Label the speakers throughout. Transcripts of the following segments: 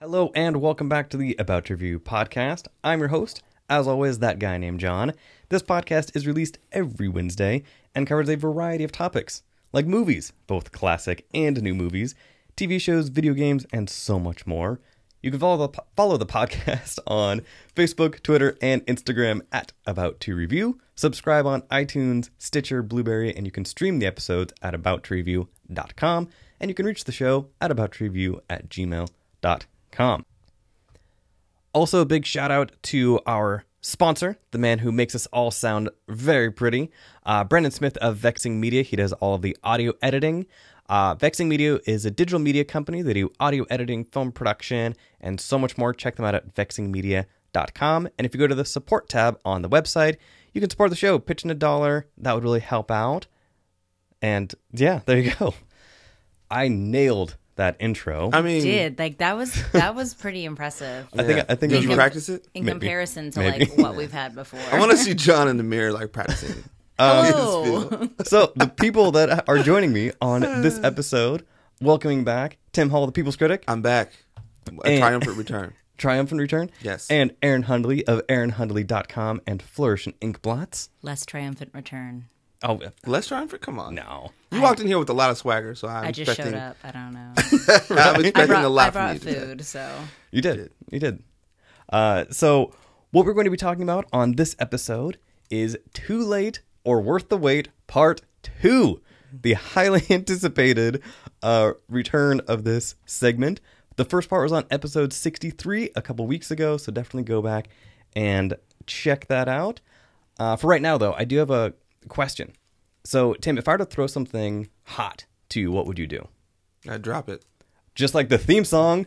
Speaker 1: Hello and welcome back to the About Your View podcast. I'm your host, as always, that guy named John. This podcast is released every Wednesday and covers a variety of topics, like movies, both classic and new movies, TV shows, video games, and so much more. You can follow the, follow the podcast on Facebook, Twitter, and Instagram at About to Review. Subscribe on iTunes, Stitcher, Blueberry, and you can stream the episodes at AboutToReview.com. And you can reach the show at AboutToReview at gmail.com. Also, a big shout out to our sponsor, the man who makes us all sound very pretty, uh, Brendan Smith of Vexing Media. He does all of the audio editing. Uh, Vexing Media is a digital media company. They do audio editing, film production, and so much more. Check them out at vexingmedia.com. And if you go to the support tab on the website, you can support the show. Pitch in a dollar. That would really help out. And yeah, there you go. I nailed that intro.
Speaker 2: I mean,
Speaker 3: did like that was that was pretty impressive
Speaker 1: I think I think it
Speaker 2: did
Speaker 1: was
Speaker 2: you
Speaker 1: really-
Speaker 2: practice it?
Speaker 3: in
Speaker 1: Maybe.
Speaker 3: comparison to like
Speaker 1: Maybe.
Speaker 3: what we've had before.
Speaker 2: I want to see John in the mirror, like practicing. it.
Speaker 3: Hello.
Speaker 1: So the people that are joining me on this episode, welcoming back Tim Hall, the People's Critic,
Speaker 2: I'm back. A
Speaker 1: And-
Speaker 2: triumphant return.
Speaker 1: Triumphant Return,
Speaker 2: Yes.
Speaker 1: and Aaron Hundley of AaronHundley.com and Flourish and Inkblots.
Speaker 3: Less triumphant return.
Speaker 1: Oh
Speaker 2: Less triumphant? Come on.
Speaker 1: no,
Speaker 2: You walked in here with a lot of swagger, so I'm
Speaker 3: I just
Speaker 2: expecting,
Speaker 3: showed up. I don't know.
Speaker 2: I'm
Speaker 3: I
Speaker 2: expecting
Speaker 3: brought,
Speaker 2: a lot
Speaker 3: I brought
Speaker 2: from you. today.
Speaker 3: food, so
Speaker 1: you did, you did. Uh, so what we're going to be talking about on this episode is "Too Late or Worth the Wait" Part Two, the highly anticipated uh, return of this segment. The first part was on episode 63 a couple weeks ago, so definitely go back and check that out. Uh, for right now, though, I do have a question. So, Tim, if I were to throw something hot to you, what would you do?
Speaker 2: I drop it.
Speaker 1: Just like the theme song.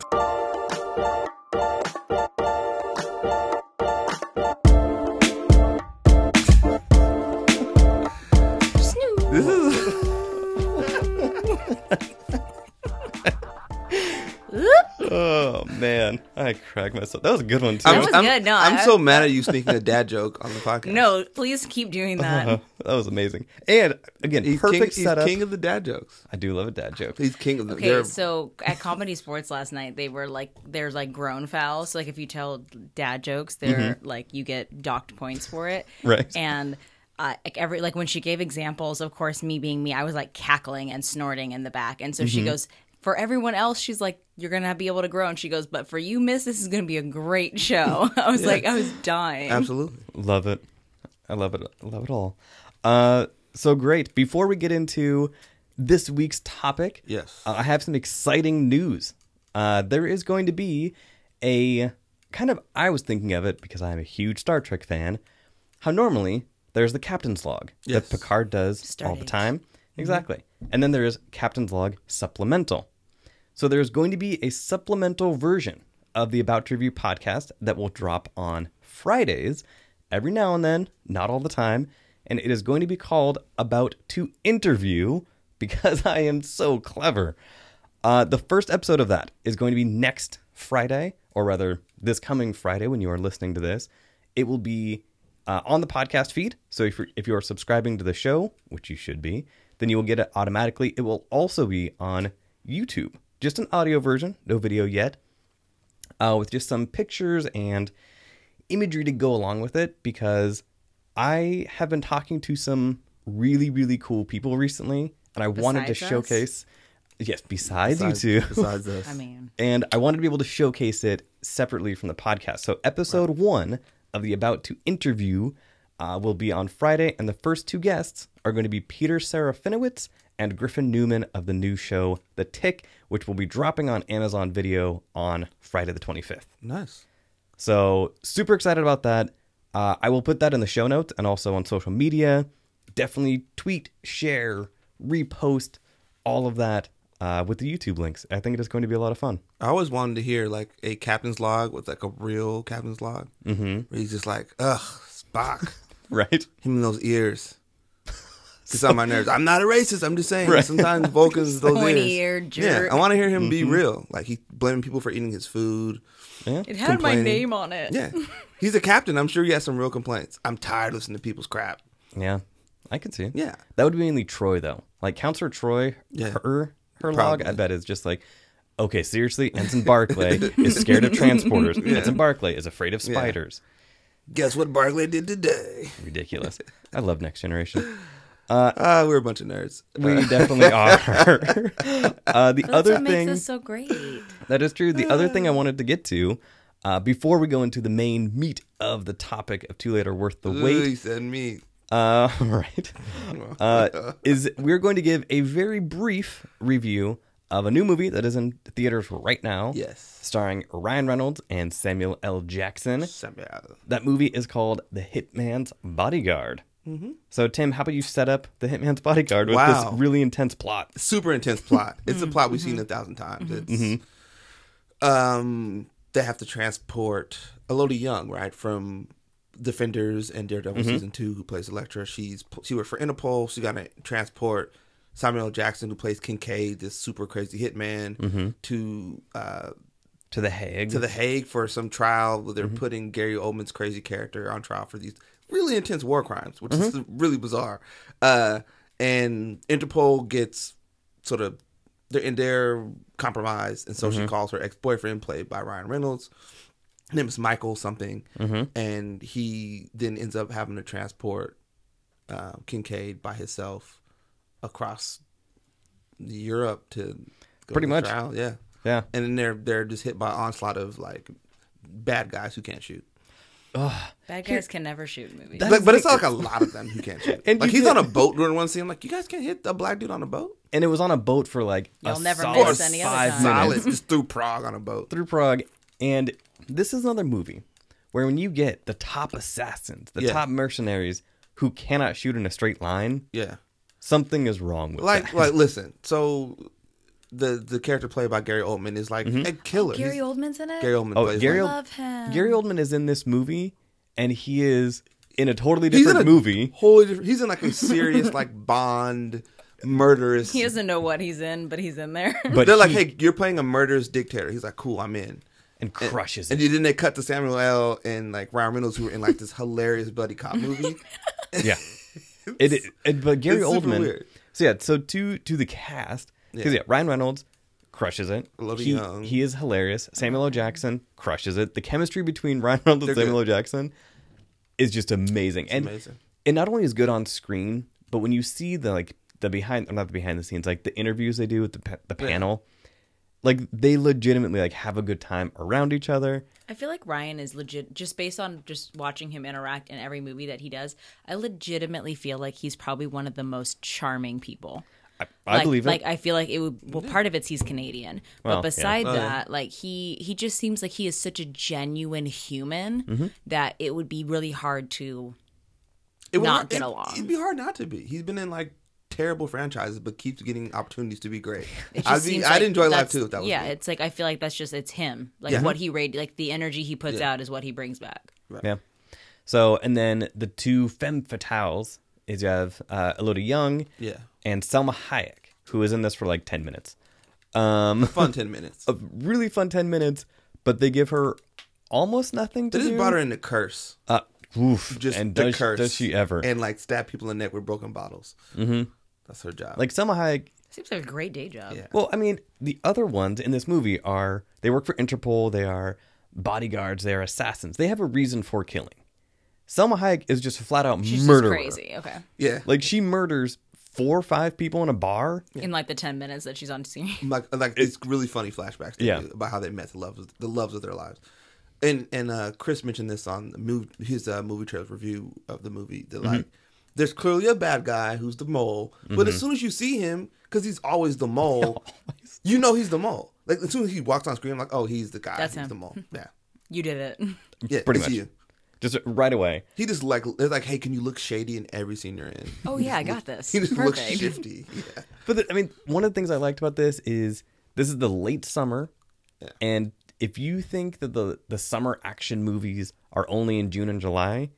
Speaker 2: This is
Speaker 1: Oh, man. I cracked myself. That was a good one, too.
Speaker 2: I'm,
Speaker 3: was
Speaker 2: I'm-
Speaker 3: good. No,
Speaker 2: I'm
Speaker 3: I-
Speaker 2: so mad at you sneaking a dad joke on the podcast.
Speaker 3: no, please keep doing that.
Speaker 1: Uh, that was amazing. And again,
Speaker 2: he's king,
Speaker 1: perfect
Speaker 2: he's
Speaker 1: setup.
Speaker 2: king of the dad jokes.
Speaker 1: I do love a dad joke.
Speaker 2: He's king of the.
Speaker 3: Okay,
Speaker 2: they're-
Speaker 3: so at Comedy Sports last night, they were like, there's like grown fouls. So, like, if you tell dad jokes, they're
Speaker 2: Mm-hmm.
Speaker 3: like, you get docked points for it.
Speaker 1: Right.
Speaker 3: And uh, like every like when she gave examples, of course, me being me, I was like cackling and snorting in the back. And so
Speaker 2: Mm-hmm.
Speaker 3: she goes, for everyone else, she's like, you're gonna be able to grow. And she goes, but for you, Miss, this is gonna be a great show. I was like, I was dying.
Speaker 2: absolutely.
Speaker 1: Love it. I love it. I love it all. Uh, so great. Before we get into this week's topic,
Speaker 2: Yes.
Speaker 1: uh, I have some exciting news. Uh, there is going to be a kind of I was thinking of it because I'm a huge Star Trek fan. How normally there's the captain's log
Speaker 2: Yes.
Speaker 1: that Picard does all the
Speaker 3: Stardate.
Speaker 1: time. Exactly. And then there is captain's log supplemental. So there's going to be a supplemental version of the About to Review podcast that will drop on Fridays every now and then, not all the time. And it is going to be called About to Interview because I am so clever. Uh, the first episode of that is going to be next Friday, or rather, this coming Friday when you are listening to this. It will be uh, on the podcast feed. So if you're, if you're subscribing to the show, which you should be, then you will get it automatically. It will also be on YouTube, just an audio version, no video yet, uh, with just some pictures and imagery to go along with it because I have been talking to some really, really cool people recently and I wanted to
Speaker 3: Besides us?
Speaker 1: showcase. Yes, besides,
Speaker 2: Besides-
Speaker 1: you two.
Speaker 2: Besides us,
Speaker 3: I mean,
Speaker 1: and I wanted to be able to showcase it separately from the podcast. So episode one of the About to Interview uh, will be on Friday, and the first two guests are going to be Peter Serafinowicz and Griffin Newman of the new show The Tick, which will be dropping on Amazon Video on Friday the 25th.
Speaker 2: nice.
Speaker 1: So super excited about that. Uh, I will put that in the show notes and also on social media. Definitely tweet, share, repost, all of that uh, with the YouTube links. I think it is going to be a lot of fun.
Speaker 2: I always wanted to hear like a captain's log with like a real captain's log, mm-hmm. where he's just like, "Ugh, Spock."
Speaker 1: Right?
Speaker 2: Him in those ears. It's on my nerves. I'm not a racist. I'm just saying. Sometimes Vulcans those
Speaker 3: Pointy
Speaker 2: ears.
Speaker 3: ear jerk.
Speaker 2: Yeah, I want to hear him be real. Like he blaming people for eating his food.
Speaker 3: it had my
Speaker 2: complaining.
Speaker 3: name on it.
Speaker 2: Yeah, he's a captain. I'm sure he has some real complaints. I'm tired of listening to people's crap.
Speaker 1: Yeah, I can see. it.
Speaker 2: Yeah.
Speaker 1: that would be mainly Troy though. Like Counselor Troy,
Speaker 2: Yeah.
Speaker 1: her her log, I
Speaker 2: Probably.
Speaker 1: bet is just like, okay, seriously, Ensign Barclay is scared of transporters. Ensign Barclay is afraid of spiders.
Speaker 2: Guess what Barclay did today?
Speaker 1: Ridiculous. I love Next Generation.
Speaker 2: Ah, we're a bunch of nerds.
Speaker 1: We definitely are. uh, the
Speaker 3: That's
Speaker 1: other
Speaker 3: what
Speaker 1: thing
Speaker 3: makes us so great.
Speaker 1: That is true. The other thing I wanted to get to uh, before we go into the main meat of the topic of Two Later Worth the
Speaker 2: Wait,
Speaker 1: Wait,
Speaker 2: he said me.
Speaker 1: uh, right, uh, is we're going to give a very brief review of a new movie that is in theaters right now.
Speaker 2: Yes.
Speaker 1: Starring Ryan Reynolds and Samuel L. Jackson.
Speaker 2: Samuel.
Speaker 1: That movie is called The Hitman's Bodyguard. So, Tim, how about you set up The Hitman's Bodyguard with
Speaker 2: Mm-hmm. Wow.
Speaker 1: this really intense plot?
Speaker 2: super intense plot. It's a plot we've seen a thousand times. It's um they have to transport Elodie Young, right, from Defenders and Daredevil season two, who plays Elektra. She's she worked for Interpol. She got to transport Samuel L. Jackson, who plays Kincaid, this super crazy hitman, to uh,
Speaker 1: To The Hague.
Speaker 2: to the Hague for some trial. where
Speaker 1: Mm-hmm.
Speaker 2: They're putting Gary Oldman's crazy character on trial for these really intense war crimes, which is
Speaker 1: Mm-hmm.
Speaker 2: really bizarre. Uh, and Interpol gets sort of they're in their compromise, and so
Speaker 1: Mm-hmm.
Speaker 2: she calls her ex boyfriend, played by Ryan Reynolds. His name is Michael something,
Speaker 1: Mm-hmm.
Speaker 2: and he then ends up having to transport uh, Kincaid by himself across Europe to go
Speaker 1: Pretty
Speaker 2: to
Speaker 1: much.
Speaker 2: trial. Oh, Yeah,
Speaker 1: yeah.
Speaker 2: and then they're they're just hit by onslaught of like bad guys who can't shoot.
Speaker 3: Bad guys can never shoot movies.
Speaker 1: That-
Speaker 2: Like, but it's not like a lot of them who can't shoot.
Speaker 1: And
Speaker 2: like
Speaker 1: you
Speaker 2: he's
Speaker 1: did-
Speaker 2: on a boat during one scene. Like you guys can't hit a black dude on a boat.
Speaker 1: And it was on a boat for like
Speaker 3: You'll
Speaker 1: a
Speaker 3: never
Speaker 1: solid
Speaker 3: miss any other
Speaker 1: five
Speaker 3: time.
Speaker 1: minutes.
Speaker 2: Solid just threw Prague on a boat.
Speaker 1: through Prague, and this is another movie where when you get the top assassins, the
Speaker 2: Yeah.
Speaker 1: top mercenaries who cannot shoot in a straight line,
Speaker 2: Yeah,
Speaker 1: something is wrong with
Speaker 2: like
Speaker 1: that.
Speaker 2: like listen. So the the character played by Gary Oldman is like a killer.
Speaker 3: Gary
Speaker 2: He's-
Speaker 3: Oldman's in it.
Speaker 2: Gary Oldman
Speaker 1: Mm-hmm. Oh,
Speaker 2: plays
Speaker 1: Gary
Speaker 2: like,
Speaker 1: Old-
Speaker 3: Love him.
Speaker 1: Gary Oldman is in this movie, and he is in a totally
Speaker 2: he's
Speaker 1: different
Speaker 2: in a
Speaker 1: movie.
Speaker 2: Wholly different. He's in like a serious like Bond murderous.
Speaker 3: he doesn't know what he's in, but he's in there.
Speaker 1: But
Speaker 2: They're like,
Speaker 1: he-
Speaker 2: hey, you're playing a murderous dictator. He's like, cool, I'm in.
Speaker 1: and crushes
Speaker 2: And
Speaker 1: it.
Speaker 2: then they cut to Samuel L. and like Ryan Reynolds, who were in like this hilarious buddy cop movie.
Speaker 1: yeah, it, it, it- But Gary
Speaker 2: it's super
Speaker 1: Oldman.
Speaker 2: weird.
Speaker 1: So yeah, so to to the cast, because yeah.
Speaker 2: Yeah.
Speaker 1: Ryan Reynolds crushes it.
Speaker 2: Olivia
Speaker 1: He,
Speaker 2: Young.
Speaker 1: he is hilarious. Samuel L. Jackson crushes it. The chemistry between Ryan Reynolds and
Speaker 2: They're
Speaker 1: Samuel L. Jackson is just amazing. and
Speaker 2: amazing.
Speaker 1: it not only is good on screen, but when you see the like the behind, not the behind the scenes, like the interviews they do with the pa- the panel, like they legitimately like have a good time around each other.
Speaker 3: I feel like Ryan is legit just based on just watching him interact in every movie that he does. I legitimately feel like he's probably one of the most charming people.
Speaker 1: I, I
Speaker 3: like,
Speaker 1: believe it.
Speaker 3: Like I feel like it would. Well, part of it's he's Canadian,
Speaker 1: Well, yeah.
Speaker 3: but beside
Speaker 2: Well, yeah.
Speaker 3: that, like he he just seems like he is such a genuine human
Speaker 1: Mm-hmm.
Speaker 3: that it would be really hard to.
Speaker 2: It would
Speaker 3: Not
Speaker 2: hard-
Speaker 3: get
Speaker 2: it-
Speaker 3: along.
Speaker 2: It'd be hard not to be. He's been in like terrible franchises, but keeps getting opportunities to be great.
Speaker 3: It
Speaker 2: I'd
Speaker 3: just
Speaker 2: be,
Speaker 3: seems
Speaker 2: I'd
Speaker 3: like
Speaker 2: enjoy life
Speaker 3: that's-
Speaker 2: too if that was
Speaker 3: yeah.
Speaker 2: me.
Speaker 3: It's like I feel like that's just it's him. Like
Speaker 2: Yeah.
Speaker 3: what he radi- like the energy he puts out is what he brings back.
Speaker 1: yeah. So and then the two femme fatales is you have uh, Elodie Young,
Speaker 2: Yeah.
Speaker 1: and Selma Hayek, who is in this for like ten minutes. Um,
Speaker 2: Fun ten minutes.
Speaker 1: a really fun ten minutes, but they give her almost nothing to
Speaker 2: They just
Speaker 1: do.
Speaker 2: brought her in the curse.
Speaker 1: Uh, oof.
Speaker 2: Just
Speaker 1: and
Speaker 2: the
Speaker 1: does,
Speaker 2: curse.
Speaker 1: does she ever?
Speaker 2: And like stab people in the neck with broken bottles. Mm-hmm. That's her job.
Speaker 1: like Selma Hayek
Speaker 3: Seems like a great day job.
Speaker 2: Yeah.
Speaker 1: Well, I mean, the other ones in this movie are they work for Interpol, they are bodyguards, they are assassins. They have a reason for killing. Selma Hayek is just a flat out
Speaker 3: She's just
Speaker 1: murderer.
Speaker 3: crazy. Okay.
Speaker 2: yeah. Like,
Speaker 1: Like she murders four or five people in a bar.
Speaker 3: In like the ten minutes that she's on scene.
Speaker 2: like, it's really funny flashbacks. they
Speaker 1: Yeah.
Speaker 2: do About how they met the loves, the loves of their lives. And and uh, Chris mentioned this on the move, his uh, movie trailers review of the movie. That
Speaker 1: Mm-hmm.
Speaker 2: like, there's clearly a bad guy who's the mole, but
Speaker 1: Mm-hmm.
Speaker 2: as soon as you see him, because he's always the mole, you know he's the mole. Like as soon as he walks on screen, I'm like, oh, he's the guy.
Speaker 3: That's
Speaker 2: he's
Speaker 3: him.
Speaker 2: the mole. Yeah,
Speaker 3: You did it.
Speaker 2: yeah,
Speaker 1: Pretty
Speaker 2: it's
Speaker 1: much.
Speaker 2: you.
Speaker 1: Just right away.
Speaker 2: He just like it's like, hey, can you look shady in every scene you're in?
Speaker 3: Oh yeah, I got this.
Speaker 2: He just looks
Speaker 3: Perfect.
Speaker 2: shifty. Yeah.
Speaker 1: But the, I mean, one of the things I liked about this is this is the late summer, and if you think that the the summer action movies are only in June and July,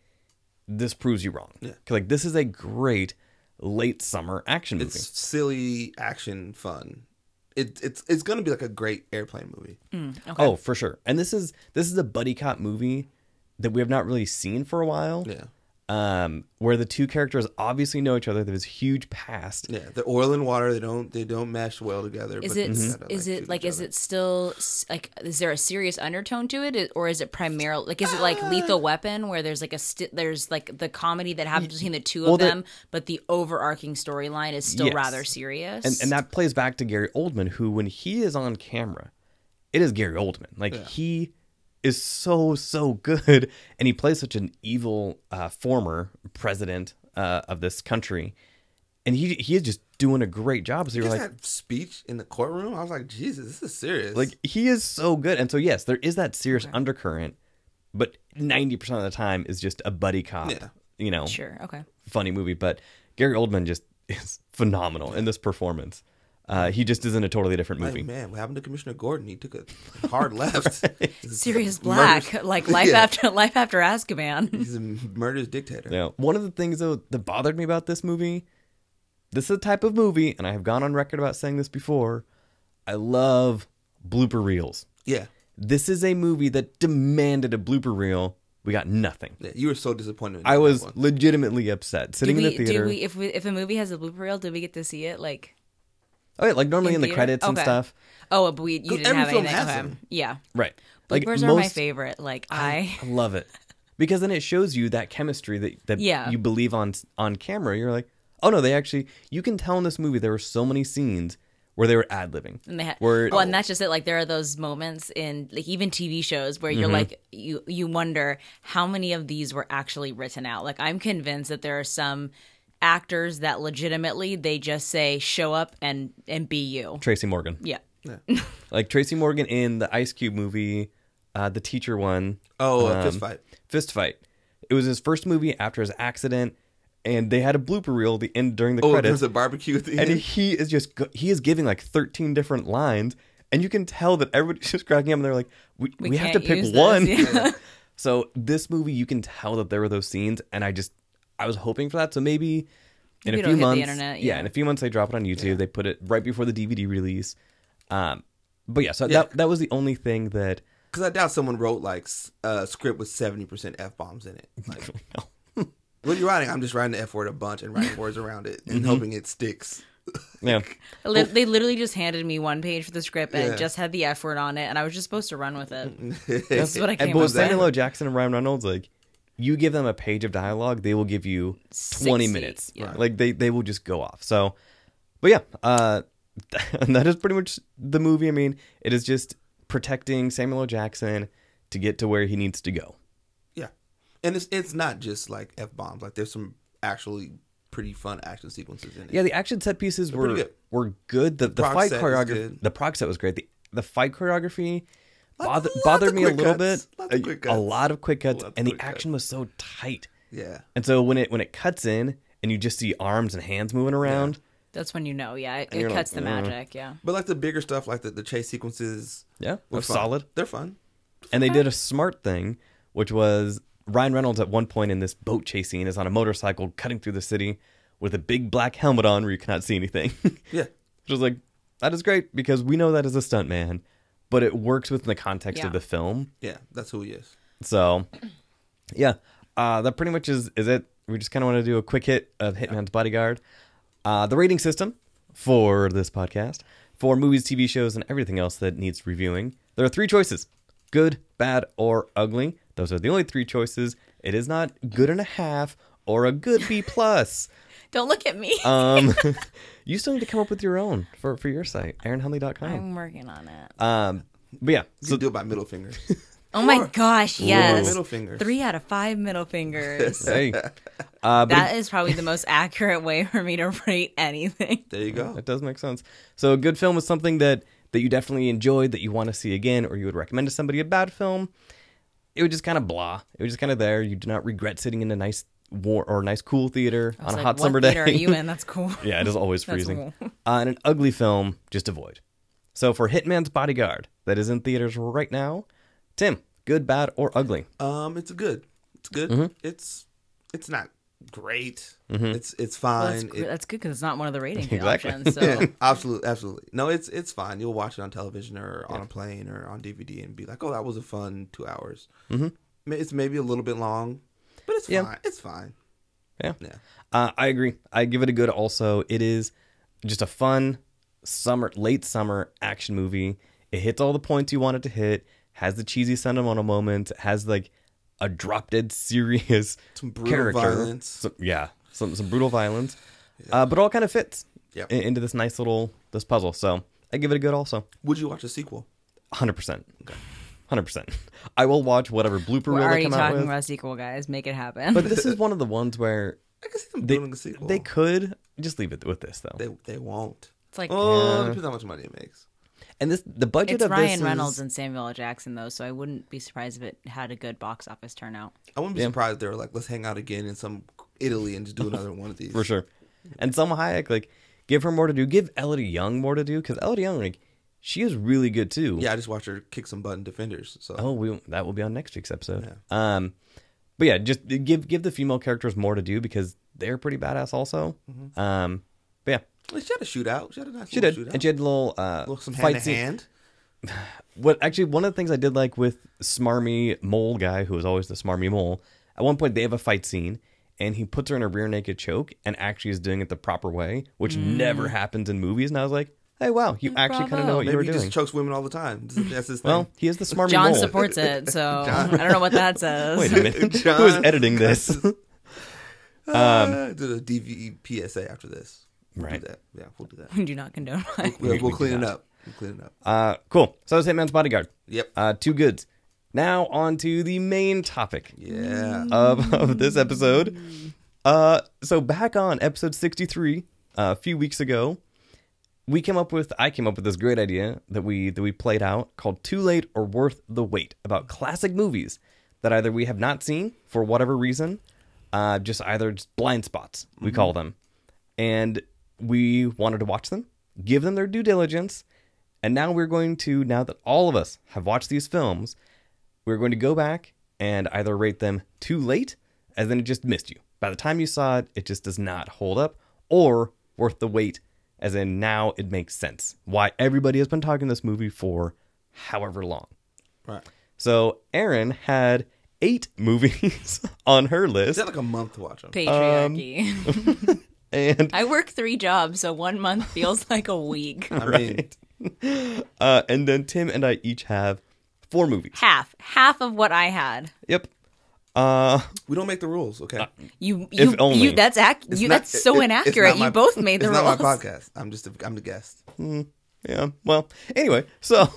Speaker 1: this proves you wrong. Yeah. Like this is a great late summer action movie.
Speaker 2: It's silly action fun. It, it's it's gonna be like a great airplane movie.
Speaker 1: Oh, for sure. And this is this is a buddy cop movie that we have not really seen for a while.
Speaker 2: Yeah.
Speaker 1: um, where the two characters obviously know each other. There's huge past.
Speaker 2: Yeah, the oil and water they don't they don't mesh well together.
Speaker 3: Is
Speaker 2: but
Speaker 3: it
Speaker 2: they
Speaker 3: is
Speaker 1: Mm-hmm.
Speaker 2: kinda, suit
Speaker 3: it
Speaker 2: each
Speaker 3: like is
Speaker 2: other.
Speaker 3: it still s- like is there a serious undertone to it or is it primarily like is it like
Speaker 1: Ah.
Speaker 3: Lethal Weapon where there's like a sti there's like the comedy that happens between the two of
Speaker 1: well, the-
Speaker 3: them but the overarching storyline is still
Speaker 1: Yes.
Speaker 3: rather serious
Speaker 1: And, and that plays back to Gary Oldman, who, when he is on camera, it is Gary Oldman. Like, he is so, so good. And he plays such an evil uh, former president uh, of this country. And he, he is just doing a great job. So you're
Speaker 2: Just
Speaker 1: like,
Speaker 2: that speech in the courtroom. I was like, Jesus, this is serious.
Speaker 1: Like he is so good. And so yes, there is that serious undercurrent, but 90% of the time is just a buddy cop,
Speaker 2: Yeah.
Speaker 1: you know,
Speaker 3: sure okay
Speaker 1: funny movie, but Gary Oldman just is phenomenal in this performance. Uh, he just is in a totally different
Speaker 2: Like,
Speaker 1: movie.
Speaker 2: man, what happened to Commissioner Gordon? He took a hard left.
Speaker 3: serious
Speaker 2: Murders-
Speaker 3: black like life
Speaker 2: Yeah.
Speaker 3: after life after Azkaban
Speaker 2: He's a murderous dictator.
Speaker 1: Now, one of the things though that bothered me about this movie, this is a type of movie, and I have gone on record about saying this before. I love blooper reels.
Speaker 2: Yeah.
Speaker 1: This is a movie that demanded a blooper reel. We got nothing.
Speaker 2: yeah, you were so disappointed. in
Speaker 1: I
Speaker 2: that
Speaker 1: was
Speaker 2: one.
Speaker 1: legitimately upset
Speaker 3: do
Speaker 1: sitting
Speaker 3: we
Speaker 1: in the theater.
Speaker 3: do we if we if a movie has a blooper reel do we get to see it like
Speaker 1: Oh yeah, like normally in, the
Speaker 3: theater?
Speaker 1: credits and
Speaker 3: Okay.
Speaker 1: stuff.
Speaker 3: oh but we you didn't
Speaker 2: every
Speaker 3: have
Speaker 2: film
Speaker 3: anything
Speaker 2: has
Speaker 3: okay.
Speaker 2: them.
Speaker 3: yeah
Speaker 1: Right. Like
Speaker 3: bloopers are my
Speaker 1: most-
Speaker 3: favorite like I
Speaker 1: I love it because then it shows you that chemistry that that
Speaker 3: Yeah.
Speaker 1: you believe on on camera. You're like, oh no, they actually. You can tell in this movie there were so many scenes where they were ad libbing.
Speaker 3: And they had,
Speaker 1: where
Speaker 3: well, and that's just it. Like there are those moments in like even TV shows where
Speaker 1: Mm-hmm.
Speaker 3: you're like you you wonder how many of these were actually written out. Like I'm convinced that there are some actors that legitimately they just say show up and and be you.
Speaker 1: Tracy Morgan,
Speaker 3: Yeah.
Speaker 1: like Tracy Morgan in the Ice Cube movie, uh, the teacher one,
Speaker 2: Oh, a
Speaker 1: um,
Speaker 2: fist fight.
Speaker 1: Fist Fight. It was his first movie after his accident, and they had a blooper reel at the end during the
Speaker 2: Oh, there
Speaker 1: credits.
Speaker 2: was a barbecue at the
Speaker 1: and
Speaker 2: end.
Speaker 1: he is just go- he is giving like 13 different lines and you can tell that everybody's just cracking up and they're like we, we, have to
Speaker 3: can't
Speaker 1: pick
Speaker 3: use this,
Speaker 1: one
Speaker 3: yeah.
Speaker 1: so this movie you can tell that there were those scenes and i just i was hoping for that so maybe in
Speaker 3: Maybe
Speaker 1: a
Speaker 3: it'll
Speaker 1: few
Speaker 3: hit the
Speaker 1: months
Speaker 3: internet,
Speaker 1: yeah.
Speaker 3: yeah.
Speaker 1: in a few months they drop it on youtube they put it right before the dvd release um but yeah so
Speaker 2: Yeah.
Speaker 1: that that was the only thing that
Speaker 2: Because I doubt someone wrote like s- a script with seventy percent f bombs in it. Like, when you're writing, I'm just writing the f word a bunch and writing words around it
Speaker 1: Mm-hmm.
Speaker 2: and hoping it sticks.
Speaker 1: yeah
Speaker 3: Li-
Speaker 1: Oh.
Speaker 3: they literally just handed me one page for the script and
Speaker 2: Yeah.
Speaker 3: it just had the F word on it, and I was just supposed to run with it.
Speaker 2: That's
Speaker 3: That's what I
Speaker 1: Mm-hmm. and
Speaker 3: came
Speaker 1: but
Speaker 3: up
Speaker 1: with
Speaker 3: with.
Speaker 1: samuel L. jackson and ryan reynolds like you give them a page of dialogue they will give you 20
Speaker 3: 60,
Speaker 1: minutes
Speaker 3: yeah.
Speaker 1: like they they will just go off so but yeah uh and that is pretty much the movie i mean it is just protecting samuel L. jackson to get to where he needs to go
Speaker 2: Yeah, and it's it's not just like f bombs. Like there's some actually pretty fun action sequences in it.
Speaker 1: yeah the action set pieces were
Speaker 2: pretty good.
Speaker 1: were good the, the,
Speaker 2: proc
Speaker 1: fight
Speaker 2: set was
Speaker 1: choreography
Speaker 2: good.
Speaker 1: the proc set was great the the fight choreography
Speaker 2: Lots-
Speaker 1: bother,
Speaker 2: lots
Speaker 1: bothered
Speaker 2: of
Speaker 1: me a
Speaker 2: quick
Speaker 1: little
Speaker 2: cuts.
Speaker 1: bit
Speaker 2: Lots of quick
Speaker 1: a, a
Speaker 2: cuts.
Speaker 1: lot of quick cuts
Speaker 2: Lots of
Speaker 1: and the
Speaker 2: quick cuts.
Speaker 1: action was so tight
Speaker 2: yeah.
Speaker 1: And so when it when it cuts in and you just see arms and hands moving around,
Speaker 3: That's when you know, yeah, it,
Speaker 1: you're
Speaker 3: it cuts
Speaker 1: like,
Speaker 3: the
Speaker 1: "Mm."
Speaker 3: magic, yeah.
Speaker 2: But like the bigger stuff, like the, the chase sequences,
Speaker 1: yeah,
Speaker 2: were
Speaker 1: were
Speaker 2: fun.
Speaker 1: solid.
Speaker 2: They're fun.
Speaker 1: And they did a smart thing, which was Ryan Reynolds at one point in this boat chase scene is on a motorcycle cutting through the city with a big black helmet on where you cannot see anything. which
Speaker 2: Yeah,
Speaker 1: was like that is great because we know that is a stunt man, but it works within the context
Speaker 3: Yeah.
Speaker 1: of the film.
Speaker 2: yeah. That's who he is.
Speaker 1: So yeah, uh, that pretty much is is it. We just kind of want to do a quick hit of Hitman's Bodyguard. Uh, the rating system for this podcast, for movies, TV shows, and everything else that needs reviewing. There are three choices: good, bad, or ugly. Those are the only three choices. It is not good and a half or a good B plus.
Speaker 3: Don't look at me.
Speaker 1: Um, you still need to come up with your own for, for your site, aaronhenley.com.
Speaker 3: I'm working on it.
Speaker 1: Um, but yeah,
Speaker 2: You
Speaker 1: so
Speaker 2: do it by middle finger.
Speaker 3: Oh my gosh, yes.
Speaker 2: Middle fingers.
Speaker 3: Three out of five middle fingers.
Speaker 1: hey, uh, but it-
Speaker 3: that is probably the most accurate way for me to rate anything.
Speaker 2: There you go.
Speaker 1: That does make sense. So a good film is something that that you definitely enjoyed, that you want to see again, or you would recommend to somebody. A bad film, it would just kind of blah. It was just kind of there. You do not regret sitting in a nice war or nice cool theater on a
Speaker 3: It's like,
Speaker 1: hot
Speaker 3: what
Speaker 1: summer day.
Speaker 3: theater Are you in? That's cool.
Speaker 1: yeah, it is always freezing.
Speaker 3: warm.
Speaker 1: Uh, and an ugly film, just avoid. So for Hitman's Bodyguard, that is in theaters right now. Tim, good, bad, or ugly?
Speaker 2: Um, it's good. It's good.
Speaker 1: Mm-hmm.
Speaker 2: It's it's not great. It's it's
Speaker 3: Well, that's,
Speaker 2: fine.
Speaker 3: gr- that's good because it's not one of the rating
Speaker 1: Exactly.
Speaker 3: options. So
Speaker 2: it, absolutely, absolutely. No, it's it's fine. You'll watch it on television or on a plane or on DVD and be like, oh, that was a fun two hours. Mm-hmm. It's maybe a little bit long. But it's
Speaker 1: Yeah.
Speaker 2: fine. It's fine.
Speaker 1: Yeah.
Speaker 2: Yeah.
Speaker 1: Uh, I agree. I give it a good also. It is just a fun summer, late summer action movie. It hits all the points you want it to hit, has the cheesy sentimental moments, has like a drop dead serious
Speaker 2: Some brutal violence.
Speaker 1: Some- yeah. Some, some brutal violence. Uh, but all kind of fits
Speaker 2: Yep.
Speaker 1: i- into this nice little this puzzle. So I give it a good also.
Speaker 2: Would you watch a sequel?
Speaker 1: Hundred percent. Hundred percent. I will watch whatever blooper
Speaker 3: We're
Speaker 1: reel they
Speaker 3: already
Speaker 1: come out
Speaker 3: talking
Speaker 1: with.
Speaker 3: about sequel, guys. Make it happen.
Speaker 1: But this is one of the ones where
Speaker 2: I can see them
Speaker 1: they,
Speaker 2: doing a sequel.
Speaker 1: they could just leave it with this though.
Speaker 2: They they won't.
Speaker 3: it's like
Speaker 2: Oh,
Speaker 1: Yeah.
Speaker 2: depends how much money it makes.
Speaker 1: and this the budget
Speaker 3: it's
Speaker 1: of this
Speaker 3: Ryan
Speaker 1: is-
Speaker 3: Reynolds and Samuel L. Jackson though, so I wouldn't be surprised if it had a good box office turnout.
Speaker 2: I wouldn't be surprised if they were like, let's hang out again in some Italy and just do another one of these.
Speaker 1: for sure. And Selma Hayek, like, give her more to do. Give Elodie Young more to do because Elodie Young, like, she is really good too.
Speaker 2: Yeah, I just watched her kick some button defenders. So
Speaker 1: Oh, we that will be on next week's episode. Um, but yeah, just give give the female characters more to do because they're pretty badass also.
Speaker 2: Mm-hmm.
Speaker 1: Um, but yeah,
Speaker 2: Well, she had a shootout. She had a nice
Speaker 1: she
Speaker 2: little
Speaker 1: did,
Speaker 2: shootout.
Speaker 1: and she had a little uh
Speaker 2: Well, some hand
Speaker 1: fight
Speaker 2: to
Speaker 1: scene.
Speaker 2: hand.
Speaker 1: What actually one of the things I did like with smarmy mole guy who is always the smarmy mole. At one point they have a fight scene and he puts her in a rear naked choke and actually is doing it the proper way, which
Speaker 3: Mm.
Speaker 1: never happens in movies. And I was like, hey, wow, you actually kind of know
Speaker 3: bravo.
Speaker 1: what you
Speaker 2: Maybe
Speaker 1: were
Speaker 2: he
Speaker 1: doing.
Speaker 2: just chokes women all the time. That's his thing.
Speaker 1: well, he is the smarmy
Speaker 3: John
Speaker 1: mole.
Speaker 3: supports it, so I don't know what that says.
Speaker 1: Wait a minute,
Speaker 2: John-
Speaker 1: who is editing this?
Speaker 2: uh, do the DVE PSA after this. We'll
Speaker 1: Um, Right.
Speaker 2: Do that. Yeah, we'll do that.
Speaker 3: We do not condone mine.
Speaker 2: We'll, we'll
Speaker 1: do
Speaker 2: clean it
Speaker 1: not.
Speaker 2: up. We'll clean it up.
Speaker 1: Uh, cool. So that was Hitman's Bodyguard.
Speaker 2: Yep.
Speaker 1: Uh, two goods. Now on to the main topic
Speaker 2: yeah.
Speaker 1: of, of this episode. Uh, so back on episode 63, uh, a few weeks ago, we came up with I came up with this great idea that we that we played out called Too Late or Worth the Wait about classic movies that either we have not seen for whatever reason, uh, just either just blind spots, we call them. And we wanted to watch them, give them their due diligence, and now we're going to now that all of us have watched these films, we're going to go back and either rate them too late, as then it just missed you. By the time you saw it, it just does not hold up, or worth the wait, as in now it makes sense. Why everybody has been talking this movie for however long.
Speaker 2: Right.
Speaker 1: So Erin had eight movies on her list,
Speaker 2: Is that like a month to watch them?
Speaker 3: Patriarchy.
Speaker 1: and
Speaker 3: I work three jobs, so one month feels like a week.
Speaker 2: I mean,
Speaker 1: uh, and then Tim and I each have four movies.
Speaker 3: Half, half of what I had.
Speaker 1: Yep. Uh,
Speaker 2: we don't make the rules, okay?
Speaker 3: You,
Speaker 1: If
Speaker 3: you,
Speaker 1: only.
Speaker 3: you that's ac-
Speaker 2: It's
Speaker 3: you,
Speaker 2: not-
Speaker 3: that's so
Speaker 2: it- it- it's
Speaker 3: inaccurate.
Speaker 2: not my-
Speaker 3: you both made the
Speaker 2: it's
Speaker 3: rules.
Speaker 2: not my podcast. I'm just a, I'm the guest.
Speaker 1: Yeah. Well, anyway, so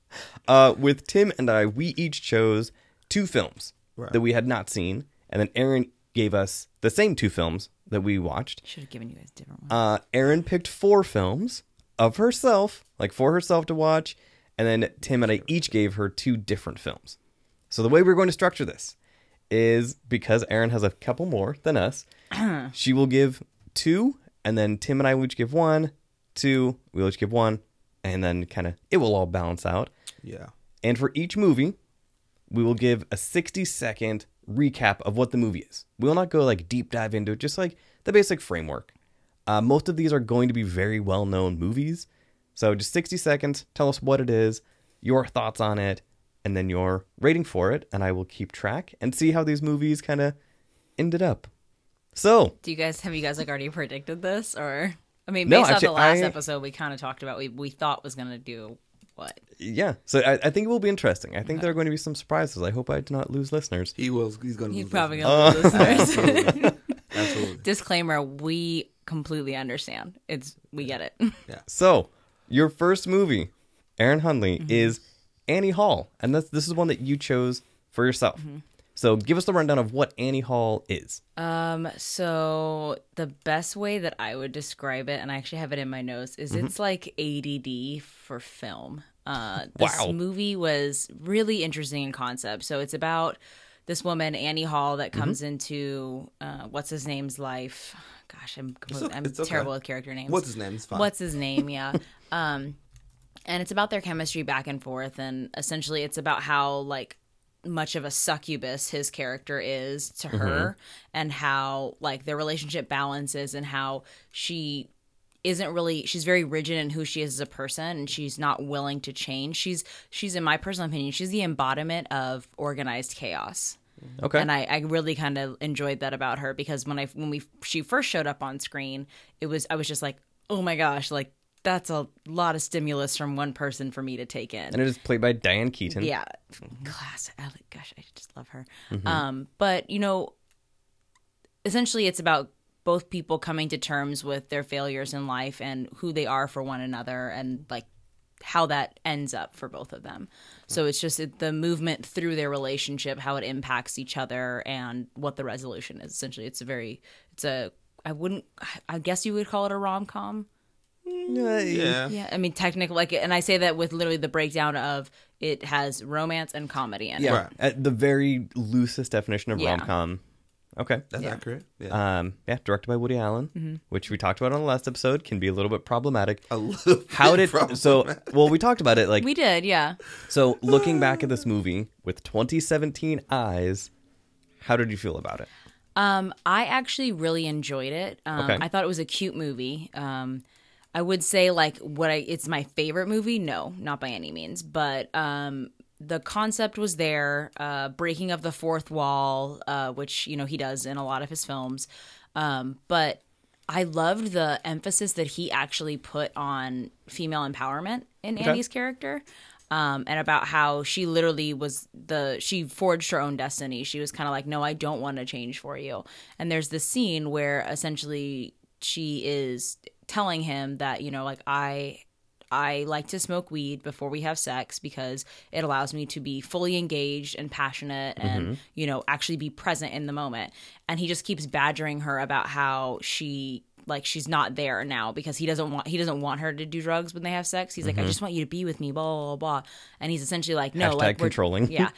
Speaker 1: uh, with Tim and I, we each chose two films
Speaker 2: Right.
Speaker 1: that we had not seen, and then Aaron gave us the same two films that we watched.
Speaker 3: Should have given you guys different ones.
Speaker 1: Uh, Aaron picked four films of herself, like for herself to watch, and then Tim and I each gave her two different films. So the way we're going to structure this is because Aaron has a couple more than us, she will give two, and then Tim and I will each give one, two, we'll each give one, and then kind of it will all balance out.
Speaker 2: Yeah.
Speaker 1: And for each movie, we will give a 60 second recap of what the movie is. We will not go like deep dive into it, just like the basic framework. Uh, most of these are going to be very well known movies. So just 60 seconds, tell us what it is, your thoughts on it, and then your rating for it. And I will keep track and see how these movies kind of ended up. So,
Speaker 3: Do you guys have you guys like already predicted this or? I mean,
Speaker 1: No,
Speaker 3: based
Speaker 1: actually,
Speaker 3: off the last
Speaker 1: I-
Speaker 3: episode, we kind of talked about we we thought was gonna do what
Speaker 1: yeah. So I, I think it will be interesting. I think there are going to be some surprises. I hope I do not lose listeners.
Speaker 2: He will. He's going to
Speaker 3: he's
Speaker 2: lose
Speaker 3: probably
Speaker 2: this
Speaker 3: gonna lose listeners.
Speaker 2: one. Absolutely.
Speaker 3: Disclaimer: We completely understand. It's we get it.
Speaker 1: So, your first movie, Aaron Hunley,
Speaker 3: Mm-hmm.
Speaker 1: is Annie Hall, and that's this is one that you chose for yourself.
Speaker 3: Mm-hmm.
Speaker 1: So, give us the rundown of what Annie Hall is.
Speaker 3: Um, so the best way that I would describe it, and I actually have it in my notes, is
Speaker 2: Mm-hmm.
Speaker 3: it's like ADD for film. Uh, this
Speaker 1: Wow.
Speaker 3: movie was really interesting in concept. So it's about this woman Annie Hall that
Speaker 2: Mm-hmm.
Speaker 3: comes into uh, what's his name's life. Gosh, I'm completely,
Speaker 2: okay-
Speaker 3: I'm
Speaker 2: it's okay.
Speaker 3: terrible with character names.
Speaker 2: What's his name? It's fine.
Speaker 3: What's his name? Yeah. um, and it's about their chemistry back and forth, and essentially it's about how like much of a succubus his character is to her, and how like their relationship balances, and how she isn't really she's very rigid in who she is as a person and she's not willing to change she's she's in my personal opinion she's the embodiment of organized chaos
Speaker 1: Okay.
Speaker 3: And I, I really kind of enjoyed that about her because when I when we she first showed up on screen, it was I was just like, oh my gosh, like that's a lot of stimulus from one person for me to take in.
Speaker 1: And it is played by Diane Keaton.
Speaker 3: Yeah, class. I like- Gosh, I just love her. Um, but you know, essentially, it's about both people coming to terms with their failures in life and who they are for one another, and like how that ends up for both of them. So it's just it- the movement through their relationship, how it impacts each other, and what the resolution is. Essentially, it's a very, it's a. I wouldn't. I guess you would call it a rom com.
Speaker 2: Yeah.
Speaker 3: Yeah, I mean, technically, like, and I say that with literally the breakdown of it has romance and comedy in it.
Speaker 1: Yeah.
Speaker 2: Right.
Speaker 1: At the very loosest definition of
Speaker 3: Yeah.
Speaker 1: rom com. Okay.
Speaker 2: That's accurate. Yeah.
Speaker 1: Um, yeah, directed by Woody Allen,
Speaker 3: Mm-hmm.
Speaker 1: which we talked about on the last episode, can be a little bit problematic.
Speaker 2: a little
Speaker 1: How
Speaker 2: bit
Speaker 1: did
Speaker 2: problem.
Speaker 1: so? Well, we talked about it. Like
Speaker 3: We did, yeah.
Speaker 1: so, looking back at this movie with 2017 eyes, how did you feel about it?
Speaker 3: Um, I actually really enjoyed it. Um,
Speaker 1: Okay.
Speaker 3: I thought it was a cute movie. Um, I would say like what I it's my favorite movie. No, not by any means, but um, the concept was there. Uh, breaking of the fourth wall, uh, which you know he does in a lot of his films, um, but. I loved the emphasis that he actually put on female empowerment in Andy's character. um, and about how she literally was the she forged her own destiny. She was kind of like, "No, I don't want to change for you." And there's this scene where essentially she is telling him that you know, like I. I like to smoke weed before we have sex because it allows me to be fully engaged and passionate and, you know, actually be present in the moment. And he just keeps badgering her about how she like she's not there now because he doesn't want he doesn't want her to do drugs when they have sex. He's like, I just want you to be with me, blah blah blah. blah. And he's essentially like, no,
Speaker 1: Mm-hmm. Hashtag
Speaker 3: like we're-
Speaker 1: controlling.
Speaker 3: Yeah,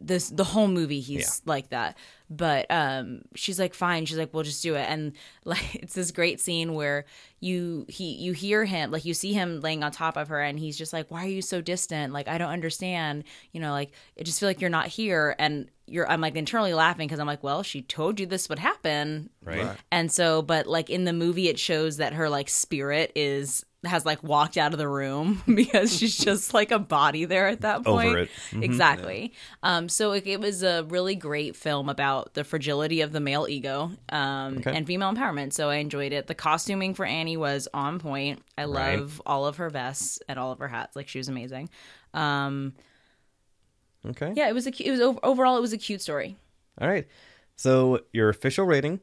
Speaker 3: this the whole movie he's like that. But um, she's like, fine. She's like, we'll just do it. And like, it's this great scene where you he you hear him like you see him laying on top of her, and he's just like, why are you so distant? Like I don't understand. You know, like I just feel like you're not here. And you're I'm like internally laughing because I'm like, well, she told you this would happen,
Speaker 1: Right.
Speaker 3: and so, but like in the movie, it shows that her like spirit is has like walked out of the room because she's just like a body there at that
Speaker 1: Over
Speaker 3: point.
Speaker 1: it. Mm-hmm.
Speaker 3: Exactly. Um, so it, it was a really great film about the fragility of the male ego um,
Speaker 1: Okay.
Speaker 3: and female empowerment. So I enjoyed it. The costuming for Annie was on point. I
Speaker 1: Right.
Speaker 3: love all of her vests and all of her hats. Like she was amazing. Um,
Speaker 1: Okay.
Speaker 3: yeah, it was a cu- it was ov- overall it was a cute story.
Speaker 1: All right. So your official rating: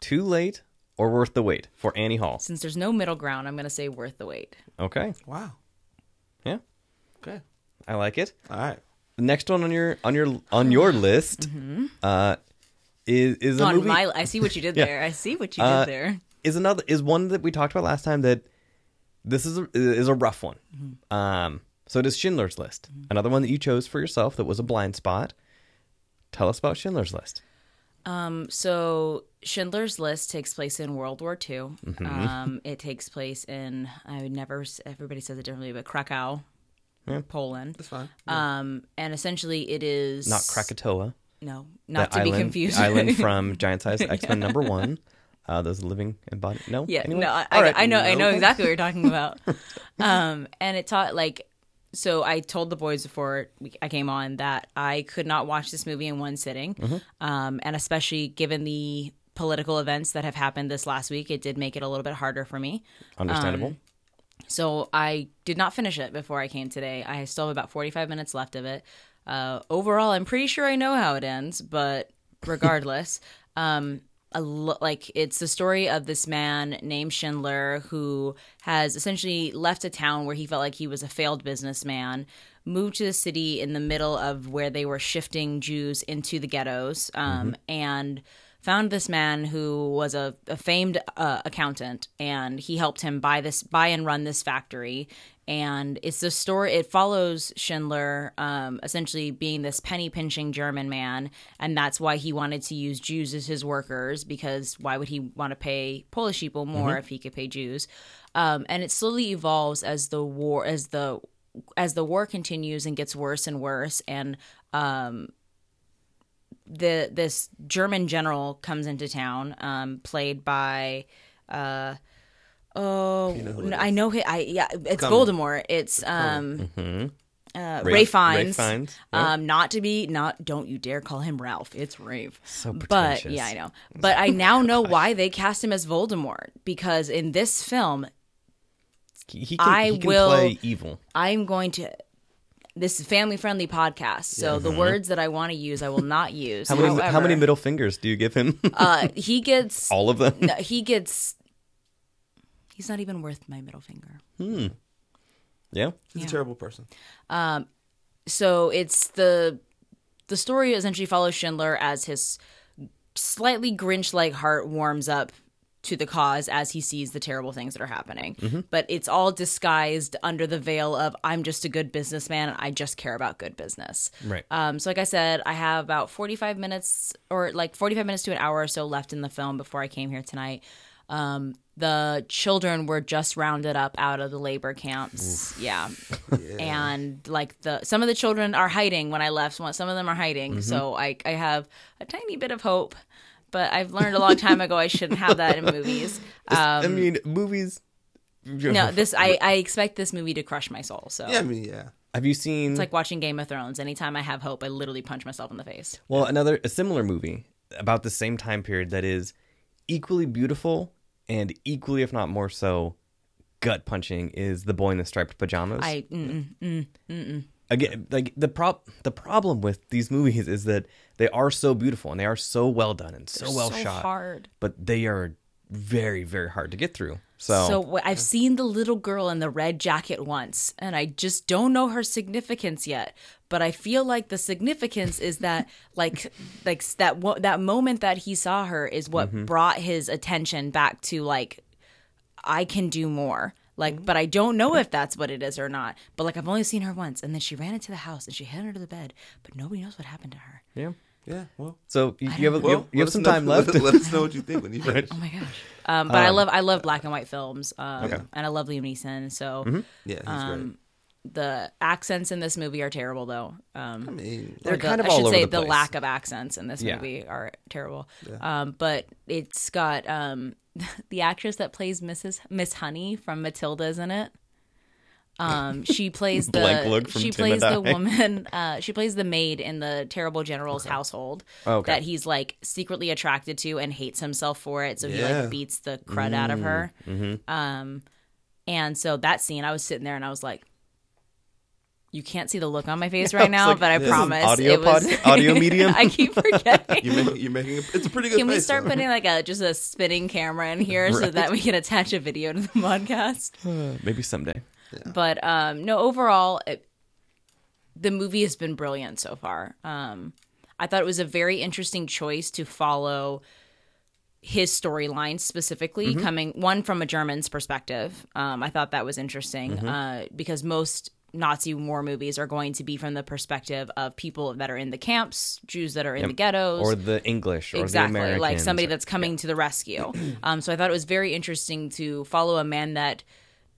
Speaker 1: too late or worth the wait for Annie Hall?
Speaker 3: Since there's no middle ground, I'm going to say worth the wait.
Speaker 1: Okay.
Speaker 2: wow.
Speaker 1: Yeah,
Speaker 2: Okay.
Speaker 1: I like it.
Speaker 2: All right.
Speaker 1: The next one on your on your on your list uh, is is a
Speaker 3: Mm-hmm. on
Speaker 1: movie.
Speaker 3: my I see what you did there. I see what you
Speaker 1: Uh,
Speaker 3: did there.
Speaker 1: is another is one that we talked about last time that this is a, is a rough one.
Speaker 3: Mm-hmm.
Speaker 1: Um, so it is Schindler's List, another one that you chose for yourself that was a blind spot. Tell us about Schindler's List.
Speaker 3: So Schindler's List takes place in World War II.
Speaker 1: Mm-hmm.
Speaker 3: Um, it takes place in I would never s- everybody says it differently, but Krakow, Poland.
Speaker 2: That's fine.
Speaker 3: Um, and essentially it is
Speaker 1: Not Krakatoa,
Speaker 3: No, not
Speaker 1: the
Speaker 3: to
Speaker 1: island,
Speaker 3: be
Speaker 1: the
Speaker 3: confused.
Speaker 1: island from Giant Size X Men number one. Uh, those living embodied. No,
Speaker 3: Yeah,
Speaker 1: Anyone?
Speaker 3: no, I,
Speaker 1: All right.
Speaker 3: I, I know, I know
Speaker 2: No.
Speaker 3: exactly what you're talking about. um, and it taught like, so I told the boys before we, I came on that I could not watch this movie in one sitting,
Speaker 1: Mm-hmm.
Speaker 3: um, and especially given the political events that have happened this last week, it did make it a little bit harder for me.
Speaker 1: Understandable.
Speaker 3: So I did not finish it before I came today. I still have about 45 minutes left of it. Uh, overall, I'm pretty sure I know how it ends, but regardless, um, I lo- like it's the story of this man named Schindler who has essentially left a town where he felt like he was a failed businessman, moved to the city in the middle of where they were shifting Jews into the ghettos, um, and found this man who was a, a famed uh, accountant and he helped him buy this buy and run this factory and it's the story it follows schindler um, essentially being this penny pinching german man and that's why he wanted to use jews as his workers because why would he want to pay polish people more if he could pay jews um, and it slowly evolves as the war as the as the war continues and gets worse and worse and the this German general comes into town, um, played by,
Speaker 1: Mm-hmm.
Speaker 3: uh, oh, no, I know hi I yeah, it's Voldemort. It's um, uh, Ray Fiennes.
Speaker 1: Fiennes, yeah.
Speaker 3: Um, not to be not. Don't you dare call him Ralph. It's Rave. So But
Speaker 1: pretentious.
Speaker 3: yeah, I know. But
Speaker 1: Oh
Speaker 3: I now know why they cast him as Voldemort because in this film,
Speaker 1: He, he can,
Speaker 3: I
Speaker 1: he can
Speaker 3: will-
Speaker 1: play evil.
Speaker 3: I'm going to. This is family friendly podcast, so the words that I want to use, I will not use.
Speaker 1: Mm-hmm. How many,
Speaker 3: However,
Speaker 1: how many middle fingers do you give him?
Speaker 3: uh, he gets.
Speaker 1: All of them?
Speaker 3: no, he gets. He's not even worth my middle finger.
Speaker 1: Yeah.
Speaker 2: He's a terrible person.
Speaker 3: so it's the the story essentially follows Schindler as his slightly Grinch like heart warms up to the cause as he sees the terrible things that are happening. But it's all disguised under the veil of I'm just a good businessman and I just care about good business.
Speaker 1: Right.
Speaker 3: Um, so, like I said, I have about 45 minutes or like 45 minutes to an hour or so left in the film before I came here tonight. Um, the children were just rounded up out of the labor camps. Yeah. And like the some of the children are hiding when I left, some some of them are hiding. So I I have a tiny bit of hope, but I've learned a long time ago I shouldn't have that in movies. Um,
Speaker 1: I mean, movies.
Speaker 3: no, this I, I expect this movie to crush my soul. So
Speaker 2: Yeah, I mean, yeah.
Speaker 1: Have you seen
Speaker 3: it's like watching Game of Thrones. Anytime I have hope, I literally punch myself in the face.
Speaker 1: well another a similar movie about the same time period that is equally beautiful and equally, if not more so, gut punching is the boy in the striped pajamas.
Speaker 3: I mm, mm, mm,
Speaker 1: again like the prop the problem with these movies is that they are so beautiful and they are so well done and so well
Speaker 3: so
Speaker 1: shot
Speaker 3: hard.
Speaker 1: but they are very very hard to get through so,
Speaker 3: So wh- I've seen the little girl in the red jacket once, and I just don't know her significance yet. But I feel like the significance is that, like, like s- that wo- that moment that he saw her is what brought his attention back to like, I can do more. Like, Mm-hmm. but I don't know if that's what it is or not. But like, I've only seen her once, and then she ran into the house and she hid under the bed, but nobody knows what happened to her.
Speaker 1: yeah
Speaker 2: Yeah, well.
Speaker 1: so you, you have, you
Speaker 2: well
Speaker 1: have, you
Speaker 2: let
Speaker 1: have
Speaker 2: us
Speaker 1: some
Speaker 2: know-
Speaker 1: time left
Speaker 2: Let, let us know what you think when you finish.
Speaker 3: Oh my gosh! Um, but I love I love black and white films, um, and I love Liam Neeson. So
Speaker 2: Yeah, he's
Speaker 3: Um, the accents in this movie are terrible, though. Um,
Speaker 2: great. I mean,
Speaker 3: they're
Speaker 1: kind of
Speaker 3: I should
Speaker 1: all over
Speaker 3: say
Speaker 1: the place.
Speaker 3: lack of accents in this
Speaker 1: Yeah.
Speaker 3: movie are terrible. Um, but it's got um, the actress that plays Mrs. Miss Honey from Matilda, isn't it? Um, she plays the
Speaker 1: Blank look from
Speaker 3: she
Speaker 1: Tim
Speaker 3: plays
Speaker 1: and
Speaker 3: the
Speaker 1: I.
Speaker 3: woman. Uh, she plays the maid in the terrible general's household
Speaker 1: Oh, Okay.
Speaker 3: that he's like secretly attracted to and hates himself for it. So he
Speaker 2: Yeah.
Speaker 3: like beats the crud out
Speaker 1: Mm-hmm.
Speaker 3: of her. Um, and so that scene, I was sitting there and I was like, you can't see the look on my face right now,
Speaker 1: like,
Speaker 3: but I
Speaker 1: this is
Speaker 3: promise
Speaker 1: audio
Speaker 3: it was
Speaker 1: pod- audio medium?
Speaker 3: I keep forgetting.
Speaker 2: you're making, you're making a, it's a pretty good
Speaker 3: Can we
Speaker 2: face,
Speaker 3: start
Speaker 2: though.
Speaker 3: putting like a just a spinning camera in here so that we can attach a video to the podcast?
Speaker 1: maybe someday
Speaker 3: But um, no, overall, it, the movie has been brilliant so far. Um, I thought it was a very interesting choice to follow his storyline specifically, coming one from a German's perspective. Um, I thought that was interesting uh, because most Nazi war movies are going to be from the perspective of people that are in the camps, Jews that are in the ghettos,
Speaker 1: or the english or the
Speaker 3: exactly
Speaker 1: american
Speaker 3: like somebody that's coming to the rescue um, so i thought it was very interesting to follow a man that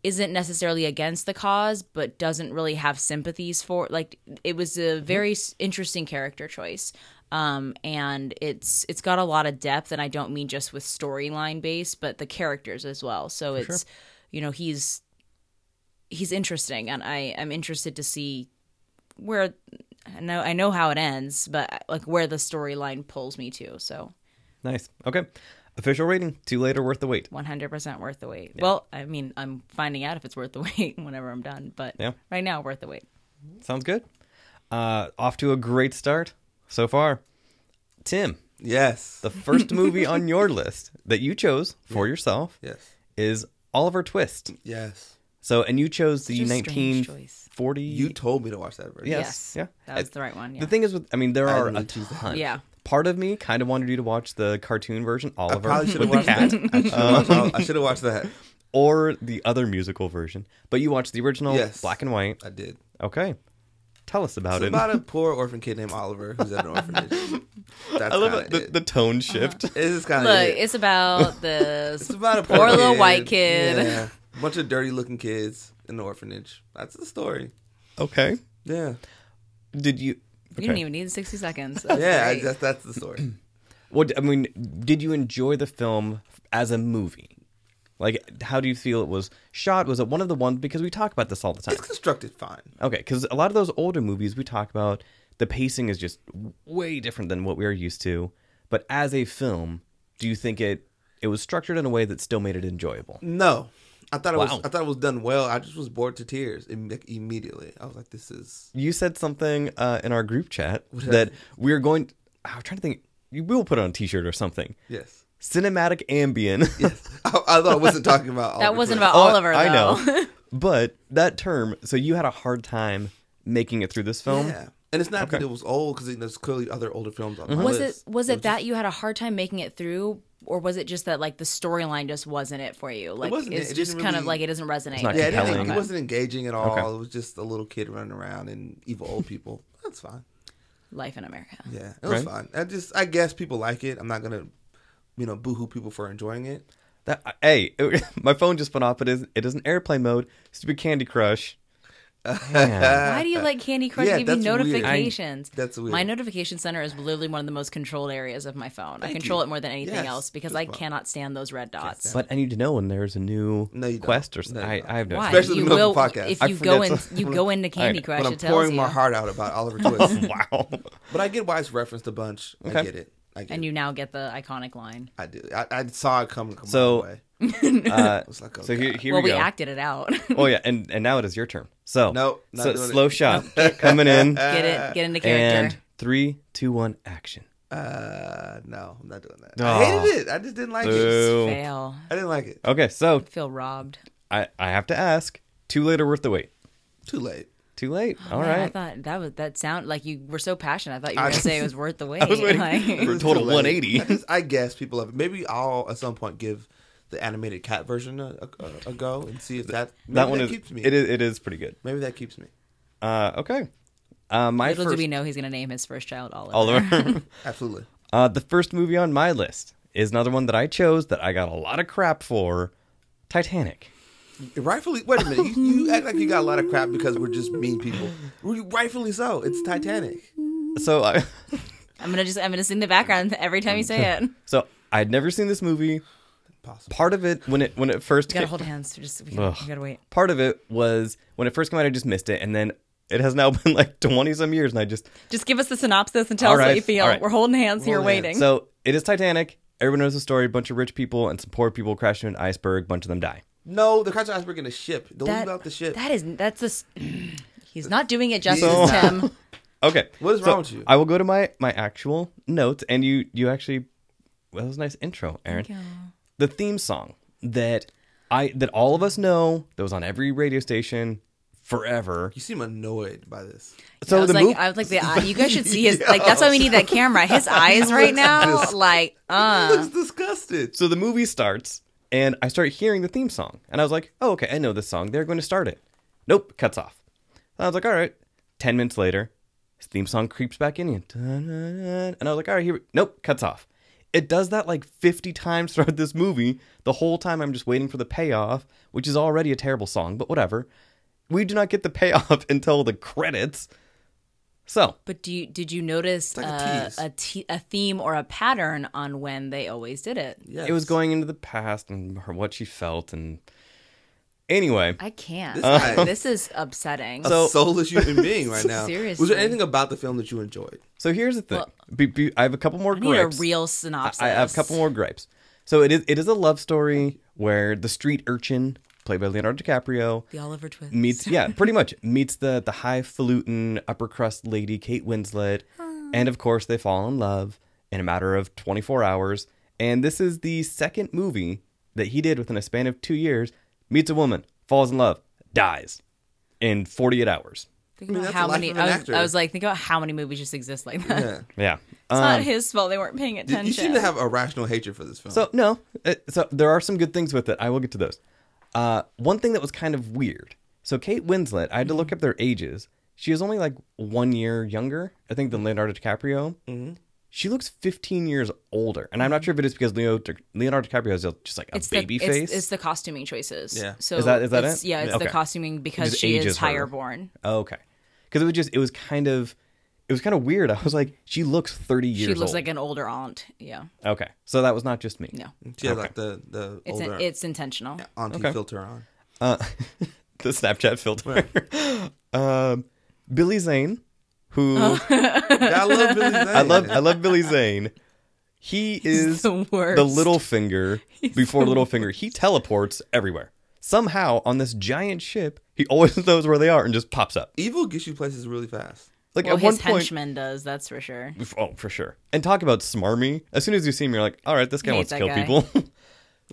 Speaker 3: isn't necessarily against the cause but doesn't really have sympathies for like it was
Speaker 1: Mm-hmm.
Speaker 3: a very s interesting character choice um, and it's it's got a lot of depth and i don't mean just with storyline base but the characters as well so it's you know he's he's interesting and i am interested to see where I know I know how it ends, but like where the storyline pulls me to. So
Speaker 1: nice okay official rating too late or worth the wait
Speaker 3: 100% worth the wait. Well, I mean, I'm finding out if it's worth the wait whenever I'm done, but
Speaker 1: Yeah.
Speaker 3: right now worth the wait.
Speaker 1: sounds good uh off to a great start so far tim
Speaker 2: Yes.
Speaker 1: the first movie on your list that you chose for yourself
Speaker 2: yes.
Speaker 1: is oliver twist
Speaker 2: Yes.
Speaker 1: So, and you chose the
Speaker 3: Such a strange choice.
Speaker 1: 1940.
Speaker 2: You told me to watch that version.
Speaker 1: yes,
Speaker 3: Yes.
Speaker 1: yeah.
Speaker 3: That was the right one. Yeah.
Speaker 1: The thing is, with I mean, there are a
Speaker 2: didn't choose that.
Speaker 1: ton.
Speaker 3: Yeah.
Speaker 1: Part of me kind of wanted you to watch the cartoon version,
Speaker 2: I
Speaker 1: Oliver,
Speaker 2: probably should have
Speaker 1: with the
Speaker 2: watched
Speaker 1: cat,
Speaker 2: that. I should have watched, all- I should have watched that.
Speaker 1: or the other musical version. But you watched the original,
Speaker 2: Yes.
Speaker 1: black and white.
Speaker 2: I did.
Speaker 1: Okay, tell us about
Speaker 2: It's
Speaker 1: it.
Speaker 2: about a poor orphan kid named Oliver who's at an orphanage. That's
Speaker 1: I love
Speaker 2: kinda
Speaker 1: it. The,
Speaker 2: it.
Speaker 1: the
Speaker 3: Uh-huh.
Speaker 1: tone shift.
Speaker 2: This is kind of
Speaker 3: Look,
Speaker 2: it.
Speaker 3: it's about the
Speaker 2: It's about a poor
Speaker 3: poor little
Speaker 2: kid.
Speaker 3: white kid.
Speaker 2: Yeah. Bunch of dirty looking kids in the orphanage. That's the story.
Speaker 1: Okay.
Speaker 2: Yeah.
Speaker 1: Did you?
Speaker 3: You
Speaker 1: okay.
Speaker 3: didn't even need 60 seconds. That's
Speaker 2: yeah,
Speaker 3: great.
Speaker 2: that's, that's the story.
Speaker 1: What I mean, did you enjoy the film as a movie? Like, how do you feel it was shot? Was it one of the ones because we talk about this all the time?
Speaker 2: It's constructed fine.
Speaker 1: Okay, because a lot of those older movies we talk about, the pacing is just way different than what we are used to. But as a film, do you think it it was structured in a way that still made it enjoyable?
Speaker 2: No, I thought it
Speaker 1: Wow.
Speaker 2: was. I thought it was done well. I just was bored to tears Im- immediately. I was like, "This is
Speaker 1: You said something uh, in our group chat that we are going. I'm trying to think. You will put on a T-shirt or something.
Speaker 2: yes."
Speaker 1: Cinematic ambient.
Speaker 2: I, I thought I wasn't talking about
Speaker 3: That
Speaker 2: Oliver
Speaker 3: wasn't
Speaker 2: Twist.
Speaker 3: about Oliver, though.
Speaker 1: Oh, I know, but that term. So you had a hard time making it through this film.
Speaker 2: Yeah, and it's not that it was old because there's clearly other older films on my
Speaker 3: Was it
Speaker 2: list.
Speaker 3: was it that you had a hard time making it through, or was it just that like the storyline just wasn't it for you? Like
Speaker 2: wasn't it.
Speaker 3: it's
Speaker 2: It
Speaker 3: just
Speaker 2: didn't
Speaker 3: kind of
Speaker 2: really-
Speaker 3: like it doesn't resonate.
Speaker 1: not
Speaker 3: with
Speaker 2: Yeah,
Speaker 3: you.
Speaker 2: it, didn't-
Speaker 1: compelling.
Speaker 2: it wasn't engaging at all.
Speaker 1: Okay.
Speaker 2: It was just a little kid running around and evil old people. That's fine.
Speaker 3: Life in America.
Speaker 2: Yeah, it
Speaker 1: Right.
Speaker 2: was fine. I just, I guess people like it. I'm not gonna, you know, boohoo people for enjoying it.
Speaker 1: That hey, my phone just went off. It is it is in airplane mode. Stupid Candy Crush. Man.
Speaker 3: Why do you like Candy Crush
Speaker 2: yeah,
Speaker 3: give you
Speaker 2: that's weird.
Speaker 3: notifications?
Speaker 2: I- that's weird.
Speaker 3: My notification center is literally one of the most controlled areas of my phone. I
Speaker 2: Thank
Speaker 3: control
Speaker 2: you.
Speaker 3: it more than anything
Speaker 2: Yes,
Speaker 3: else because
Speaker 2: that's
Speaker 3: I
Speaker 2: fine.
Speaker 3: cannot stand those red dots.
Speaker 1: But I need to know when there's a new
Speaker 2: No, you don't.
Speaker 1: quest or
Speaker 2: No,
Speaker 1: something.
Speaker 2: you
Speaker 1: I,
Speaker 2: don't.
Speaker 1: I have no.
Speaker 3: Why?
Speaker 2: Especially in
Speaker 3: you
Speaker 2: the middle
Speaker 3: will
Speaker 2: of the podcast.
Speaker 3: if
Speaker 1: I
Speaker 3: you go in,
Speaker 1: forget
Speaker 3: you go into Candy
Speaker 1: Alright,
Speaker 3: Crush.
Speaker 2: But I'm
Speaker 3: it tells
Speaker 2: pouring
Speaker 3: you,
Speaker 2: my heart out about Oliver Twist.
Speaker 1: Wow.
Speaker 2: but I get why it's referenced a bunch. I get it. I get
Speaker 3: and
Speaker 2: it.
Speaker 3: you now get the iconic line.
Speaker 2: I do. I, I saw it coming. Come
Speaker 1: So-
Speaker 2: so, way.
Speaker 1: Uh,
Speaker 2: It's like, oh,
Speaker 1: so here, here
Speaker 3: well,
Speaker 1: we
Speaker 3: we
Speaker 1: go.
Speaker 3: acted it out.
Speaker 1: oh yeah, and and now it is your turn. So
Speaker 2: No, not
Speaker 1: so
Speaker 2: doing it.
Speaker 1: slow shot coming in
Speaker 3: get it? Get into
Speaker 1: and
Speaker 3: character.
Speaker 1: three, two, one, action.
Speaker 2: Uh, no, I'm not doing that.
Speaker 1: Aw.
Speaker 2: I hated it. I just didn't like it.
Speaker 1: Boo.
Speaker 3: Fail.
Speaker 1: Uh,
Speaker 2: I didn't like it.
Speaker 1: Okay, so
Speaker 3: Feel robbed.
Speaker 1: I I have to ask. Too late or worth the wait?
Speaker 2: Too late.
Speaker 1: Too late. All
Speaker 3: Oh, Man, I
Speaker 1: right.
Speaker 3: thought that was that sound like you were so passionate. I thought you were
Speaker 2: I-
Speaker 3: gonna say it was worth the wait.
Speaker 1: was waiting
Speaker 2: It
Speaker 1: For
Speaker 3: Like,
Speaker 2: was
Speaker 1: total
Speaker 2: too late.
Speaker 1: 180.
Speaker 2: I, just- I guess people love it. Maybe I'll at some point give the animated cat version a, a, a go and see if that maybe
Speaker 1: That one
Speaker 2: that
Speaker 1: is
Speaker 2: keeps me.
Speaker 1: it is it is pretty good.
Speaker 2: Maybe that keeps me.
Speaker 1: Uh, okay. Uh, my
Speaker 3: little do
Speaker 1: first
Speaker 3: we know he's gonna name his first child Oliver.
Speaker 1: Oliver.
Speaker 2: Absolutely.
Speaker 1: Uh, the first movie on my list is another one that I chose that I got a lot of crap for Titanic.
Speaker 2: Rightfully, wait a minute. You, you act like you got a lot of crap because we're just mean people. Rightfully so. It's Titanic.
Speaker 1: So I,
Speaker 3: I'm gonna just I'm gonna sing the background every time you say it.
Speaker 1: so I'd never seen this movie.
Speaker 2: Possible.
Speaker 1: Part of it when it when it first
Speaker 3: We gotta
Speaker 1: came-
Speaker 3: hold hands. We just we gotta, we
Speaker 1: Ugh.
Speaker 3: gotta wait.
Speaker 1: part of it was when it first came out I just missed it and then it has now been like 20 some years and I just
Speaker 3: Just give us the synopsis and tell
Speaker 1: All
Speaker 3: us
Speaker 1: right,
Speaker 3: what you feel.
Speaker 1: all right.
Speaker 3: We're holding hands here,
Speaker 2: Holding hands.
Speaker 3: waiting.
Speaker 1: so it is Titanic. Everyone knows the story, a bunch of rich people and some poor people crash into an iceberg, a bunch of them die.
Speaker 2: No, the contract iceberg in a ship. Don't
Speaker 3: that,
Speaker 2: leave out the ship.
Speaker 3: that is that's this. He's not doing it justice,
Speaker 2: So-
Speaker 3: Tim.
Speaker 1: Okay.
Speaker 2: What is
Speaker 1: so
Speaker 2: wrong with you?
Speaker 1: I will go to my my actual notes and you you actually well, that was a nice intro, Aaron. the theme song that I that all of us know that was on every radio station forever.
Speaker 2: you seem annoyed by this.
Speaker 1: So
Speaker 3: I was
Speaker 1: the
Speaker 3: like,
Speaker 1: move,
Speaker 3: I was like, the eye, you guys should see his. Like that's why we need that camera. His eyes right now, like,
Speaker 2: He
Speaker 3: uh.
Speaker 2: looks disgusted.
Speaker 1: so the movie starts and I start hearing the theme song and I was like, oh okay, I know this song. They're going to start it. Nope, cuts off. And I was like, all right. Ten minutes later, his theme song creeps back in again. Dun-dun-dun. and I was like, all right, here. we- Nope, cuts off. It does that like 50 times throughout this movie. The whole time I'm just waiting for the payoff, which is already a terrible song, but whatever. We do not get the payoff until the credits. So
Speaker 3: But do you did you notice
Speaker 2: like a
Speaker 3: uh,
Speaker 2: tease.
Speaker 3: a, te- a theme or a pattern on when they always did it?
Speaker 2: Yes.
Speaker 1: it was going into the past and her, what she felt and anyway
Speaker 3: I can't.
Speaker 2: This
Speaker 3: This,
Speaker 2: guy-
Speaker 3: is upsetting.
Speaker 2: a
Speaker 1: So-
Speaker 2: soulless human being right now. Was
Speaker 3: Seriously.
Speaker 2: there anything about the film that you enjoyed?
Speaker 1: so here's the thing be, be, i have a couple more
Speaker 3: I need a
Speaker 1: gripes
Speaker 3: real synopsis.
Speaker 1: I have a couple more gripes so it is it is a love story where the street urchin played by leonardo dicaprio
Speaker 3: The Oliver Twist.
Speaker 1: meets yeah pretty much meets the the highfalutin upper crust lady kate winslet and of course they fall in love in a matter of 24 hours and this is the second movie that he did within a span of two years meets a woman falls in love dies in 48 hours
Speaker 3: Think
Speaker 2: I mean,
Speaker 3: about
Speaker 2: that's
Speaker 3: how
Speaker 2: the life
Speaker 3: many?
Speaker 2: of an
Speaker 3: I was,
Speaker 2: actor.
Speaker 3: I was like, think about how many movies just exist like that. It's
Speaker 2: Yeah. Um,
Speaker 1: yeah
Speaker 3: not his fault. They weren't paying attention.
Speaker 2: You seem to have irrational hatred for this film.
Speaker 1: So no, it, so there are some good things with it. I will get to those. Uh, one thing that was kind of weird. So Kate Winslet, I had to
Speaker 3: Mm-hmm.
Speaker 1: look up their ages. She is only like one year younger, I think, than Leonardo DiCaprio. Mm-hmm. She looks 15 years older, and I'm not sure if it is because Leo, Di- Leonardo DiCaprio is just like a
Speaker 3: Mm-hmm. It's
Speaker 1: baby
Speaker 3: the,
Speaker 1: face.
Speaker 3: It's, it's the costuming choices.
Speaker 2: Yeah.
Speaker 3: So
Speaker 1: Is that- is that
Speaker 3: it's-
Speaker 1: it?
Speaker 3: Yeah, it's
Speaker 1: Yeah.
Speaker 3: the
Speaker 1: Okay.
Speaker 3: costuming because
Speaker 1: just
Speaker 3: she
Speaker 1: ages
Speaker 3: is
Speaker 1: her.
Speaker 3: higher born.
Speaker 1: Okay. Because it was just, it was kind of, it was kind of weird. I was like, she looks 30 years
Speaker 3: She looks
Speaker 1: old.
Speaker 3: like an older aunt. Yeah.
Speaker 1: okay. So that was not just me.
Speaker 3: No.
Speaker 2: She had like the the
Speaker 3: It's
Speaker 2: older
Speaker 3: in, it's intentional.
Speaker 2: auntie
Speaker 1: Okay.
Speaker 2: filter on.
Speaker 1: The Snapchat filter. um, Billy Zane, who
Speaker 3: Uh-huh.
Speaker 2: I love Billy Zane.
Speaker 1: I love I love Billy Zane. He is
Speaker 3: the worst.
Speaker 1: the little finger before little finger. He teleports everywhere. Somehow on this giant ship, he always knows where they are and just pops up.
Speaker 2: Evil gets you places really fast.
Speaker 1: Like
Speaker 3: Well,
Speaker 1: at one
Speaker 3: his
Speaker 1: point,
Speaker 3: henchman does. That's for sure.
Speaker 1: oh for sure. And talk about smarmy. As soon as you see him, you're like, all right, this guy
Speaker 3: Hate
Speaker 1: wants to
Speaker 3: that
Speaker 1: kill
Speaker 3: guy.
Speaker 1: people.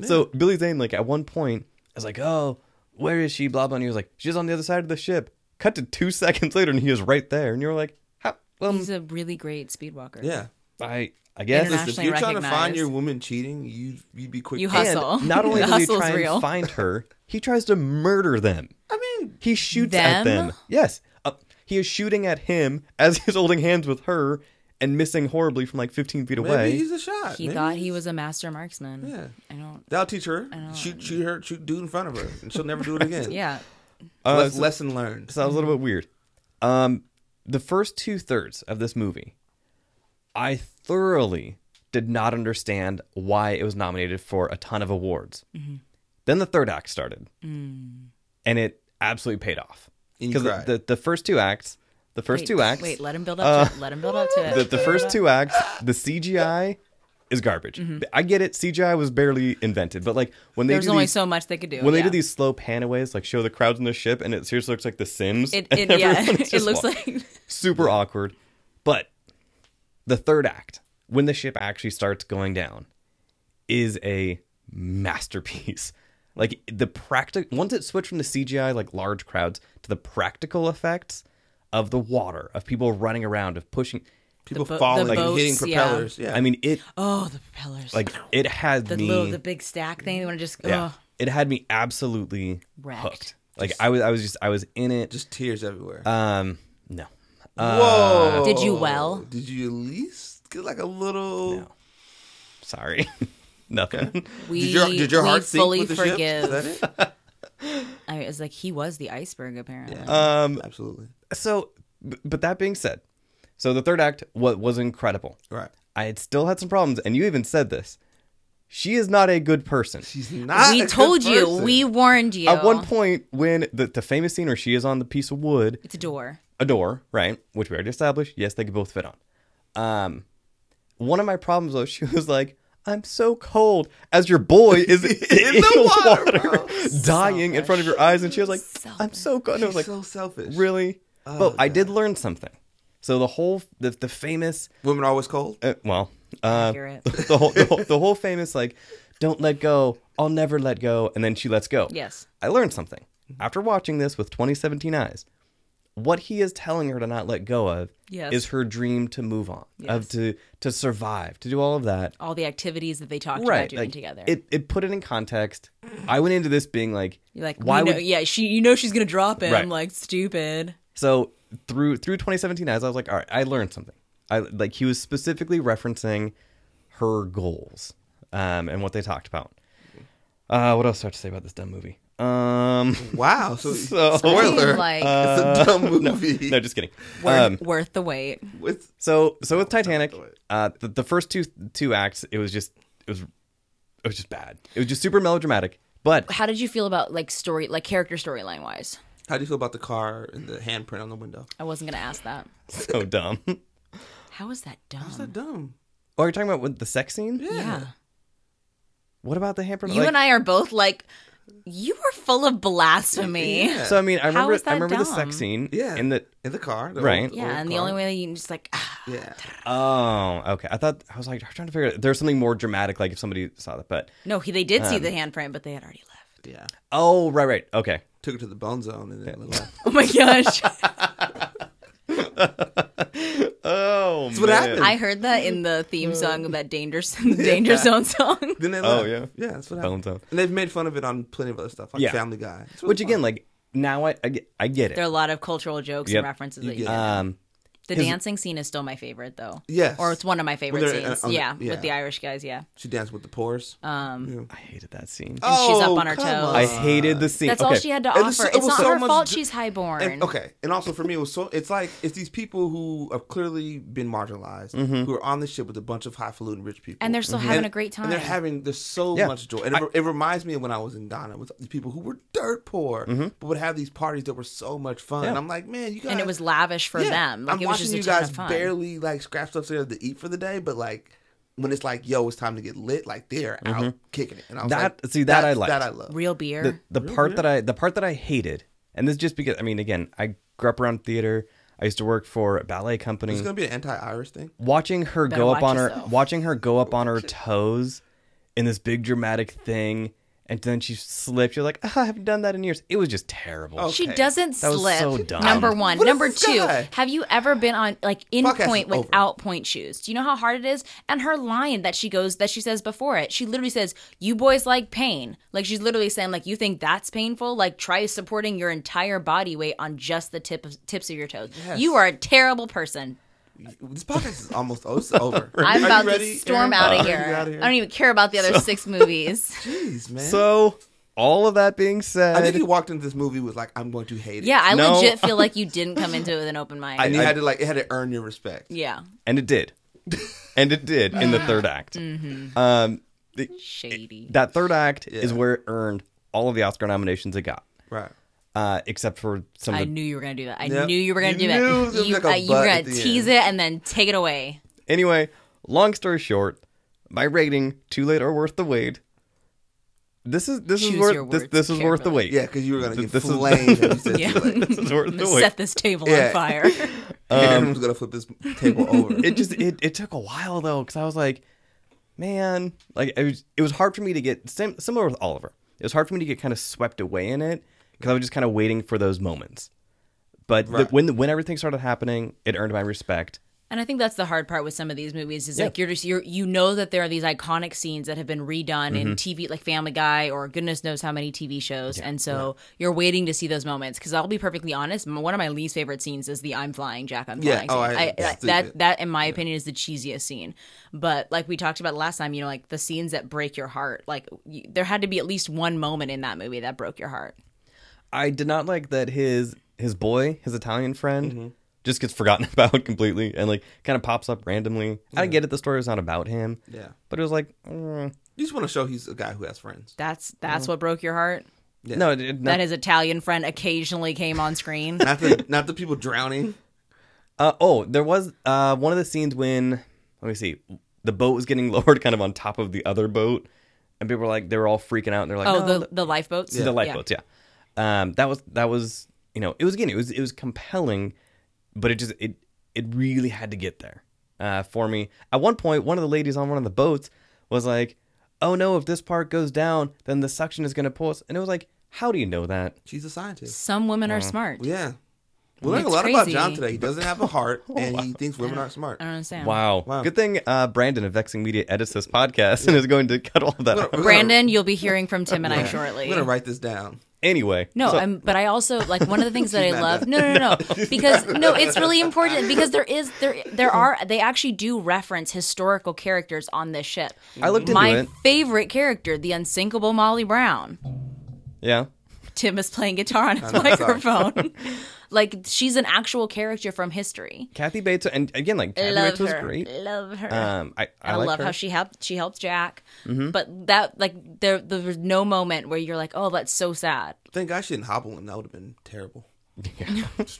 Speaker 1: So Billy Zane, like at one point, is like, oh, where is she? Blah blah. And he was like, she's on the other side of the ship. Cut to two seconds later, and he is right there. And you're like, how? Well,
Speaker 3: He's a really great speed walker.
Speaker 2: Um, Yeah.
Speaker 1: I I guess
Speaker 3: Internet-
Speaker 2: Listen, if
Speaker 3: Nationally
Speaker 2: you're trying to find
Speaker 3: recognized.
Speaker 2: your woman cheating, you you'd be quick.
Speaker 3: You
Speaker 2: to-
Speaker 3: hustle.
Speaker 1: And not only
Speaker 3: The
Speaker 1: does he
Speaker 3: hustle's
Speaker 1: try and
Speaker 3: real.
Speaker 1: find her, he tries to murder them.
Speaker 2: I mean,
Speaker 1: He shoots at
Speaker 3: Them?
Speaker 1: them. Yes. Uh, he is shooting at him as he's holding hands with her and missing horribly from like 15 feet
Speaker 2: maybe
Speaker 1: away.
Speaker 2: he's a shot.
Speaker 3: He
Speaker 2: Maybe
Speaker 3: thought he
Speaker 2: he's-
Speaker 3: was a master marksman.
Speaker 2: Yeah.
Speaker 3: I don't.
Speaker 2: That'll teach her.
Speaker 3: know.
Speaker 2: Shoot, shoot her. Shoot dude in front of her, and she'll never do it again.
Speaker 3: Yeah.
Speaker 1: Uh,
Speaker 2: Les-
Speaker 1: so-
Speaker 2: lesson learned.
Speaker 1: So that was a little bit weird. Um, the first two thirds of this movie, I thoroughly did not understand why it was nominated for a ton of awards.
Speaker 3: Mm-hmm.
Speaker 1: Then the third act started,
Speaker 3: Mm.
Speaker 1: and it absolutely paid off
Speaker 2: And you
Speaker 1: the,
Speaker 2: cried.
Speaker 1: the the first two acts, the first
Speaker 3: Wait,
Speaker 1: two acts,
Speaker 3: Wait, let him build
Speaker 2: Uh,
Speaker 3: up. to it. Let him build up to it.
Speaker 1: the, the first two acts, the CGI is garbage.
Speaker 3: Mm-hmm.
Speaker 1: I get it, CGI was barely invented, but like when they
Speaker 3: There's
Speaker 1: do
Speaker 3: only
Speaker 1: these,
Speaker 3: so much they could do.
Speaker 1: when they
Speaker 3: yeah.
Speaker 1: do these slow panaways, like show the crowds in the ship, and it seriously looks like The Sims.
Speaker 3: it,
Speaker 1: and
Speaker 3: it, yeah,
Speaker 1: everyone is
Speaker 3: it
Speaker 1: just
Speaker 3: looks
Speaker 1: walking
Speaker 3: like
Speaker 1: super awkward. But the third act, when the ship actually starts going down, is a masterpiece. Like the practical once it switched from the CGI like large crowds to the practical effects of the water, of people running around, of pushing
Speaker 2: People
Speaker 3: bo- the
Speaker 2: falling, like
Speaker 3: boats,
Speaker 2: hitting
Speaker 3: yeah.
Speaker 2: propellers. Yeah.
Speaker 1: I mean it
Speaker 3: oh the propellers,
Speaker 1: like it had
Speaker 3: the
Speaker 1: me
Speaker 3: little the big stack thing. They want to just oh,
Speaker 1: yeah,
Speaker 3: ugh.
Speaker 1: it had me absolutely
Speaker 3: Wrecked.
Speaker 1: hooked. Like I was I was just I was in it.
Speaker 2: just tears everywhere.
Speaker 1: um no.
Speaker 2: Whoa!
Speaker 3: Did you well?
Speaker 2: Did you at least get like a little?
Speaker 1: No. Sorry. Nothing.
Speaker 3: we
Speaker 2: Did your did your
Speaker 3: we
Speaker 2: heart sink
Speaker 3: fully
Speaker 2: with the ship?
Speaker 3: forgive.
Speaker 2: Is that it?
Speaker 3: I mean, it's like he was the iceberg apparently.
Speaker 2: Um, absolutely.
Speaker 1: so b- but that being said so the third act what was incredible
Speaker 2: Right.
Speaker 1: i had still had some problems and you even said this she is not a good person
Speaker 2: She's not. a
Speaker 3: we
Speaker 2: good
Speaker 3: told you.
Speaker 2: person.
Speaker 3: We warned you.
Speaker 1: at one point when the, the famous scene where she is on the piece of wood
Speaker 3: it's a door.
Speaker 1: a door right which we already established yes they could both fit on um one of my problems was she was like i'm so cold as your boy is in, the
Speaker 2: water,
Speaker 1: water,
Speaker 2: bro.
Speaker 1: dying in front of your eyes and she was like i'm
Speaker 3: Selfish.
Speaker 1: so cold and i was
Speaker 2: She's
Speaker 1: like
Speaker 2: so selfish.
Speaker 1: really but i did learn something so the whole the, the famous
Speaker 2: Women are always cold.
Speaker 1: uh, well, uh,
Speaker 3: Accurate.
Speaker 1: the, whole, the whole the whole famous like, don't let go. I'll never let go, and then she lets go.
Speaker 3: Yes.
Speaker 1: I learned something
Speaker 3: Mm-hmm.
Speaker 1: after watching this with 2017 eyes. What he is telling her to not let go of
Speaker 3: Yes.
Speaker 1: is her dream to move on, of
Speaker 3: Yes.
Speaker 1: to to survive, to do all of that.
Speaker 3: All the activities that they talked about
Speaker 1: right,
Speaker 3: doing
Speaker 1: like,
Speaker 3: together.
Speaker 1: It it put it in context. I went into this being like,
Speaker 3: You're like,
Speaker 1: why
Speaker 3: we know,
Speaker 1: would
Speaker 3: yeah, she, you know, she's gonna drop him.
Speaker 1: Right.
Speaker 3: Like, stupid.
Speaker 1: So through through 2017 eyes, I was like, all right, I learned something. I like he was specifically referencing her goals um, and what they talked about. Uh, what else do I have to say about this dumb movie? Um,
Speaker 2: Wow. So, Uh,
Speaker 1: So-
Speaker 2: spoiler.
Speaker 3: Like-
Speaker 2: it's a dumb movie.
Speaker 1: no, just kidding.
Speaker 3: Worth,
Speaker 1: Um,
Speaker 3: worth the wait.
Speaker 2: With-
Speaker 1: so so with Titanic, uh, the, the first two two acts, it was just it was it was just bad. It was just super melodramatic. But
Speaker 3: How did you feel about like story, like character storyline wise?
Speaker 2: how do you feel about the car and the handprint on the window?
Speaker 3: I wasn't gonna ask that.
Speaker 1: so dumb.
Speaker 3: How is that dumb?
Speaker 2: It's not dumb.
Speaker 1: Oh, you're talking about with the sex scene?
Speaker 2: Yeah.
Speaker 3: yeah.
Speaker 1: What about the hamper?
Speaker 3: You and I are both like, you are full of blasphemy. Yeah,
Speaker 1: So I mean, I
Speaker 3: How
Speaker 1: remember
Speaker 3: is that
Speaker 1: I remember the
Speaker 3: dumb?
Speaker 1: sex scene.
Speaker 2: Yeah.
Speaker 1: In the
Speaker 2: In the car. the
Speaker 1: Right.
Speaker 2: old- old
Speaker 3: and the
Speaker 2: car.
Speaker 3: only way that you can just like, ah,
Speaker 2: Yeah.
Speaker 1: Oh, okay. I thought I was like trying to figure out there's something more dramatic, like if somebody saw that, but
Speaker 3: no, he, they did see the
Speaker 2: Um,
Speaker 3: handprint, but they had already left.
Speaker 2: Yeah.
Speaker 1: oh, right, right, okay.
Speaker 2: Took it to the bone zone and then left.
Speaker 3: Oh my gosh,
Speaker 1: Oh, That's
Speaker 2: what happened.
Speaker 3: I heard that in the theme
Speaker 2: Mm.
Speaker 3: song of that danger, the danger zone song.
Speaker 2: Then they
Speaker 1: Oh,
Speaker 2: left.
Speaker 1: yeah.
Speaker 2: Yeah, that's what
Speaker 1: Bone
Speaker 2: happened.
Speaker 1: Zone.
Speaker 2: And they've made fun of it on plenty of other stuff, like
Speaker 1: Yeah.
Speaker 2: Family Guy. It's really
Speaker 1: Which
Speaker 2: fun.
Speaker 1: again, like now I I get, I get
Speaker 3: There are
Speaker 1: it.
Speaker 3: a lot of cultural jokes
Speaker 1: Yep.
Speaker 3: and references
Speaker 2: You
Speaker 3: that you
Speaker 2: get
Speaker 3: can
Speaker 1: Um,
Speaker 3: The dancing scene is still my favorite, though.
Speaker 2: Yes.
Speaker 3: Or it's one of my favorite
Speaker 2: When they're, uh,
Speaker 3: scenes.
Speaker 2: on the-
Speaker 3: yeah,
Speaker 2: yeah.
Speaker 3: with the Irish guys. Yeah.
Speaker 2: She danced with the pores.
Speaker 1: I hated that scene.
Speaker 3: And Um, she's up
Speaker 2: Oh,
Speaker 3: on her
Speaker 2: come
Speaker 3: toes.
Speaker 2: on.
Speaker 1: I hated the scene.
Speaker 3: That's all
Speaker 1: Okay.
Speaker 3: she had to
Speaker 2: It
Speaker 3: offer.
Speaker 2: was so- it
Speaker 3: it's
Speaker 2: was
Speaker 3: not
Speaker 2: so
Speaker 3: her
Speaker 2: much
Speaker 3: fault
Speaker 2: dr-
Speaker 3: she's highborn.
Speaker 2: And- okay, and also for me, it was so. It's like it's these people who have clearly been marginalized, who are on this ship with a bunch of highfalutin rich people,
Speaker 3: And they're still having a great
Speaker 2: And they're
Speaker 3: time.
Speaker 2: having there's so
Speaker 1: Yeah.
Speaker 2: much joy, and it, re- it reminds me of when I was in Ghana with these people who were dirt poor, but would have these parties that were so much fun. And I'm like, man, you guys,
Speaker 3: And it was lavish for
Speaker 2: yeah,
Speaker 3: them. Like,
Speaker 2: I'm
Speaker 3: it was
Speaker 2: watching
Speaker 3: just a
Speaker 2: you
Speaker 3: ton
Speaker 2: guys
Speaker 3: of fun.
Speaker 2: barely like scrap stuff together to eat for the day, but like when it's like, yo, it's time to get lit, like they're out kicking it. And I was
Speaker 1: Mm-hmm. That-
Speaker 2: like,
Speaker 1: see, that I
Speaker 2: that's-
Speaker 1: liked.
Speaker 2: That I love.
Speaker 3: Real beer.
Speaker 1: the, the part that I the part that I hated, and this just because I mean again, I grew up around theater. I used to work for a ballet company.
Speaker 2: It's gonna be an anti-Irish thing.
Speaker 1: watching her
Speaker 3: Better
Speaker 1: go
Speaker 3: watch
Speaker 1: up on her
Speaker 3: yourself.
Speaker 1: watching her go up on her toes in this big dramatic thing and then she slipped you're like "Ah, i haven't done that in years it was just terrible
Speaker 3: She
Speaker 2: Okay.
Speaker 3: doesn't
Speaker 1: That was
Speaker 3: slip.
Speaker 1: so dumb.
Speaker 3: Number one.
Speaker 2: What is
Speaker 3: Number
Speaker 2: this
Speaker 3: two.
Speaker 2: guy?
Speaker 3: Have you ever been on like in
Speaker 2: Podcast is
Speaker 3: point
Speaker 2: over.
Speaker 3: without point shoes? Do you know how hard it is? And her line that she goes that she says before it, she literally says, "You boys like pain." Like she's literally saying, like you think that's painful? Like try supporting your entire body weight on just the tip of, tips of your toes.
Speaker 2: Yes.
Speaker 3: You are a terrible person.
Speaker 2: This podcast is almost o- it's over. Are
Speaker 3: I'm
Speaker 2: you
Speaker 3: about to
Speaker 2: ready, Aaron?
Speaker 3: storm out,
Speaker 2: Are you
Speaker 3: of here.
Speaker 2: ready to get out of here.
Speaker 3: I don't even care about the other six movies.
Speaker 2: Jeez, man.
Speaker 1: so all of that being
Speaker 2: I
Speaker 1: said
Speaker 2: think he walked into this movie with like, I'm going to hate it.
Speaker 3: yeah, I
Speaker 1: No.
Speaker 3: legit feel like you didn't come into it with an open mind.
Speaker 2: and you had to like it had to earn your respect.
Speaker 3: yeah,
Speaker 1: and it did and it did in the third act
Speaker 3: Mm.
Speaker 1: um, the-
Speaker 3: shady.
Speaker 1: that third act is where it earned all of the oscar nominations it got
Speaker 2: Right.
Speaker 1: uh, except for some of
Speaker 3: I
Speaker 1: the
Speaker 3: knew you were gonna do that. I
Speaker 2: Yep.
Speaker 3: knew you were gonna
Speaker 2: You
Speaker 3: do
Speaker 2: knew there
Speaker 3: that.
Speaker 2: was
Speaker 3: You,
Speaker 2: like a
Speaker 3: uh, you
Speaker 2: but
Speaker 3: were gonna
Speaker 2: at the
Speaker 3: tease
Speaker 2: end.
Speaker 3: it and then take it away.
Speaker 1: Anyway, long story short, my rating too late or worth the wait. This is this
Speaker 3: Choose
Speaker 1: is worth
Speaker 3: your
Speaker 1: this,
Speaker 3: words
Speaker 1: this is worth the
Speaker 3: carefully.
Speaker 1: wait.
Speaker 2: Yeah, because you were gonna get
Speaker 1: This is-
Speaker 2: flamed. when you said
Speaker 3: Yeah.
Speaker 2: too late.
Speaker 1: this is worth
Speaker 3: I'm
Speaker 1: the
Speaker 3: gonna
Speaker 1: wait.
Speaker 3: set this table
Speaker 2: Yeah.
Speaker 3: on fire.
Speaker 1: Um,
Speaker 2: Aaron was gonna flip this table over.
Speaker 1: It just it, it took a while though because I was like, man, like it was it was hard for me to get sim- similar with Oliver. It was hard for me to get kind of swept away in it because I was just kind of waiting for those moments. But the,
Speaker 2: Right.
Speaker 1: when when everything started happening, it earned my respect.
Speaker 3: And I think that's the hard part with some of these movies is
Speaker 1: Yeah.
Speaker 3: like you're just you're you know that there are these iconic scenes that have been redone
Speaker 2: Mm-hmm.
Speaker 3: in TV like Family Guy or goodness knows how many TV shows, and so you're waiting to see those moments. Because I'll be perfectly honest, m- one of my least favorite scenes is the "I'm flying, Jack, I'm
Speaker 2: Yeah.
Speaker 3: flying."
Speaker 2: Oh,
Speaker 3: scene.
Speaker 2: I- that's
Speaker 3: that
Speaker 2: stupid.
Speaker 3: that in my opinion is the cheesiest scene. But like we talked about last time, you know, like the scenes that break your heart. Like you, there had to be at least one moment in that movie that broke your heart.
Speaker 1: I did not like that his his boy, his Italian friend, just gets forgotten about completely and like kind of pops up randomly. I get it; the story was not about him.
Speaker 2: Yeah.
Speaker 1: but it was like, mm,
Speaker 2: You just want to show he's a guy who has friends.
Speaker 3: That's
Speaker 2: Mm.
Speaker 3: that's what broke your heart.
Speaker 1: no, it, it,
Speaker 3: That his Italian friend occasionally came on screen.
Speaker 2: Not the not the people drowning.
Speaker 1: uh, oh, there was uh, one of the scenes when let me see, the boat was getting lowered, kind of on top of the other boat, and people were like, they were all freaking out, and they're like,
Speaker 3: Oh,
Speaker 1: "No,
Speaker 3: the, the lifeboats.
Speaker 1: the lifeboats. Yeah, Um, that was that was you know it was again it was it was compelling, but it just it it really had to get there uh, for me. At one point, one of the ladies on one of the boats was like, "Oh no, if this part goes down, then the suction is going to pull us." And it was like, "How do you know that?"
Speaker 2: She's a scientist.
Speaker 3: Some women
Speaker 1: Uh-huh.
Speaker 3: are smart.
Speaker 2: Yeah. We learned a
Speaker 3: It's
Speaker 2: lot about
Speaker 3: crazy.
Speaker 2: John today. He doesn't have a heart, and he thinks women aren't smart.
Speaker 3: I don't understand.
Speaker 1: Wow. Good thing uh, Brandon of Vexing Media edits this podcast and is going to cut all of that.
Speaker 2: We're
Speaker 1: out.
Speaker 2: gonna-
Speaker 3: Brandon, you'll be hearing from Tim and I
Speaker 2: We're
Speaker 3: shortly.
Speaker 2: gonna write this down.
Speaker 1: Anyway,
Speaker 3: No,
Speaker 1: so-
Speaker 3: I'm, but I also like one of the things that I
Speaker 2: mad
Speaker 3: love. No, no, no, no, because no, it's really important because there is there there are they actually do reference historical characters on this ship.
Speaker 1: I looked into
Speaker 3: My
Speaker 1: it.
Speaker 3: favorite character, the unsinkable Molly Brown.
Speaker 1: yeah.
Speaker 3: Tim is playing guitar on his
Speaker 2: know, sorry.
Speaker 3: microphone. like she's an actual character from history.
Speaker 1: Kathy Bates and again like Kathy
Speaker 3: love
Speaker 1: Bates was
Speaker 3: her.
Speaker 1: great.
Speaker 3: Love her.
Speaker 1: Um, I I,
Speaker 3: I,
Speaker 1: like
Speaker 3: love
Speaker 1: her. Mm-hmm.
Speaker 3: how she helped. She helped Jack, but that like there there was no moment where you're like, oh, that's so sad.
Speaker 2: Thank God she didn't hobble him. That would have been terrible.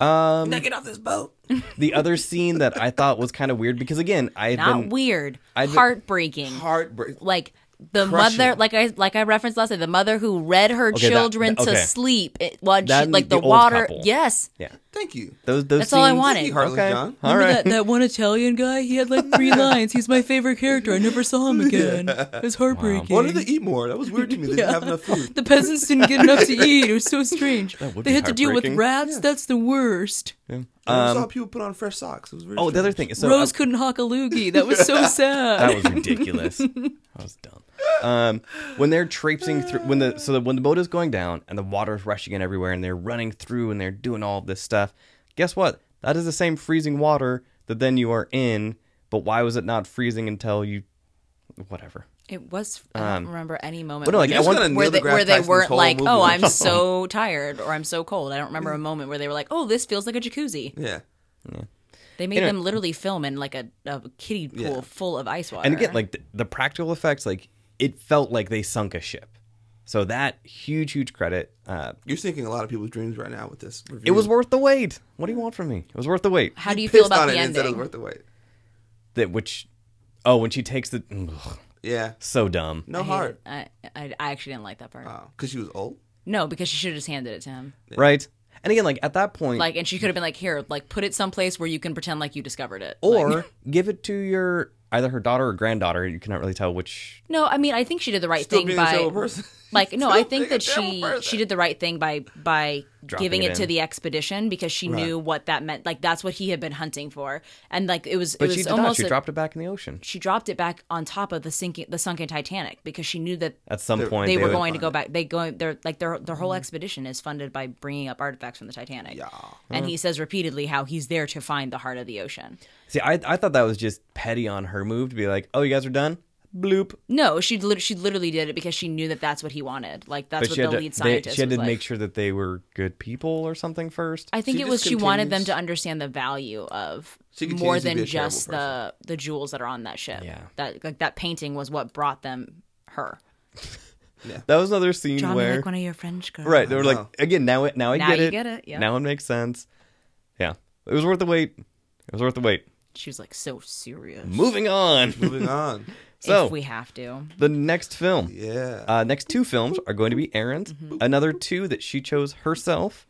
Speaker 2: um, now get off this boat.
Speaker 1: the other scene that I thought was kind of weird because again I had
Speaker 3: Not
Speaker 1: been
Speaker 3: weird,
Speaker 1: I'd been-
Speaker 3: heartbreaking.
Speaker 2: Heartbreak.
Speaker 3: like the
Speaker 2: Crushing.
Speaker 3: mother, like I like I referenced last night, the mother who read her
Speaker 1: that-
Speaker 3: children
Speaker 1: that-
Speaker 3: to
Speaker 1: okay.
Speaker 3: sleep it, while
Speaker 1: That
Speaker 3: she
Speaker 1: and
Speaker 3: like
Speaker 1: the
Speaker 3: the,
Speaker 1: old
Speaker 3: water.
Speaker 1: couple.
Speaker 3: Yes,
Speaker 1: yeah
Speaker 2: Thank you.
Speaker 1: those those
Speaker 3: That's all I
Speaker 1: scenes-
Speaker 3: wanted.
Speaker 2: Thank you,
Speaker 3: All
Speaker 2: Heartless John.
Speaker 1: All right.
Speaker 3: that one Italian guy, he had like three lines. He's my favorite character. I never saw him again. It was heartbreaking.
Speaker 2: Wanted
Speaker 1: e-
Speaker 2: to eat more. That was weird to me. They didn't have enough food.
Speaker 3: The peasants didn't get enough to eat. It was so strange.
Speaker 1: would They be had to deal with heartbreaking.
Speaker 3: rats. That's the worst.
Speaker 2: I
Speaker 3: Um,
Speaker 2: saw people put on fresh socks. It was very
Speaker 1: Oh, the other
Speaker 2: strange.
Speaker 1: thing. is, So I-
Speaker 3: couldn't hawk a loogie. That was so sad.
Speaker 1: that was ridiculous. I was dumb. Um, when they're traipsing through, when the so that when the boat is going down and the water's rushing in everywhere and they're running through and they're doing all of this stuff, guess what? that is the same freezing water that then you are in, but why was it not freezing until you whatever.
Speaker 3: It was. I
Speaker 2: Um,
Speaker 3: don't remember any moment.
Speaker 1: But no, like
Speaker 2: You're
Speaker 1: at
Speaker 2: just
Speaker 1: one
Speaker 2: gonna
Speaker 3: where they,
Speaker 2: Neil
Speaker 3: where
Speaker 2: deGrasse
Speaker 3: they
Speaker 2: Tyson's
Speaker 3: weren't
Speaker 2: whole
Speaker 3: like,
Speaker 2: movie.
Speaker 3: oh, I'm so tired or I'm so cold. I don't remember a moment where they were like, oh, this feels like a jacuzzi.
Speaker 2: yeah.
Speaker 3: They made them literally film in like a, a kiddie pool
Speaker 2: Yeah.
Speaker 3: full of ice water.
Speaker 1: And again, like the, the practical effects, like it felt like they sunk a ship. So that huge, huge credit. Uh,
Speaker 2: You're sinking a lot of people's dreams right now with this review.
Speaker 1: it was worth the wait. What do you want from me? It was worth the wait.
Speaker 3: how do you feel
Speaker 2: Pissed on
Speaker 3: about
Speaker 2: it
Speaker 3: the
Speaker 2: and said it was
Speaker 3: ending?
Speaker 2: worth the wait.
Speaker 1: That which, oh, when she takes the, ugh,
Speaker 2: Yeah.
Speaker 1: so dumb.
Speaker 2: No
Speaker 3: I hated-
Speaker 2: heart.
Speaker 3: I, I, I actually didn't like that part.
Speaker 2: Wow. Because she was old.
Speaker 3: No, because she should have just handed it to him.
Speaker 1: right? And again, like at that point,
Speaker 3: Like, and she could have been like, here, like, put it someplace where you can pretend like you discovered it. Like-
Speaker 1: or give it to your either her daughter or granddaughter. You cannot really tell which.
Speaker 3: no, I mean, I think she did the right
Speaker 2: Still
Speaker 3: thing
Speaker 2: being a
Speaker 3: by.
Speaker 2: terrible person.
Speaker 3: like
Speaker 2: Still
Speaker 3: no i think
Speaker 2: being a
Speaker 3: that
Speaker 2: terrible
Speaker 3: she
Speaker 2: person.
Speaker 3: she did the right thing by by
Speaker 1: Dropping
Speaker 3: giving
Speaker 1: it
Speaker 3: it, to
Speaker 1: in.
Speaker 3: the expedition because she knew what that meant like that's what he had been hunting for and like it was it
Speaker 1: But
Speaker 3: was
Speaker 1: she did not.
Speaker 3: almost
Speaker 1: She
Speaker 3: a-
Speaker 1: dropped it back in the ocean
Speaker 3: she dropped it back on top of the sinking the sunken titanic because she knew that
Speaker 1: at some point.
Speaker 3: they, were
Speaker 1: would-
Speaker 3: going to go back they go they're like their their whole expedition is funded by bringing up artifacts from the titanic
Speaker 2: Yeah.
Speaker 3: and he says repeatedly how he's there to find the heart of the ocean
Speaker 1: See, I I thought that was just petty on her move to be like, oh, you guys are done. Bloop.
Speaker 3: no she lit- she literally did it because she knew that that's what he wanted like that's
Speaker 1: But
Speaker 3: what
Speaker 1: she
Speaker 3: the
Speaker 1: had to,
Speaker 3: lead
Speaker 1: they-
Speaker 3: scientist
Speaker 1: she had
Speaker 3: was
Speaker 1: to
Speaker 3: like.
Speaker 1: make sure that they were good people or something first.
Speaker 3: I think
Speaker 2: She
Speaker 3: it was
Speaker 2: just
Speaker 3: she wanted them
Speaker 2: continues-
Speaker 3: to understand the value of
Speaker 2: She continues
Speaker 3: more
Speaker 2: to be
Speaker 3: than
Speaker 2: a terrible
Speaker 3: just the the jewels that are on that ship.
Speaker 1: Yeah.
Speaker 3: that like that painting was what brought them her.
Speaker 1: That was another scene
Speaker 3: John,
Speaker 1: where
Speaker 3: like one of your French girls.
Speaker 1: right they were like
Speaker 2: know.
Speaker 1: again now it now I
Speaker 3: Now
Speaker 1: get
Speaker 3: you
Speaker 1: it
Speaker 3: get it, yeah.
Speaker 1: now it makes sense. Yeah, it was worth the wait. It was worth the wait.
Speaker 3: She was like so serious.
Speaker 1: Moving on.
Speaker 2: Moving on.
Speaker 1: so
Speaker 3: if we have to,
Speaker 1: the next film.
Speaker 2: Yeah.
Speaker 1: Uh, next two films are going to be Aaron's.
Speaker 3: Mm-hmm.
Speaker 1: Another two that she chose herself.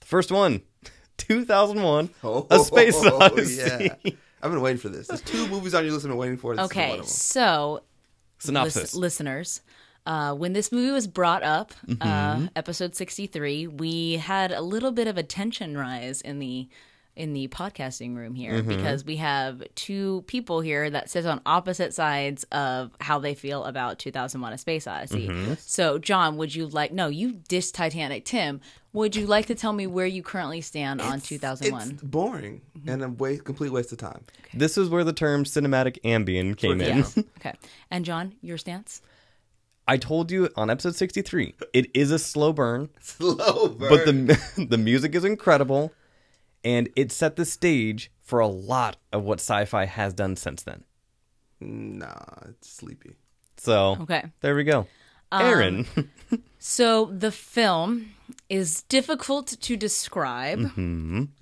Speaker 1: The first one, 2001, A Space
Speaker 2: Oh,
Speaker 1: Odyssey.
Speaker 2: Yeah. I've been waiting for this. There's two movies on your list I've been waiting for. This is one
Speaker 3: okay,
Speaker 2: of them.
Speaker 3: so
Speaker 1: Synopsis.
Speaker 3: Lis- listeners, uh, when this movie was brought up, uh, episode sixty-three, we had a little bit of a tension rise in the in the podcasting room here because we have two people here that sit on opposite sides of how they feel about 2001: A Space Odyssey. So, John, would you like? No, you diss Titanic. Tim, would you like to tell me where you currently stand on 2001?
Speaker 2: It's boring
Speaker 3: Mm-hmm.
Speaker 2: and a wa- complete waste of time.
Speaker 1: This is where the term cinematic ambient came in.
Speaker 3: yeah. okay. And John, your stance?
Speaker 1: I told you on episode 63, it is a slow burn,
Speaker 2: Slow burn.
Speaker 1: but the the music is incredible and it set the stage for a lot of what sci-fi has done since then.
Speaker 2: nah, it's sleepy.
Speaker 1: So,
Speaker 3: Okay. Um,
Speaker 1: there we go. Aaron,
Speaker 3: So the film is difficult to describe,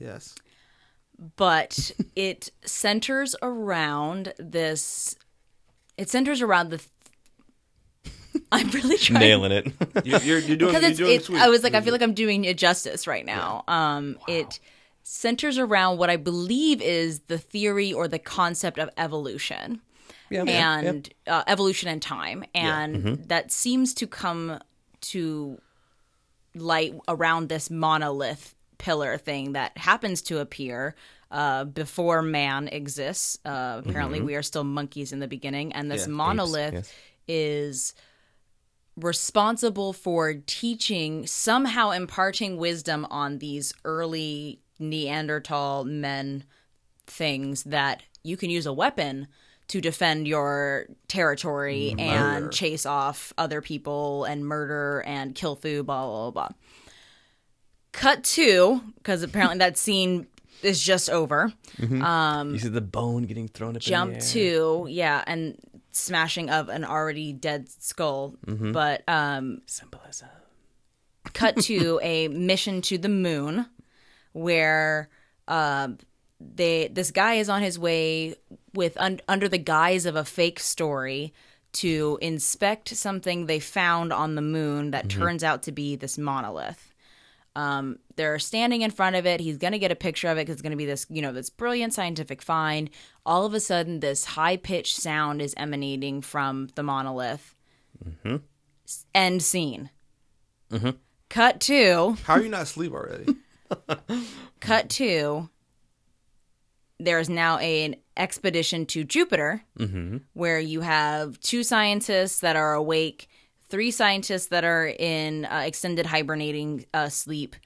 Speaker 2: Yes.
Speaker 3: but it centers around this. It centers around the. I'm really trying.
Speaker 1: nailing it.
Speaker 2: You're, you're, you're doing.
Speaker 3: because
Speaker 2: you're
Speaker 3: it's,
Speaker 2: doing
Speaker 3: it's
Speaker 2: sweet.
Speaker 3: I was like, I feel like I'm doing it justice right now. Um, it centers around what I believe is the theory or the concept of evolution
Speaker 1: yeah, Mm-hmm.
Speaker 3: and Uh, evolution and time, and that seems to come to light around this monolith pillar thing that happens to appear uh, before man exists. Uh, apparently, we are still monkeys in the beginning, and this
Speaker 2: Yeah, apes,
Speaker 3: monolith
Speaker 1: Mm-hmm. yes.
Speaker 3: is responsible for teaching somehow imparting wisdom on these early Neanderthal men things that you can use a weapon to defend your territory and chase off other people and murder and kill food, blah, blah, blah, blah. Cut two, because apparently that scene is just over.
Speaker 1: you see the bone getting thrown up in
Speaker 3: Jump
Speaker 1: the air.
Speaker 3: two, yeah, and smashing of an already dead skull. But um,
Speaker 1: symbolism.
Speaker 3: cut to a mission to the moon where um they this guy is on his way with un, under the guise of a fake story to inspect something they found on the moon that turns out to be this monolith Um, they're standing in front of it. He's going to get a picture of it because it's going to be this, you know, this brilliant scientific find. All of a sudden, this high pitched sound is emanating from the monolith. Mm-hmm. End scene. Cut to,
Speaker 2: how are you not asleep already?
Speaker 3: cut to. There is now a- an expedition to Jupiter where you have two scientists that are awake, three scientists that are in uh, extended hibernating uh, sleep,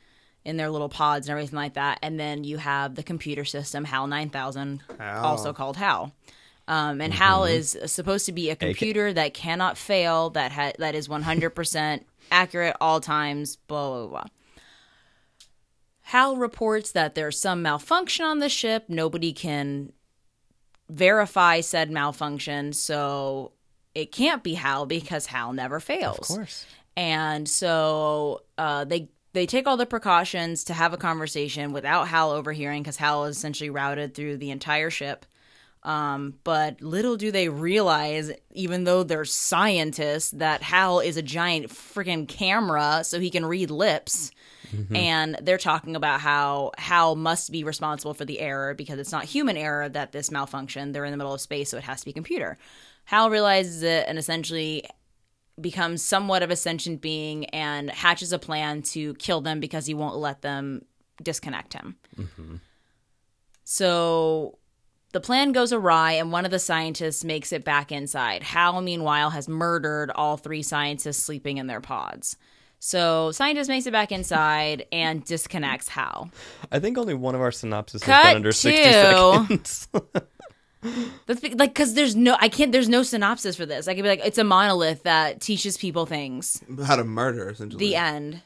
Speaker 3: in their little pods and everything like that. And then you have the computer system HAL 9000,
Speaker 2: HAL.
Speaker 3: also called HAL. Um, and HAL is supposed to be a computer that cannot fail, that ha- that is 100% accurate all times, blah, blah, blah. HAL reports that there's some malfunction on the ship. Nobody can verify said malfunction, so it can't be HAL because HAL never fails.
Speaker 1: Of course.
Speaker 3: And so uh, they they take all the precautions to have a conversation without Hal overhearing because Hal is essentially routed through the entire ship. Um, but little do they realize, even though they're scientists, that Hal is a giant freaking camera, so he can read lips. And they're talking about how Hal must be responsible for the error because it's not human error that this malfunction. They're in the middle of space, so it has to be computer. Hal realizes it and essentially becomes somewhat of a sentient being and hatches a plan to kill them because he won't let them disconnect him. So the plan goes awry, and one of the scientists makes it back inside. Hal, meanwhile, has murdered all three scientists sleeping in their pods. So scientist makes it back inside and disconnects Hal.
Speaker 1: I think only one of our synopses has
Speaker 3: Cut
Speaker 1: been under 60
Speaker 3: to-
Speaker 1: seconds.
Speaker 3: That's be- like because there's no I can't there's no synopsis for this. I could be like it's a monolith that teaches people things.
Speaker 2: How to murder essentially.
Speaker 3: the end.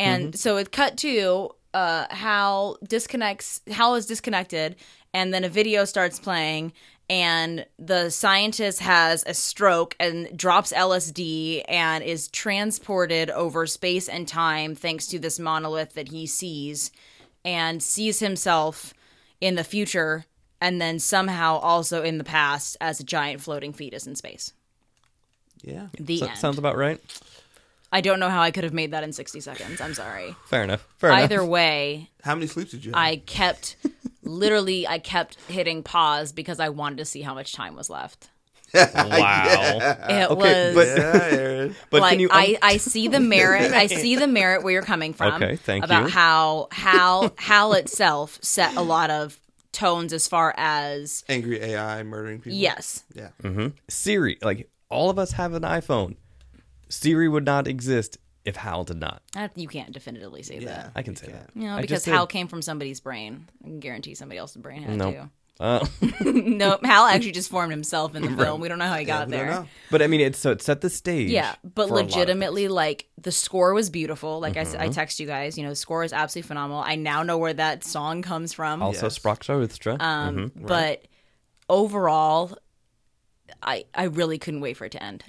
Speaker 3: And
Speaker 1: Mm-hmm.
Speaker 3: so it cut to uh, Hal disconnects. Hal is disconnected, and then a video starts playing, and the scientist has a stroke and drops LSD and is transported over space and time thanks to this monolith that he sees, and sees himself in the future. And then somehow also in the past as a giant floating fetus in space.
Speaker 2: Yeah.
Speaker 3: The
Speaker 1: So-
Speaker 3: end.
Speaker 1: sounds about right.
Speaker 3: I don't know how I could have made that in 60 seconds. I'm sorry.
Speaker 1: Fair enough. Fair enough.
Speaker 3: Either way,
Speaker 2: How many sleeps did you have?
Speaker 3: I kept literally I kept hitting pause because I wanted to see how much time was left.
Speaker 1: Wow.
Speaker 3: It
Speaker 1: Uh, Okay,
Speaker 3: was
Speaker 1: but-
Speaker 2: yeah, Aaron.
Speaker 1: But
Speaker 3: like
Speaker 1: can you?
Speaker 3: I, I see the merit I see the merit where you're coming from
Speaker 1: Okay, thank
Speaker 3: about
Speaker 1: you.
Speaker 3: how how Hal itself set a lot of tones as far as
Speaker 2: Angry AI murdering people.
Speaker 3: yes
Speaker 2: Yeah.
Speaker 1: Siri, like all of us have an iPhone. Siri would not exist if Hal did not.
Speaker 3: Uh, you can't definitively say that
Speaker 2: Yeah.
Speaker 1: I can say that.
Speaker 3: you know
Speaker 1: I
Speaker 3: because
Speaker 1: just
Speaker 3: Hal
Speaker 1: did.
Speaker 3: came from somebody's brain I can guarantee somebody else's brain had
Speaker 1: Nope.
Speaker 3: too
Speaker 1: Uh,
Speaker 3: no Hal actually just formed himself in the film we don't know how he got
Speaker 2: We
Speaker 3: there
Speaker 2: don't know.
Speaker 1: but I mean, it's so it set the stage.
Speaker 3: Yeah, but
Speaker 1: for a lot of Mm-hmm.
Speaker 3: legitimately, like the score was beautiful. Like I s I I, text you guys, you know, the score is absolutely phenomenal. I now know where that song comes from.
Speaker 1: things. also mm-hmm,
Speaker 2: Yes.
Speaker 1: Sprachstra.
Speaker 3: um, But overall, I I really couldn't wait for it to end.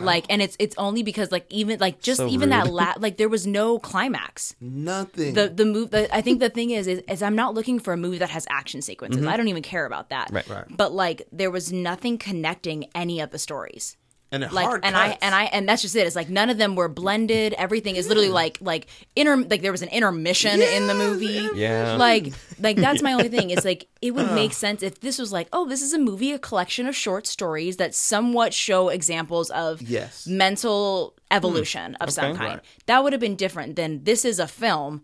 Speaker 3: Like, and it's it's only because like even like just
Speaker 1: So
Speaker 3: even that
Speaker 1: rude.
Speaker 3: la- like there was no climax.
Speaker 2: Nothing.
Speaker 3: The the move. The, I think the thing is, is is I'm not looking for a movie that has action sequences. I don't even care about that.
Speaker 1: Right. Right.
Speaker 3: But like there was nothing connecting any of the stories
Speaker 2: and it
Speaker 3: like
Speaker 2: hard
Speaker 3: and
Speaker 2: cuts.
Speaker 3: I and I and that's just it. It's like none of them were blended. Everything is literally like like inter like there was an intermission in the movie.
Speaker 1: Yeah.
Speaker 3: Like like that's my only thing. It's like it would make sense if this was like, oh, this is a movie, a collection of short stories that somewhat show examples of
Speaker 2: Yes. Hmm.
Speaker 3: mental evolution of some kind. That would have been different than this is a film.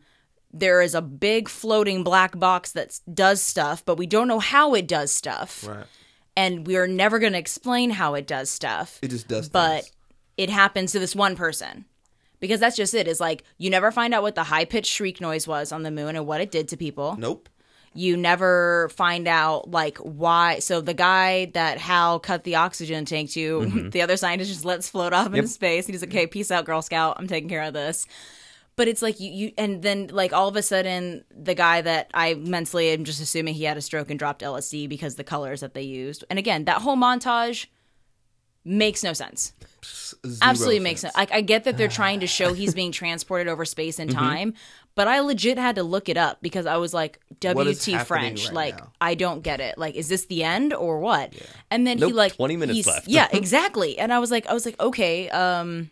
Speaker 3: There is a big floating black box that does stuff, but we don't know how it does stuff.
Speaker 2: Right.
Speaker 3: And we're never going to explain how it does stuff
Speaker 2: It just does.
Speaker 3: but
Speaker 2: things.
Speaker 3: it happens to this one person because that's just it is like you never find out what the high-pitched shriek noise was on the moon and what it did to people
Speaker 2: Nope.
Speaker 3: you never find out like why so the guy that hal cut the oxygen tank to the other scientist just lets float off into space and he's like okay peace out girl scout i'm taking care of this but it's like you, you and then like all of a sudden the guy that i mentally am just assuming he had a stroke and dropped lsd because the colors that they used and again that whole montage makes no sense
Speaker 2: Zero
Speaker 3: absolutely makes sense. Like I get that they're trying to show he's being transported over space
Speaker 2: Mm-hmm.
Speaker 3: and time, but I legit had to look it up because I was like,
Speaker 2: What is
Speaker 3: "WT
Speaker 2: happening
Speaker 3: French?"
Speaker 2: right
Speaker 3: like
Speaker 2: now?
Speaker 3: I don't get it. Like is this the end or what? And then he
Speaker 1: Nope,
Speaker 3: like
Speaker 1: 20 minutes
Speaker 3: he's-
Speaker 1: left.
Speaker 3: yeah, exactly. And I was like, I was like, okay. Um,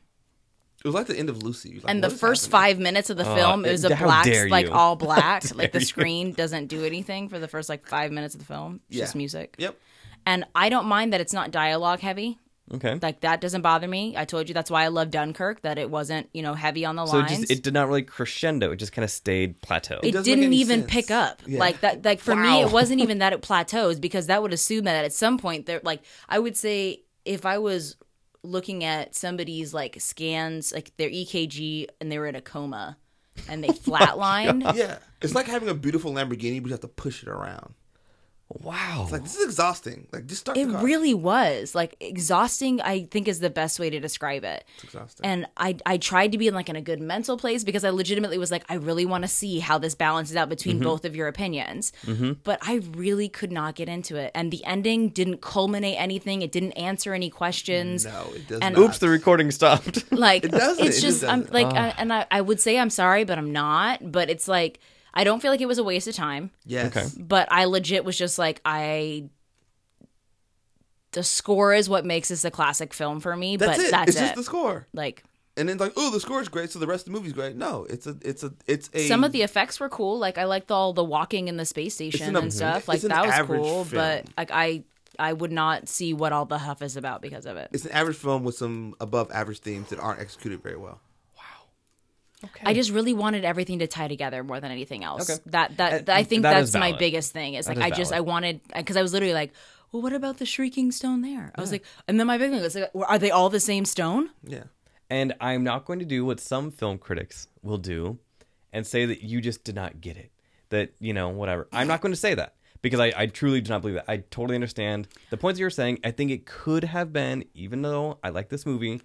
Speaker 2: It was like the end of Lucy. Like,
Speaker 3: and
Speaker 2: what
Speaker 3: the
Speaker 2: is
Speaker 3: first
Speaker 2: happening? Oh,
Speaker 3: five minutes of the film, it was a
Speaker 1: how
Speaker 3: black,
Speaker 1: dare
Speaker 3: like
Speaker 1: you.
Speaker 3: all black. like the screen doesn't do anything for the first like five minutes of the film. It's
Speaker 2: Yeah.
Speaker 3: just music.
Speaker 2: Yep.
Speaker 3: And I don't mind that it's not dialogue heavy.
Speaker 1: okay.
Speaker 3: Like that doesn't bother me. I told you that's why I love Dunkirk that it wasn't you know heavy on the
Speaker 1: So it
Speaker 3: lines.
Speaker 1: just it did not really crescendo. It just kind of stayed plateau.
Speaker 3: It
Speaker 2: doesn't make
Speaker 3: didn't
Speaker 2: any
Speaker 3: even
Speaker 2: sense.
Speaker 3: pick up like that. Like for me,
Speaker 1: Wow.
Speaker 3: it wasn't even that it plateaus because that would assume that at some point there. Like I would say if I was E looking at somebody's like scans, like their EKG, and they were in a coma. and
Speaker 1: Oh
Speaker 3: they flatlined.
Speaker 2: Yeah, it's like having a beautiful Lamborghini, but you have to push it around.
Speaker 1: Wow.
Speaker 2: Like this is exhausting. Like just start.
Speaker 3: It
Speaker 2: the car.
Speaker 3: really was like exhausting. I think is the best way to describe it.
Speaker 2: exhausting.
Speaker 3: And I I tried to be in like in a good mental place because I legitimately was like I really want to see how this balances out between
Speaker 2: Mm-hmm.
Speaker 3: both of your opinions. But I really could not get into it, and the ending didn't culminate anything. It didn't answer any questions.
Speaker 2: no, it does
Speaker 3: and-
Speaker 2: not.
Speaker 1: Oops, the recording stopped.
Speaker 3: Like
Speaker 2: doesn't. Mm.
Speaker 3: it's
Speaker 2: It
Speaker 3: just
Speaker 2: just
Speaker 3: I'm
Speaker 2: doesn't.
Speaker 3: like I, and I, I would say I'm sorry, but I'm not. But it's like I don't feel like it was a waste of time
Speaker 2: Yes.
Speaker 1: Okay.
Speaker 3: but I legit was just like I the score is what makes this a classic film for me,
Speaker 2: That's
Speaker 3: but
Speaker 2: it.
Speaker 3: that's
Speaker 2: it's just
Speaker 3: it.
Speaker 2: the score.
Speaker 3: like
Speaker 2: And then like, oh, the score is great, so the rest of the movie's great. No, it's a, it's a, it's a.
Speaker 3: some of the effects were cool. Like I liked all the walking in the space station
Speaker 2: an-
Speaker 3: and stuff.
Speaker 2: it's
Speaker 3: Like
Speaker 2: an
Speaker 3: that was
Speaker 2: average
Speaker 3: cool,
Speaker 2: film.
Speaker 3: but like I I would not see what all the huff is about because of it.
Speaker 2: it's an average film with some above average themes that aren't executed very well.
Speaker 1: Okay.
Speaker 3: I just really wanted everything to tie together more than anything else.
Speaker 1: Okay.
Speaker 3: That that,
Speaker 1: Uh,
Speaker 3: I think
Speaker 1: that is
Speaker 3: that's my
Speaker 1: valid.
Speaker 3: biggest thing. Is like
Speaker 1: is
Speaker 3: I just
Speaker 1: valid.
Speaker 3: I wanted because I was literally like, well, what about the shrieking stone there? I was like, and then my big thing was like, are they all the same stone?
Speaker 2: Yeah.
Speaker 1: and I'm not going to do what some film critics will do and say that you just did not get it. That, you know, whatever. I'm not going to say that because I, I truly do not believe that. I totally understand the points you're saying. I think it could have been, even though I like this movie,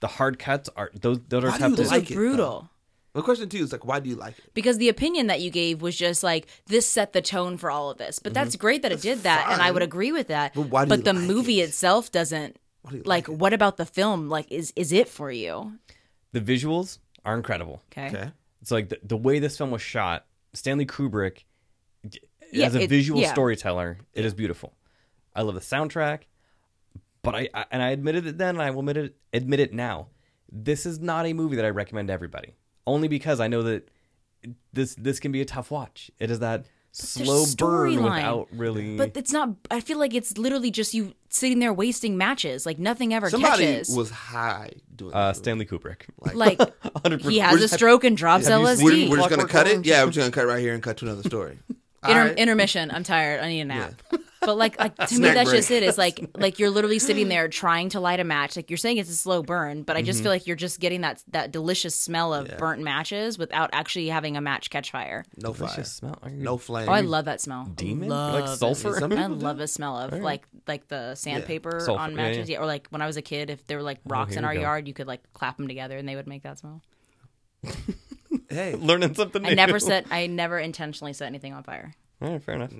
Speaker 1: the hard cuts are those those are
Speaker 2: Why do
Speaker 1: tough
Speaker 2: you
Speaker 1: to
Speaker 2: like- it,
Speaker 3: so
Speaker 2: though.
Speaker 3: brutal.
Speaker 2: My question to you is like, why do you like it?
Speaker 3: because the opinion that you gave was just like this set the tone for all of this. But that's great that it did that, and I would
Speaker 2: Mm-hmm. fine.
Speaker 3: agree with that.
Speaker 2: But why do you
Speaker 3: the
Speaker 2: like
Speaker 3: movie
Speaker 2: it?
Speaker 3: itself doesn't.
Speaker 2: do you
Speaker 3: like,
Speaker 2: like
Speaker 3: what about the film? Like, is is it for you?
Speaker 1: The visuals are incredible.
Speaker 3: Okay.
Speaker 2: Okay.
Speaker 1: It's like the, the way this film was shot, Stanley Kubrick, d-
Speaker 3: Yeah,
Speaker 1: as a
Speaker 3: it-
Speaker 1: visual
Speaker 3: yeah.
Speaker 1: storyteller, it is beautiful. I love the soundtrack, but I, I and I admitted it then, and I will admit it admit it now. This is not a movie that I recommend to everybody, only because I know that this this can be a tough watch. It is that slow burn
Speaker 3: storyline.
Speaker 1: without really.
Speaker 3: But it's not. I feel like it's literally just you sitting there wasting matches. Like nothing ever
Speaker 2: Somebody
Speaker 3: catches.
Speaker 2: was high doing.
Speaker 1: uh,
Speaker 2: this.
Speaker 1: Stanley Kubrick,
Speaker 3: like
Speaker 1: 100%.
Speaker 3: he has a stroke and drops
Speaker 1: Have you
Speaker 3: LSD.
Speaker 1: seen-
Speaker 2: we're, we're just gonna
Speaker 1: Clockwork
Speaker 2: cut it.
Speaker 1: Orange.
Speaker 2: Yeah, we're just gonna cut right here and cut to another story. All
Speaker 3: Inter-
Speaker 2: right.
Speaker 3: Intermission. I'm tired. I need a nap. But like, like to me,
Speaker 2: Snack
Speaker 3: that's
Speaker 2: break.
Speaker 3: just it. Is like, like you're literally sitting there trying to light a match. Like you're saying it's a slow burn, but I
Speaker 1: Mm-hmm.
Speaker 3: just feel like you're just getting that that delicious smell of burnt matches without actually having a match catch fire.
Speaker 2: no fire.
Speaker 1: Delicious smell. Are you-
Speaker 2: No flame.
Speaker 3: Oh, I love that smell.
Speaker 1: demon? You
Speaker 3: Love
Speaker 1: like sulfur?
Speaker 3: it. I love the smell of like like the sandpaper
Speaker 1: Sulfur,
Speaker 3: on
Speaker 1: yeah,
Speaker 3: matches.
Speaker 1: yeah. Oh,
Speaker 3: Yeah, or like when I was a kid, if there were like rocks
Speaker 1: here
Speaker 3: in
Speaker 1: we
Speaker 3: our
Speaker 1: go.
Speaker 3: yard, you could like clap them together and they would make that smell.
Speaker 2: Hey,
Speaker 1: learning something.
Speaker 3: I
Speaker 1: new.
Speaker 3: never set. I never intentionally set anything on fire.
Speaker 1: All right, fair enough.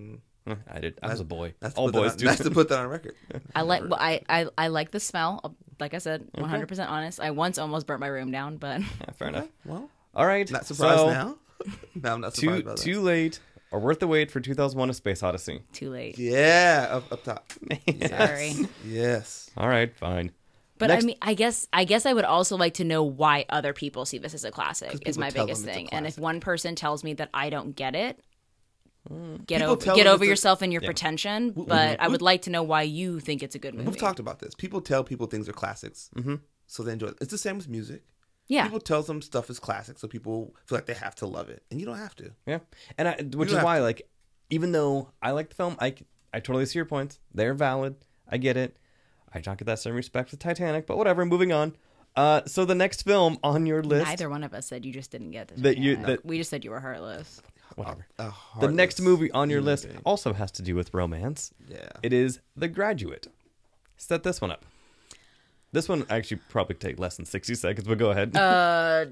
Speaker 1: Yeah, I did. I was a boy.
Speaker 2: Mm. that's
Speaker 1: All boys
Speaker 2: on,
Speaker 1: do.
Speaker 2: That's to put that on record.
Speaker 3: I like well, I, I I like the smell. Like I said, 100 percent honest. I once almost burnt my room down, but
Speaker 1: Yeah, fair enough.
Speaker 2: Well,
Speaker 1: All right.
Speaker 2: not surprised
Speaker 1: so-
Speaker 2: now. No, I'm not surprised
Speaker 1: too
Speaker 2: about that.
Speaker 1: too late or worth the wait for 2001 a space odyssey
Speaker 3: too late.
Speaker 2: Yeah, up, up top.
Speaker 3: Sorry.
Speaker 2: Yes.
Speaker 1: all right fine
Speaker 3: But
Speaker 1: Next-
Speaker 3: I mean, I guess I guess I would also like to know why other people see this as a classic is
Speaker 2: people
Speaker 3: my
Speaker 2: tell
Speaker 3: biggest
Speaker 2: them it's a
Speaker 3: thing. And if
Speaker 2: classic.
Speaker 3: one person tells me that I don't get it, get
Speaker 2: Hmm. People
Speaker 3: over
Speaker 2: tell
Speaker 3: get
Speaker 2: them
Speaker 3: over
Speaker 2: it's a-
Speaker 3: yourself and your pretension. But I would like to know why you think it's a good movie.
Speaker 2: We've talked about this. People tell people things are classics, mm-hmm. so they enjoy it. It's the same with music.
Speaker 3: yeah,
Speaker 2: People tell them stuff is classic, so people feel like they have to love it, and you don't have to.
Speaker 1: yeah and I, which
Speaker 2: don't
Speaker 1: is
Speaker 2: have
Speaker 1: why like even though i like the film i c- I totally see your points they're valid i get it i don't get that same respect for titanic but whatever moving on uh so the next film on your list
Speaker 3: neither one of us said you just didn't get this.
Speaker 1: That you-
Speaker 3: one.
Speaker 1: that-
Speaker 3: we just said you were heartless.
Speaker 1: whatever
Speaker 2: A
Speaker 1: the
Speaker 2: heartless-
Speaker 1: next movie on your list
Speaker 2: being.
Speaker 1: also has to do with romance
Speaker 2: Mm, Yeah.
Speaker 1: it is the graduate set this one up this one actually probably take less than 60 seconds but go ahead
Speaker 3: Uh,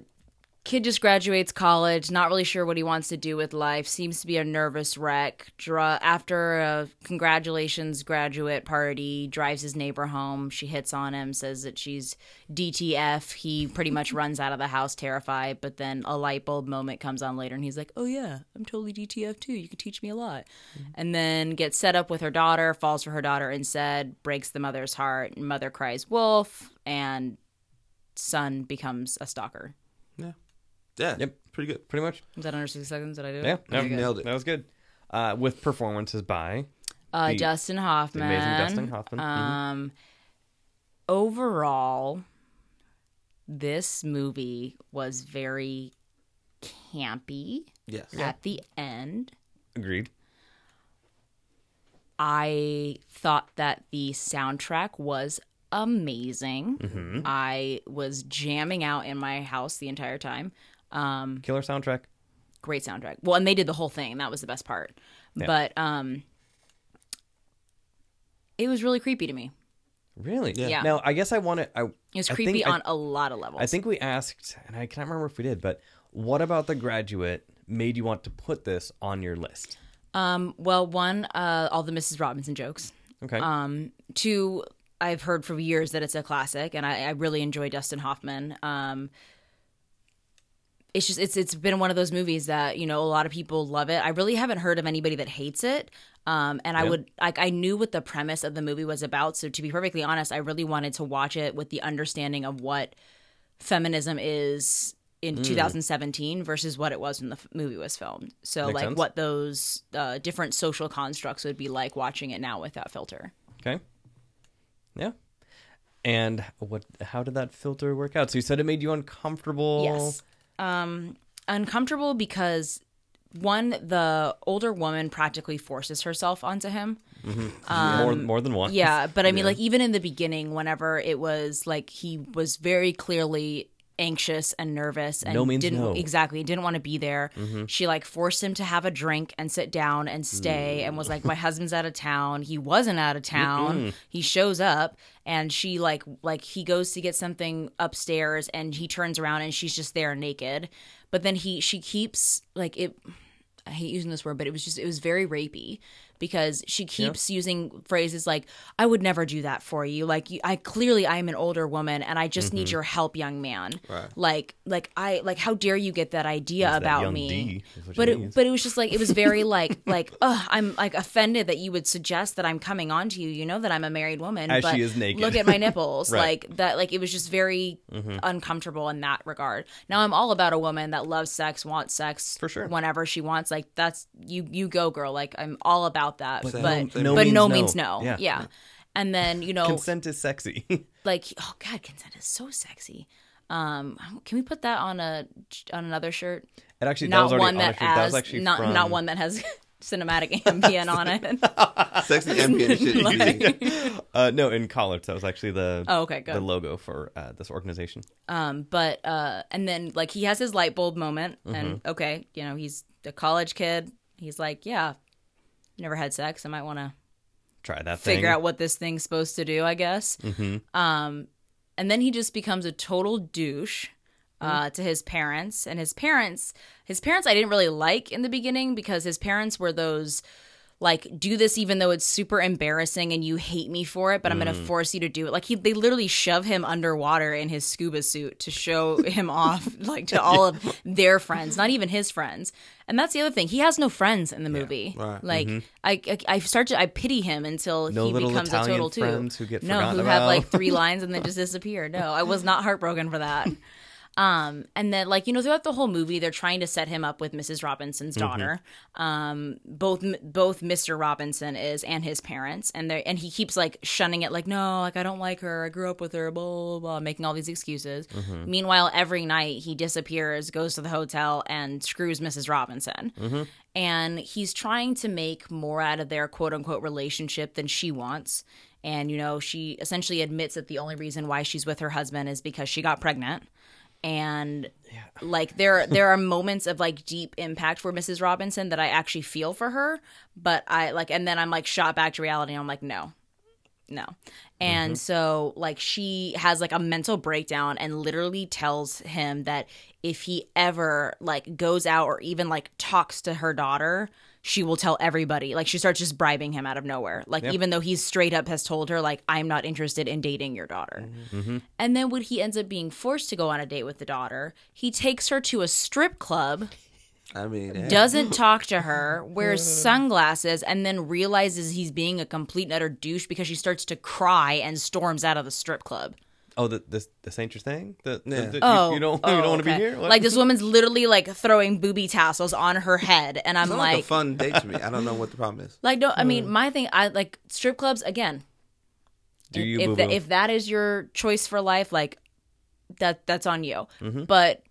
Speaker 3: kid just graduates college, not really sure what he wants to do with life, seems to be a nervous wreck. Dra- after a congratulations graduate party, drives his neighbor home. She hits on him, says that she's DTF. He pretty much runs out of the house terrified, but then a light bulb moment comes on later and he's like, "Oh yeah, I'm totally DTF too. You could teach me a lot." And then gets set up with her daughter, falls for her daughter instead, breaks the mother's heart, and mother cries wolf and son becomes a stalker.
Speaker 2: Yeah. Yeah.
Speaker 1: Yep.
Speaker 2: Pretty good.
Speaker 1: pretty much
Speaker 3: Is that under 60 seconds? Did I do it?
Speaker 1: Yeah, no,
Speaker 3: Okay, good.
Speaker 2: nailed it.
Speaker 1: That was good. Uh, with performances by
Speaker 3: Uh,
Speaker 1: The-
Speaker 3: Dustin
Speaker 1: the
Speaker 3: Hoffman.
Speaker 1: amazing Dustin Hoffman. Mhm.
Speaker 3: Um, overall, this movie was very campy
Speaker 2: Yes.
Speaker 3: at the end.
Speaker 1: Mm-hmm. Agreed.
Speaker 3: I thought that the soundtrack was
Speaker 1: Mm-hmm.
Speaker 3: amazing. I was jamming out in my house the entire time. Um,
Speaker 1: Killer soundtrack.
Speaker 3: great soundtrack. Well, and they did the whole thing. That was the best part. But um, it was really creepy to me.
Speaker 1: Really?
Speaker 3: Yeah.
Speaker 1: Now I guess I want to. I
Speaker 3: It was
Speaker 1: I
Speaker 3: creepy
Speaker 1: think I-
Speaker 3: on a lot of levels.
Speaker 1: I think we asked, and I can't remember if we did, but what about the graduate made you want to put this on your list?
Speaker 3: um, well, one, uh, all the Mrs. Robinson jokes.
Speaker 1: Okay.
Speaker 3: Um, two, I've heard for years that it's a classic, and I, I really enjoy Dustin Hoffman. Um, it's just it's it's been one of those movies that you know a lot of people love it. I really haven't heard of anybody that hates it. Um, and I would like I knew what the premise of the movie was about. So to be perfectly honest, I really wanted to watch it with the understanding of what feminism is in
Speaker 1: Hmm.
Speaker 3: 2017 versus what it was when the f- movie was filmed. So
Speaker 1: Makes
Speaker 3: like
Speaker 1: sense.
Speaker 3: what those uh, different social constructs would be like watching it now without filter.
Speaker 1: okay. Yeah. And what? How did that filter work out? So you said it made you uncomfortable.
Speaker 3: Yes. Um, uncomfortable because one, the older woman practically forces herself onto him.
Speaker 1: more more than once.
Speaker 3: Um, Yeah, but I mean, like even in the beginning, whenever it was like he was very clearly anxious and nervous and
Speaker 1: No means
Speaker 3: didn't
Speaker 1: no. Mm-hmm.
Speaker 3: exactly didn't want to be there. She like forced him to have a drink and sit down and stay and was like,
Speaker 1: Mm.
Speaker 3: "My husband's out of town." He wasn't out of town. He shows up and she like like he goes to get something upstairs and he turns around and she's just there naked. But then he she keeps like it I hate using this word, but it was just it was very rapey because she keeps using phrases like "I would never do that for you." Like you, I clearly I am an older woman and I just need
Speaker 1: Mm-hmm.
Speaker 3: your help, young man. Like like I like how dare you get that idea
Speaker 1: that
Speaker 3: about
Speaker 1: young
Speaker 3: me?
Speaker 1: D is what she
Speaker 3: but
Speaker 1: means.
Speaker 3: it, but it was just like it was very like like oh I'm like offended that you would suggest that I'm coming on to you. You know that I'm a married woman.
Speaker 1: As
Speaker 3: but
Speaker 1: she is naked.
Speaker 3: Look at my nipples.
Speaker 1: Right. Mm-hmm.
Speaker 3: Like that. Like it was just very uncomfortable in that regard. Now I'm all about a woman that loves sex, wants sex
Speaker 1: For sure.
Speaker 3: whenever she wants. Like that's you you go girl. Like I'm all about that. But but
Speaker 1: no-
Speaker 3: no,
Speaker 1: no means
Speaker 3: means, no.
Speaker 1: no. Yeah.
Speaker 3: Yeah. And then you know
Speaker 1: Consent is sexy.
Speaker 3: like oh god consent is so sexy. Um can we put that on a on another shirt?
Speaker 1: And actually, that was
Speaker 3: not
Speaker 1: already
Speaker 3: one
Speaker 1: on a
Speaker 3: that
Speaker 1: shirt. That was
Speaker 3: has
Speaker 1: actually
Speaker 3: not
Speaker 1: from,
Speaker 3: not one that has cinematic ambient on it.
Speaker 2: Sexy ambient shit. is easy.
Speaker 1: Uh, no, in college, that was actually the
Speaker 3: Oh, okay, good.
Speaker 1: the logo for uh, this organization.
Speaker 3: Um, but uh, and then like he has his light bulb moment, and okay, you know he's a college kid. He's like, yeah, never had sex. I might want to
Speaker 1: Try that thing.
Speaker 3: figure out what this thing's supposed to do, I guess. Um, and then he just becomes a total douche uh, to his parents. And his parents, his parents, I didn't really like in the beginning because his parents were those like do this even though it's super embarrassing and you hate me for it but i'm gonna
Speaker 1: Mm.
Speaker 3: force you to do it like he they literally shove him underwater in his scuba suit to show him off like to all of their friends not even his friends and that's the other thing he has no friends in the movie
Speaker 2: right.
Speaker 3: like I, I i start to i pity him until
Speaker 1: Mm-hmm. No
Speaker 3: he
Speaker 1: little
Speaker 3: becomes
Speaker 1: Italian
Speaker 3: a total two.
Speaker 1: friends who get
Speaker 3: no,
Speaker 1: forgotten
Speaker 3: who
Speaker 1: about.
Speaker 3: have like three lines and then just disappear. No, I was not heartbroken for that. Um, and then like you know throughout the whole movie they're trying to set him up with Mrs. Robinson's daughter. Um, both both Mr. Robinson is and his parents and they and he keeps like shunning it like no like I don't like her I grew up with her blah blah, blah making all these excuses. Meanwhile every night he disappears goes to the hotel and screws Mrs. Robinson and he's trying to make more out of their quote unquote relationship than she wants. And, you know, she essentially admits that the only reason why she's with her husband is because she got pregnant. And like there there are moments of like deep impact for Mrs. Robinson that I actually feel for her, but I like and then I'm like shot back to reality and I'm like, no, no. And so like she has like a mental breakdown and literally tells him that if he ever like goes out or even like talks to her daughter, she will tell everybody. Like she starts just bribing him out of nowhere. Like even though he straight up has told her like I'm not interested in dating your daughter. And then when he ends up being forced to go on a date with the daughter, he takes her to a strip club
Speaker 2: I mean, hey.
Speaker 3: doesn't talk to her, wears sunglasses, and then realizes he's being a complete and utter douche because she starts to cry and storms out of the strip club.
Speaker 1: Oh, the, this this ain't your thing. The, the-
Speaker 2: Yeah.
Speaker 1: the- you-
Speaker 3: Oh,
Speaker 1: you, don't
Speaker 3: oh,
Speaker 1: you don't want to be
Speaker 3: okay.
Speaker 1: here. What?
Speaker 3: Like this woman's literally like throwing booby tassels on her head, and I'm
Speaker 2: Sounds like a
Speaker 3: like,
Speaker 2: fun date to me. I don't know what the problem is.
Speaker 3: like no, I mean,
Speaker 1: Hmm.
Speaker 3: my thing, I like strip clubs again.
Speaker 1: do
Speaker 3: if-
Speaker 1: you
Speaker 3: if,
Speaker 1: boo
Speaker 3: tha- if that is
Speaker 1: Mm-hmm.
Speaker 3: your choice for life like that that's on you but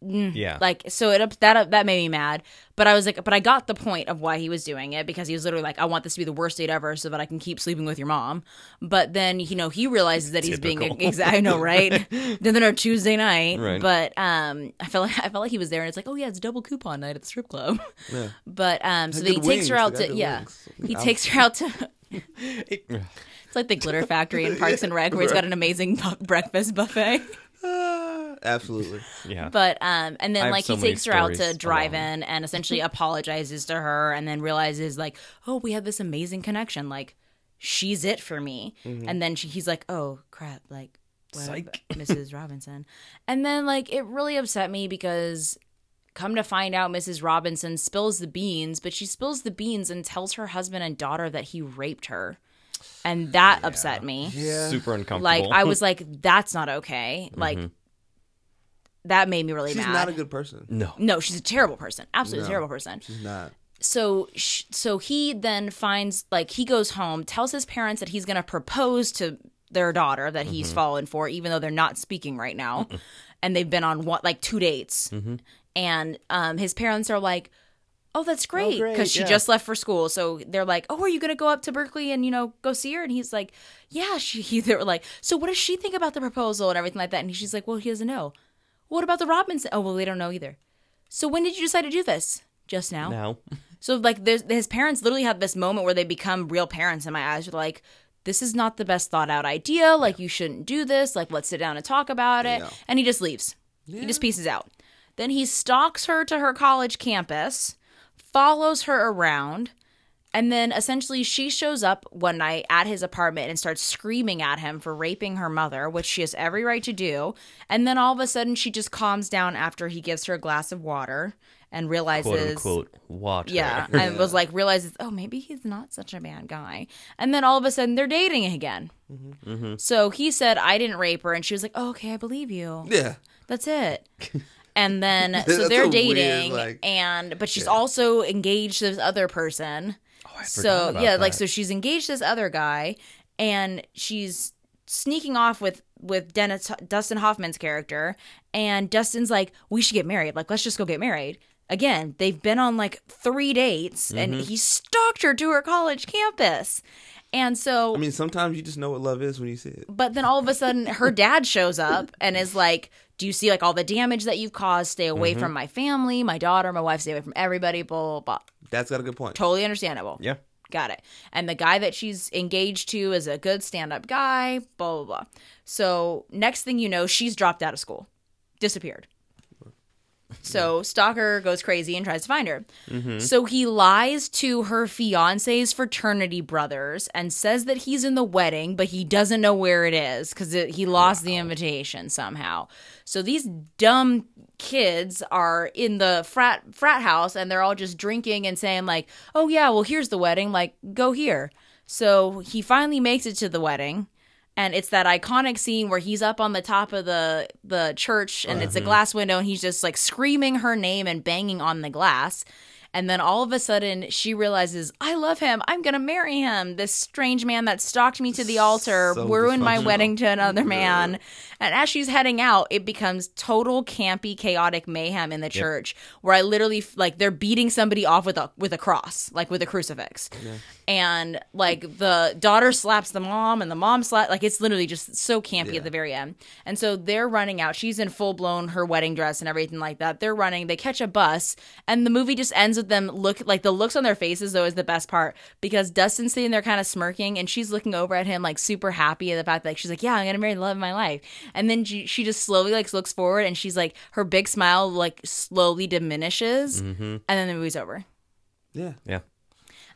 Speaker 1: yeah.
Speaker 3: Like so it up that up that made me mad. But I was like but I got the point of why he was doing it because he was literally like I want this to be the worst date ever so that I can keep sleeping with your mom. But then you know he realizes that he's being
Speaker 1: Typical.
Speaker 3: exactly I know right. then they're on Tuesday night.
Speaker 1: Right.
Speaker 3: But um I felt like I felt like he was there and it's like oh yeah it's double coupon night at the strip club.
Speaker 2: Yeah.
Speaker 3: But um so
Speaker 2: Had
Speaker 3: then he
Speaker 2: good
Speaker 3: takes her
Speaker 2: wings,
Speaker 3: out
Speaker 2: they got
Speaker 3: to
Speaker 2: good
Speaker 3: yeah
Speaker 2: wings.
Speaker 3: he
Speaker 2: I'm-
Speaker 3: takes her out to
Speaker 1: It-
Speaker 3: it's like the glitter factory in Parks and Rec where he's got an amazing bu- breakfast buffet.
Speaker 2: Ah, absolutely.
Speaker 1: yeah.
Speaker 3: But um, and
Speaker 1: I
Speaker 3: then
Speaker 1: have
Speaker 3: like
Speaker 1: so
Speaker 3: he
Speaker 1: many
Speaker 3: takes her out to
Speaker 1: stories
Speaker 3: drive-in and essentially apologizes to her, and then realizes like, oh, we had this amazing connection. Like, she's it for me. And then she, he's like, oh crap, like, what
Speaker 1: Mm-hmm. Psych.
Speaker 3: ab- Mrs. Robinson. And then like it really upset me because come to find out, Mrs. Robinson spills the beans, but she spills the beans and tells her husband and daughter that he raped her, and that upset me
Speaker 2: Yeah.
Speaker 1: Super uncomfortable.
Speaker 3: like i was like that's not okay like that made me really
Speaker 2: She's
Speaker 3: mad
Speaker 2: not a good person.
Speaker 1: no.
Speaker 3: no she's a terrible person absolutely terrible person
Speaker 2: She's not.
Speaker 3: so sh- so he then finds like he goes home tells his parents that he's going to propose to their daughter that
Speaker 2: Mm-hmm.
Speaker 3: he's fallen for even though they're not speaking right now and they've been on what like two dates
Speaker 2: Mm-hmm.
Speaker 3: and um his parents are like oh that's great
Speaker 2: great,
Speaker 3: because she
Speaker 2: yeah.
Speaker 3: just left for school so they're like oh are you going to go up to berkeley and you know go see her and he's like yeah she he, they were like so what does she think about the proposal and everything like that and she's like well he doesn't know what about the robinson oh well they don't know either so when did you decide to do this just now
Speaker 1: Now.
Speaker 3: so like there's his parents literally have this moment where they become real parents in my eyes. They're like, this is not the best thought out idea. Like you shouldn't do this. Like let's sit down and talk about it.
Speaker 2: Yeah.
Speaker 3: And he just leaves. He just pieces out. Then he stalks her to her college campus, follows her around, and then essentially she shows up one night at his apartment and starts screaming at him for raping her mother, which she has every right to do. And then all of a sudden she just calms down after he gives her a glass of water and realizes
Speaker 1: Quote unquote. Water.
Speaker 3: yeah, and was like realizes, oh, maybe he's not such a bad guy. And then all of a sudden, they're dating again.
Speaker 2: Mm-hmm.
Speaker 3: So he said, "I didn't rape her," and she was like, oh, "Okay, I believe you.
Speaker 2: Yeah.
Speaker 3: That's it." And then
Speaker 2: That's
Speaker 3: so
Speaker 2: a
Speaker 3: they're
Speaker 2: weird,
Speaker 3: dating,
Speaker 2: like-
Speaker 3: and but she's also engaged to this other person. Oh, I so
Speaker 1: about
Speaker 3: yeah, like
Speaker 1: that.
Speaker 3: so she's engaged to this other guy, and she's sneaking off with with Dennis Dustin Hoffman's character, and Dustin's like, "We should get married. Like, let's just go get married." Again, they've been on like three dates, and he stalked her to her college campus, and so
Speaker 2: I mean, sometimes you just know what love is when you see it.
Speaker 3: but then all of a sudden, her dad shows up and is like, "Do you see like all the damage that you've caused? Stay away from my family, my daughter, my wife. Stay away from everybody." Blah blah blah.
Speaker 2: That's got a good point.
Speaker 3: Totally understandable.
Speaker 1: Yeah.
Speaker 3: Got it. And the guy that she's engaged to is a good stand-up guy. Blah blah blah. So next thing you know, she's dropped out of school, disappeared. So stalker goes crazy and tries to find her. So he lies to her fiance's fraternity brothers and says that he's in the wedding, but he doesn't know where it is because he lost the invitation somehow. So these dumb kids are in the frat frat house and they're all just drinking and saying like, "Oh yeah, well here's the wedding. Like go here." So he finally makes it to the wedding and it's that iconic scene where he's up on the top of the the church and
Speaker 2: Uh-huh.
Speaker 3: it's a glass window and he's just like screaming her name and banging on the glass and then all of a sudden she realizes i love him i'm gonna marry him this strange man that stalked me to the altar
Speaker 2: So
Speaker 3: ruined my
Speaker 2: dysfunctional.
Speaker 3: wedding to another man and as she's heading out it becomes total campy chaotic mayhem in the church where i literally f- like they're beating somebody off with a with a cross like with a crucifix and like the daughter slaps the mom and the mom slap like it's literally just so campy at the very end and so they're running out she's in full blown her wedding dress and everything like that they're running they catch a bus and the movie just ends with them look like the looks on their faces though is the best part because dustin's sitting there kind of smirking and she's looking over at him like super happy at the fact that like she's like yeah i'm gonna marry the love of my life and then she, she just slowly like looks forward and she's like her big smile like slowly diminishes and then the movie's over
Speaker 2: Yeah.
Speaker 1: Yeah.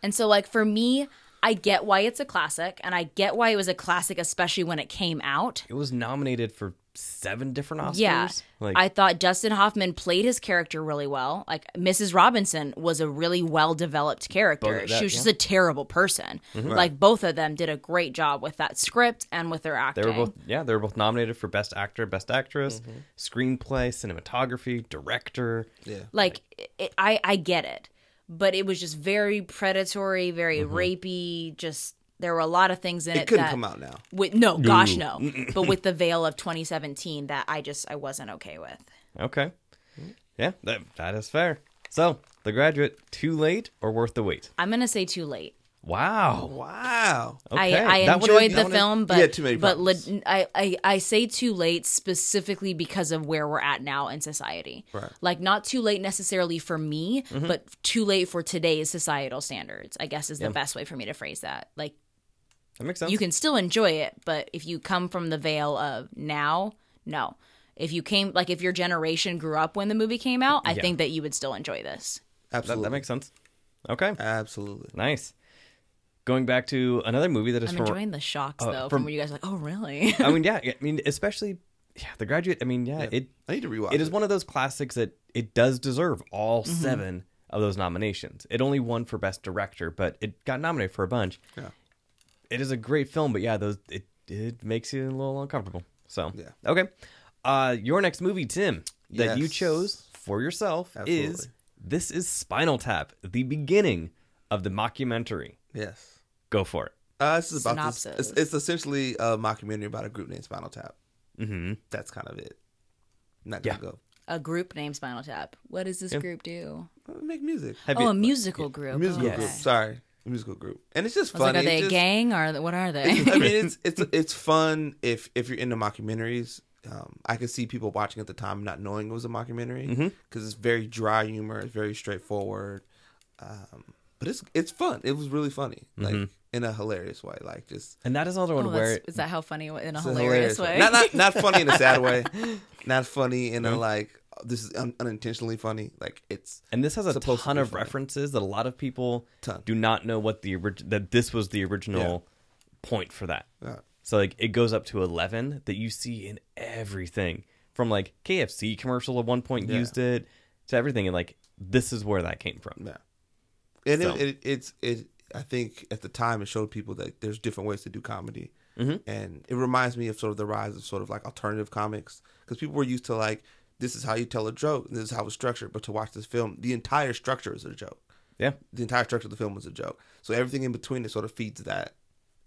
Speaker 3: and so, like, for me, I get why it's a classic, and I get why it was a classic, especially when it came out.
Speaker 1: It was nominated for seven different Oscars.
Speaker 3: Yeah.
Speaker 1: Like
Speaker 3: I thought Dustin Hoffman played his character really well. Like, Mrs. Robinson was a really well developed character.
Speaker 1: Both- that- Mm-hmm.
Speaker 3: she was just a terrible person. Like, both of them did a great job with that script and with their acting.
Speaker 1: they were both yeah, they were both nominated for Best Actor, Best Actress,
Speaker 3: Mm-hmm.
Speaker 1: Screenplay, Cinematography, Director.
Speaker 2: Yeah.
Speaker 3: like it, I I get it, but it was just very predatory, very
Speaker 1: Mm-hmm.
Speaker 3: rapey. Just there were a lot of things in it,
Speaker 2: It couldn't
Speaker 3: that
Speaker 2: come out now.
Speaker 3: with no, gosh no, but with the veil of 2017 that I just I wasn't okay with.
Speaker 1: Okay. Yeah, that, that is fair. So, The Graduate, too late or worth the wait?
Speaker 3: I'm gonna say too late.
Speaker 1: Wow.
Speaker 2: Wow.
Speaker 1: Okay.
Speaker 3: I, I
Speaker 1: That one-
Speaker 3: enjoyed
Speaker 1: that
Speaker 3: the
Speaker 1: one-
Speaker 3: film, but
Speaker 2: yeah, too many
Speaker 3: but
Speaker 2: problems.
Speaker 3: le- I, I I say too late specifically because of where we're at now in society.
Speaker 2: Right.
Speaker 3: Like not too late necessarily for me,
Speaker 1: Mm-hmm.
Speaker 3: but too late for today's societal standards. I guess is the best way for me to phrase that. Like
Speaker 1: That makes sense.
Speaker 3: you can still enjoy it, but if you come from the veil of now, no. If you came like if your generation grew up when the movie came out, I
Speaker 1: Yeah.
Speaker 3: think that you would still enjoy this.
Speaker 1: that,
Speaker 2: Absolutely.
Speaker 1: that makes sense. Okay.
Speaker 2: Absolutely.
Speaker 1: Nice. Going back to another movie that is
Speaker 3: I'm
Speaker 1: for uh,
Speaker 3: enjoying the shocks though from,
Speaker 1: from-
Speaker 3: where you guys are like, oh really?
Speaker 1: I mean, yeah, I mean, especially yeah, The Graduate. I mean, yeah, it
Speaker 2: I need to rewatch.
Speaker 1: it is one of those classics that it does deserve all
Speaker 2: Mm-hmm.
Speaker 1: seven of those nominations. It only won for Best Director, but it got nominated for a bunch.
Speaker 2: Yeah.
Speaker 1: It is a great film, but yeah, those it it makes you a little uncomfortable. So
Speaker 2: Yeah.
Speaker 1: okay. Uh, your next movie, Tim, that you
Speaker 2: Yes.
Speaker 1: chose for yourself is
Speaker 2: Absolutely.
Speaker 1: this is Spinal Tap, the beginning of the mockumentary.
Speaker 2: Yes.
Speaker 1: Go for it.
Speaker 2: Uh, this is about this,
Speaker 3: Synopsis.
Speaker 2: it's, it's essentially a mockumentary about a group named Spinal Tap. Mm-hmm. That's kind of it. Not gonna
Speaker 1: Yeah.
Speaker 2: go.
Speaker 3: a group named Spinal Tap. What does this group do?
Speaker 2: Uh, Make music.
Speaker 1: Have
Speaker 3: Oh,
Speaker 1: you-
Speaker 3: a musical group.
Speaker 2: A musical
Speaker 3: okay.
Speaker 2: group. Sorry, a musical group. And it's just
Speaker 3: I was like,
Speaker 2: funny.
Speaker 3: are they
Speaker 2: It
Speaker 3: a
Speaker 2: just-
Speaker 3: gang or what are they?
Speaker 2: I mean, it's it's it's fun if if you're into mockumentaries. Um, I could see people watching at the time and not knowing it was a mockumentary because it's very dry humor, it's very straightforward. Um, but it's it's fun. It was really funny, like in a hilarious way, like just
Speaker 1: and that is another one
Speaker 3: Oh,
Speaker 1: where
Speaker 3: that's- is that how funny in a
Speaker 2: It's a
Speaker 3: hilarious, way?
Speaker 2: Not, not not funny in a sad way. Not funny in a like this is un- unintentionally funny. Like it's
Speaker 1: And this has a
Speaker 2: supposed to
Speaker 1: ton
Speaker 2: be
Speaker 1: of
Speaker 2: funny.
Speaker 1: references that a lot of people
Speaker 2: Ton.
Speaker 1: do not know what the orig- that this was the original point for that.
Speaker 2: Yeah.
Speaker 1: So like it goes up to eleven that you see in everything from like KFC commercial at one point
Speaker 2: Yeah.
Speaker 1: used it to everything and like this is where that came from.
Speaker 2: yeah. And
Speaker 1: So.
Speaker 2: it, it it's it. I think at the time it showed people that there's different ways to do comedy,
Speaker 1: Mm-hmm.
Speaker 2: and it reminds me of sort of the rise of sort of like alternative comics because people were used to like this is how you tell a joke, and this is how it's structured. But to watch this film, the entire structure is a joke.
Speaker 1: Yeah.
Speaker 2: the entire structure of the film was a joke. So everything in between it sort of feeds that,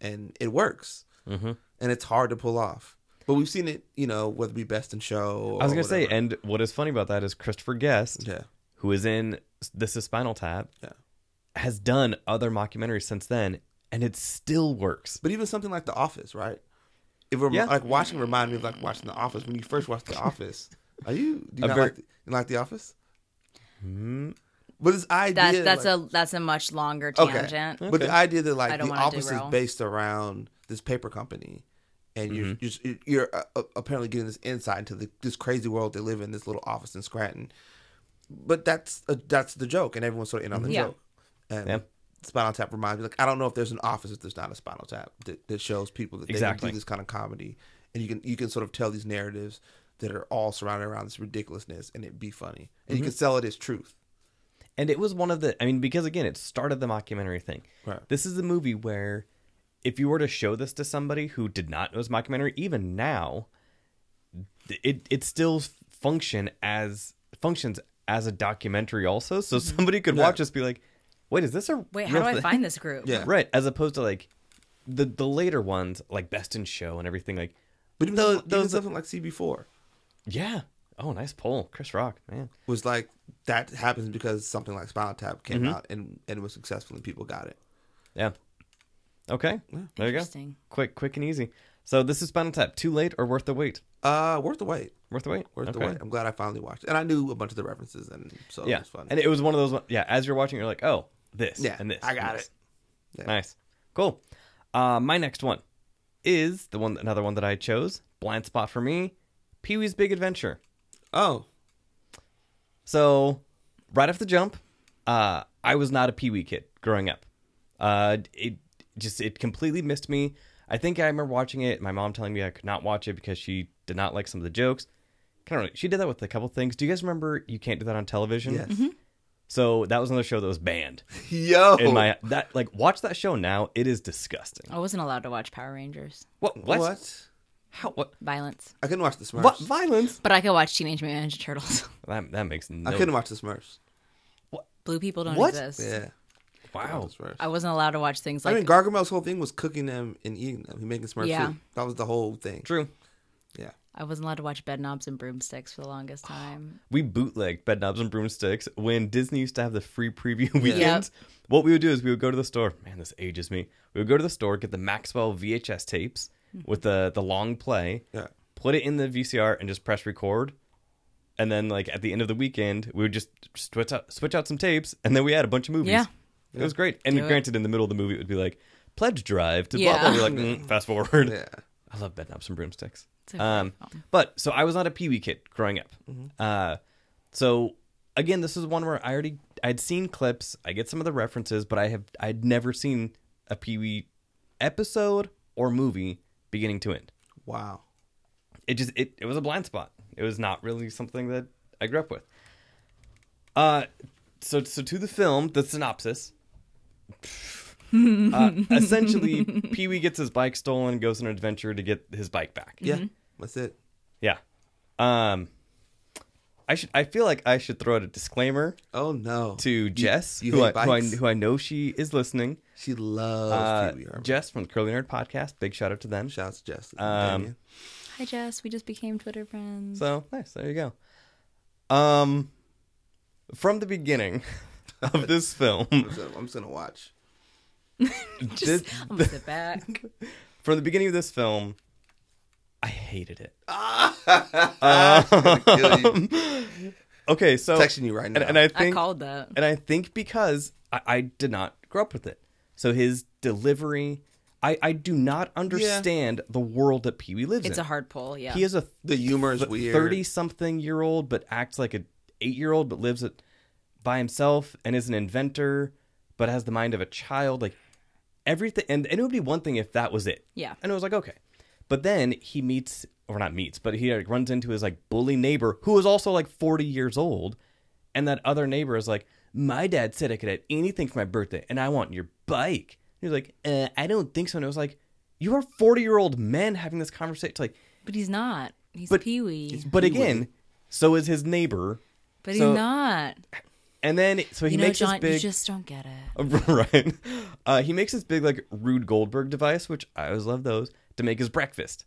Speaker 2: and it works. Mm-hmm. And it's hard to pull off, but we've seen it. You know, whether it be best in show.
Speaker 1: I was
Speaker 2: or
Speaker 1: gonna say,
Speaker 2: whatever.
Speaker 1: and what is funny about that is Christopher Guest,
Speaker 2: yeah,
Speaker 1: who is in This Is Spinal Tap,
Speaker 2: yeah.
Speaker 1: has done other mockumentaries since then, and it still works.
Speaker 2: But even something like The Office, right? It rem-
Speaker 1: Yeah.
Speaker 2: like watching reminded me of like watching The Office when you first watched The Office. Are you do you
Speaker 1: A
Speaker 2: not
Speaker 1: very- Hmm.
Speaker 2: like, the, you like The Office? But this idea
Speaker 3: That, that's
Speaker 2: like-
Speaker 3: a that's a much longer
Speaker 2: Okay.
Speaker 3: tangent.
Speaker 2: But the idea that
Speaker 3: I
Speaker 2: like
Speaker 3: don't
Speaker 2: the
Speaker 3: wanna
Speaker 2: office is
Speaker 3: derail.
Speaker 2: based around this paper company, and you're you're, just- you're uh, apparently getting this insight into the, this crazy world they live in, this little office in Scranton. But that's a, that's the joke, and everyone's sort of in on the
Speaker 3: Yeah.
Speaker 2: joke. And
Speaker 1: Yeah.
Speaker 2: Spinal Tap reminds me, like I don't know if there's an office if there's not a Spinal Tap that, that shows people that they
Speaker 1: Exactly.
Speaker 2: can do this kind of comedy, and you can you can sort of tell these narratives that are all surrounded around this ridiculousness, and it be funny, and you can sell it as truth.
Speaker 1: And it was one of the, I mean, because again, it started the mockumentary thing.
Speaker 2: Right.
Speaker 1: This is a movie where if you were to show this to somebody who did not know it was a mockumentary, even now, it, it still function as, functions as a documentary also. So somebody could watch this be like, wait, is this a real
Speaker 3: Wait, how do I
Speaker 1: thing?
Speaker 3: find this group?
Speaker 2: Yeah.
Speaker 1: Right. As opposed to like the, the later ones, like Best in Show and everything like,
Speaker 2: But even,
Speaker 1: Those-
Speaker 2: those, even
Speaker 1: those-
Speaker 2: something like CB4.
Speaker 1: yeah. Oh, nice poll. Chris Rock, man.
Speaker 2: was like that happens because something like Spinal Tap came
Speaker 1: Mm-hmm.
Speaker 2: out and and was successful and people got it.
Speaker 1: Yeah. Okay. There you go.
Speaker 3: Interesting.
Speaker 1: Quick, quick and easy. So this is Spinal Tap. Too late or worth the wait?
Speaker 2: Uh, worth the wait.
Speaker 1: Worth the wait.
Speaker 2: Worth the
Speaker 1: Okay.
Speaker 2: wait. I'm glad I finally watched it, and I knew a bunch of the references, and so
Speaker 1: Yeah.
Speaker 2: it was fun.
Speaker 1: And it was one of those. one- Yeah. As you're watching, you're like, oh, this.
Speaker 2: yeah,
Speaker 1: And this.
Speaker 2: I
Speaker 1: and
Speaker 2: got
Speaker 1: this.
Speaker 2: it. Yeah.
Speaker 1: Nice. Cool. Uh, my next one is the one, another one that I chose. Blind spot for me. Pee Wee's Big Adventure.
Speaker 2: Oh,
Speaker 1: So, right off the jump, uh, I was not a Pee Wee kid growing up. Uh, it just it completely missed me. I think I remember watching it. My mom telling me I could not watch it because she did not like some of the jokes. Kind of, really- she did that with a couple things. Do you guys remember? You can't do that on television.
Speaker 2: yes.
Speaker 1: So that was another show that was banned.
Speaker 2: Yo,
Speaker 1: In my that like watch that show now, it is disgusting.
Speaker 3: I wasn't allowed to watch Power Rangers.
Speaker 1: What what,
Speaker 2: what?
Speaker 1: how what
Speaker 3: Violence.
Speaker 2: I couldn't watch the Smurfs.
Speaker 1: what violence?
Speaker 3: But I could watch Teenage Mutant Ninja Turtles.
Speaker 1: That that makes no
Speaker 2: I couldn't watch the Smurfs.
Speaker 3: Blue people don't
Speaker 1: What?
Speaker 3: exist.
Speaker 2: Yeah,
Speaker 1: wow.
Speaker 2: the Smurfs.
Speaker 3: I wasn't allowed to watch things
Speaker 2: I
Speaker 3: like
Speaker 2: mean, Gargamel's whole thing was cooking them and eating them. He making Smurfs.
Speaker 3: Yeah.
Speaker 2: soup. that was the whole thing.
Speaker 1: True.
Speaker 2: Yeah,
Speaker 3: I wasn't allowed to watch Bed Knobs and Broomsticks for the
Speaker 2: Oh.
Speaker 3: longest time.
Speaker 1: we bootlegged bed knobs and broomsticks when Disney used to have the free preview weekends.
Speaker 3: Yep.
Speaker 1: What we would do is we would go to the store. Man, this ages me. We would go to the store, get the Maxwell VHS tapes
Speaker 3: Hmm.
Speaker 1: with the the long play,
Speaker 2: Yeah.
Speaker 1: put it in the VCR, and just press record. And then, like at the end of the weekend, we would just switch out switch out some tapes, and then we had a bunch of movies.
Speaker 3: Yeah.
Speaker 1: It was great. And
Speaker 3: it.
Speaker 1: granted, in the middle of the movie, it would be like pledge drive to blah
Speaker 3: Yeah.
Speaker 1: blah. You're like, mm, fast forward.
Speaker 2: Mm-hmm. Yeah.
Speaker 1: I love bed knobs and broomsticks.
Speaker 3: It's a
Speaker 1: Um,
Speaker 3: great film.
Speaker 1: but so I was not a Pee Wee kid growing up. Uh, so again, this is one where I already I'd seen clips. I get some of the references, but I have I'd never seen a Pee Wee episode or movie beginning to end.
Speaker 2: Wow.
Speaker 1: It just it, it was a blind spot. It was not really something that I grew up with. Uh, so so to the film, the synopsis. uh, essentially, Pee Wee gets his bike stolen, goes on an adventure to get his bike back.
Speaker 3: Mm-hmm.
Speaker 2: Yeah. That's it.
Speaker 1: Yeah. Um I should I feel like I should throw out a disclaimer
Speaker 2: Oh no.
Speaker 1: to Jess,
Speaker 2: you
Speaker 1: who, I,
Speaker 2: hate
Speaker 1: who I
Speaker 2: bikes?
Speaker 1: who I know she is listening.
Speaker 2: She loves
Speaker 1: Uh,
Speaker 2: Pee Wee Herman.
Speaker 1: Jess from the Curly Nerd Podcast. Big shout out to them.
Speaker 2: Shouts to Jess.
Speaker 1: Um,
Speaker 3: Hi Jess, we just became Twitter friends.
Speaker 1: So nice. There you go. Um from the beginning of this film,
Speaker 2: I'm just gonna- I'm just gonna watch.
Speaker 1: this-
Speaker 3: I'm gonna sit back.
Speaker 1: from the beginning of this film, I hated it.
Speaker 2: I'm gonna kill you.
Speaker 1: Okay, so
Speaker 2: Texting you right now.
Speaker 1: and, and I
Speaker 3: I
Speaker 1: think
Speaker 3: called that.
Speaker 1: And I think because I, I did not grow up with it. So his delivery, I, I do not understand the world that Pee Wee lives
Speaker 3: It's a
Speaker 1: in.
Speaker 3: hard pull. Yeah.
Speaker 1: he is a
Speaker 2: the humor is weird.
Speaker 1: 30 something year old, but acts like an eight year old, but lives it by himself and is an inventor, but has the mind of a child. Like everything. And, and it would be one thing if that was it.
Speaker 3: Yeah.
Speaker 1: And it was like, okay. But then he meets, or not meets, but he like, runs into his like bully neighbor who is also like 40 years old. And that other neighbor is like, my dad said I could have anything for my birthday and I want your bike. And he was like, uh, I don't think so. And it was like, you are 40 year old men having this conversation. It's Like,
Speaker 3: But he's not. He's
Speaker 1: But-
Speaker 3: Pee Wee.
Speaker 1: but again, so is his neighbor.
Speaker 3: But
Speaker 1: so-
Speaker 3: he's not.
Speaker 1: And then, so he
Speaker 3: You know,
Speaker 1: makes this
Speaker 3: John,
Speaker 1: big.
Speaker 3: you just don't get it.
Speaker 1: right. Uh, he makes this big, like, Rude Goldberg device, which I always love those, to make his breakfast.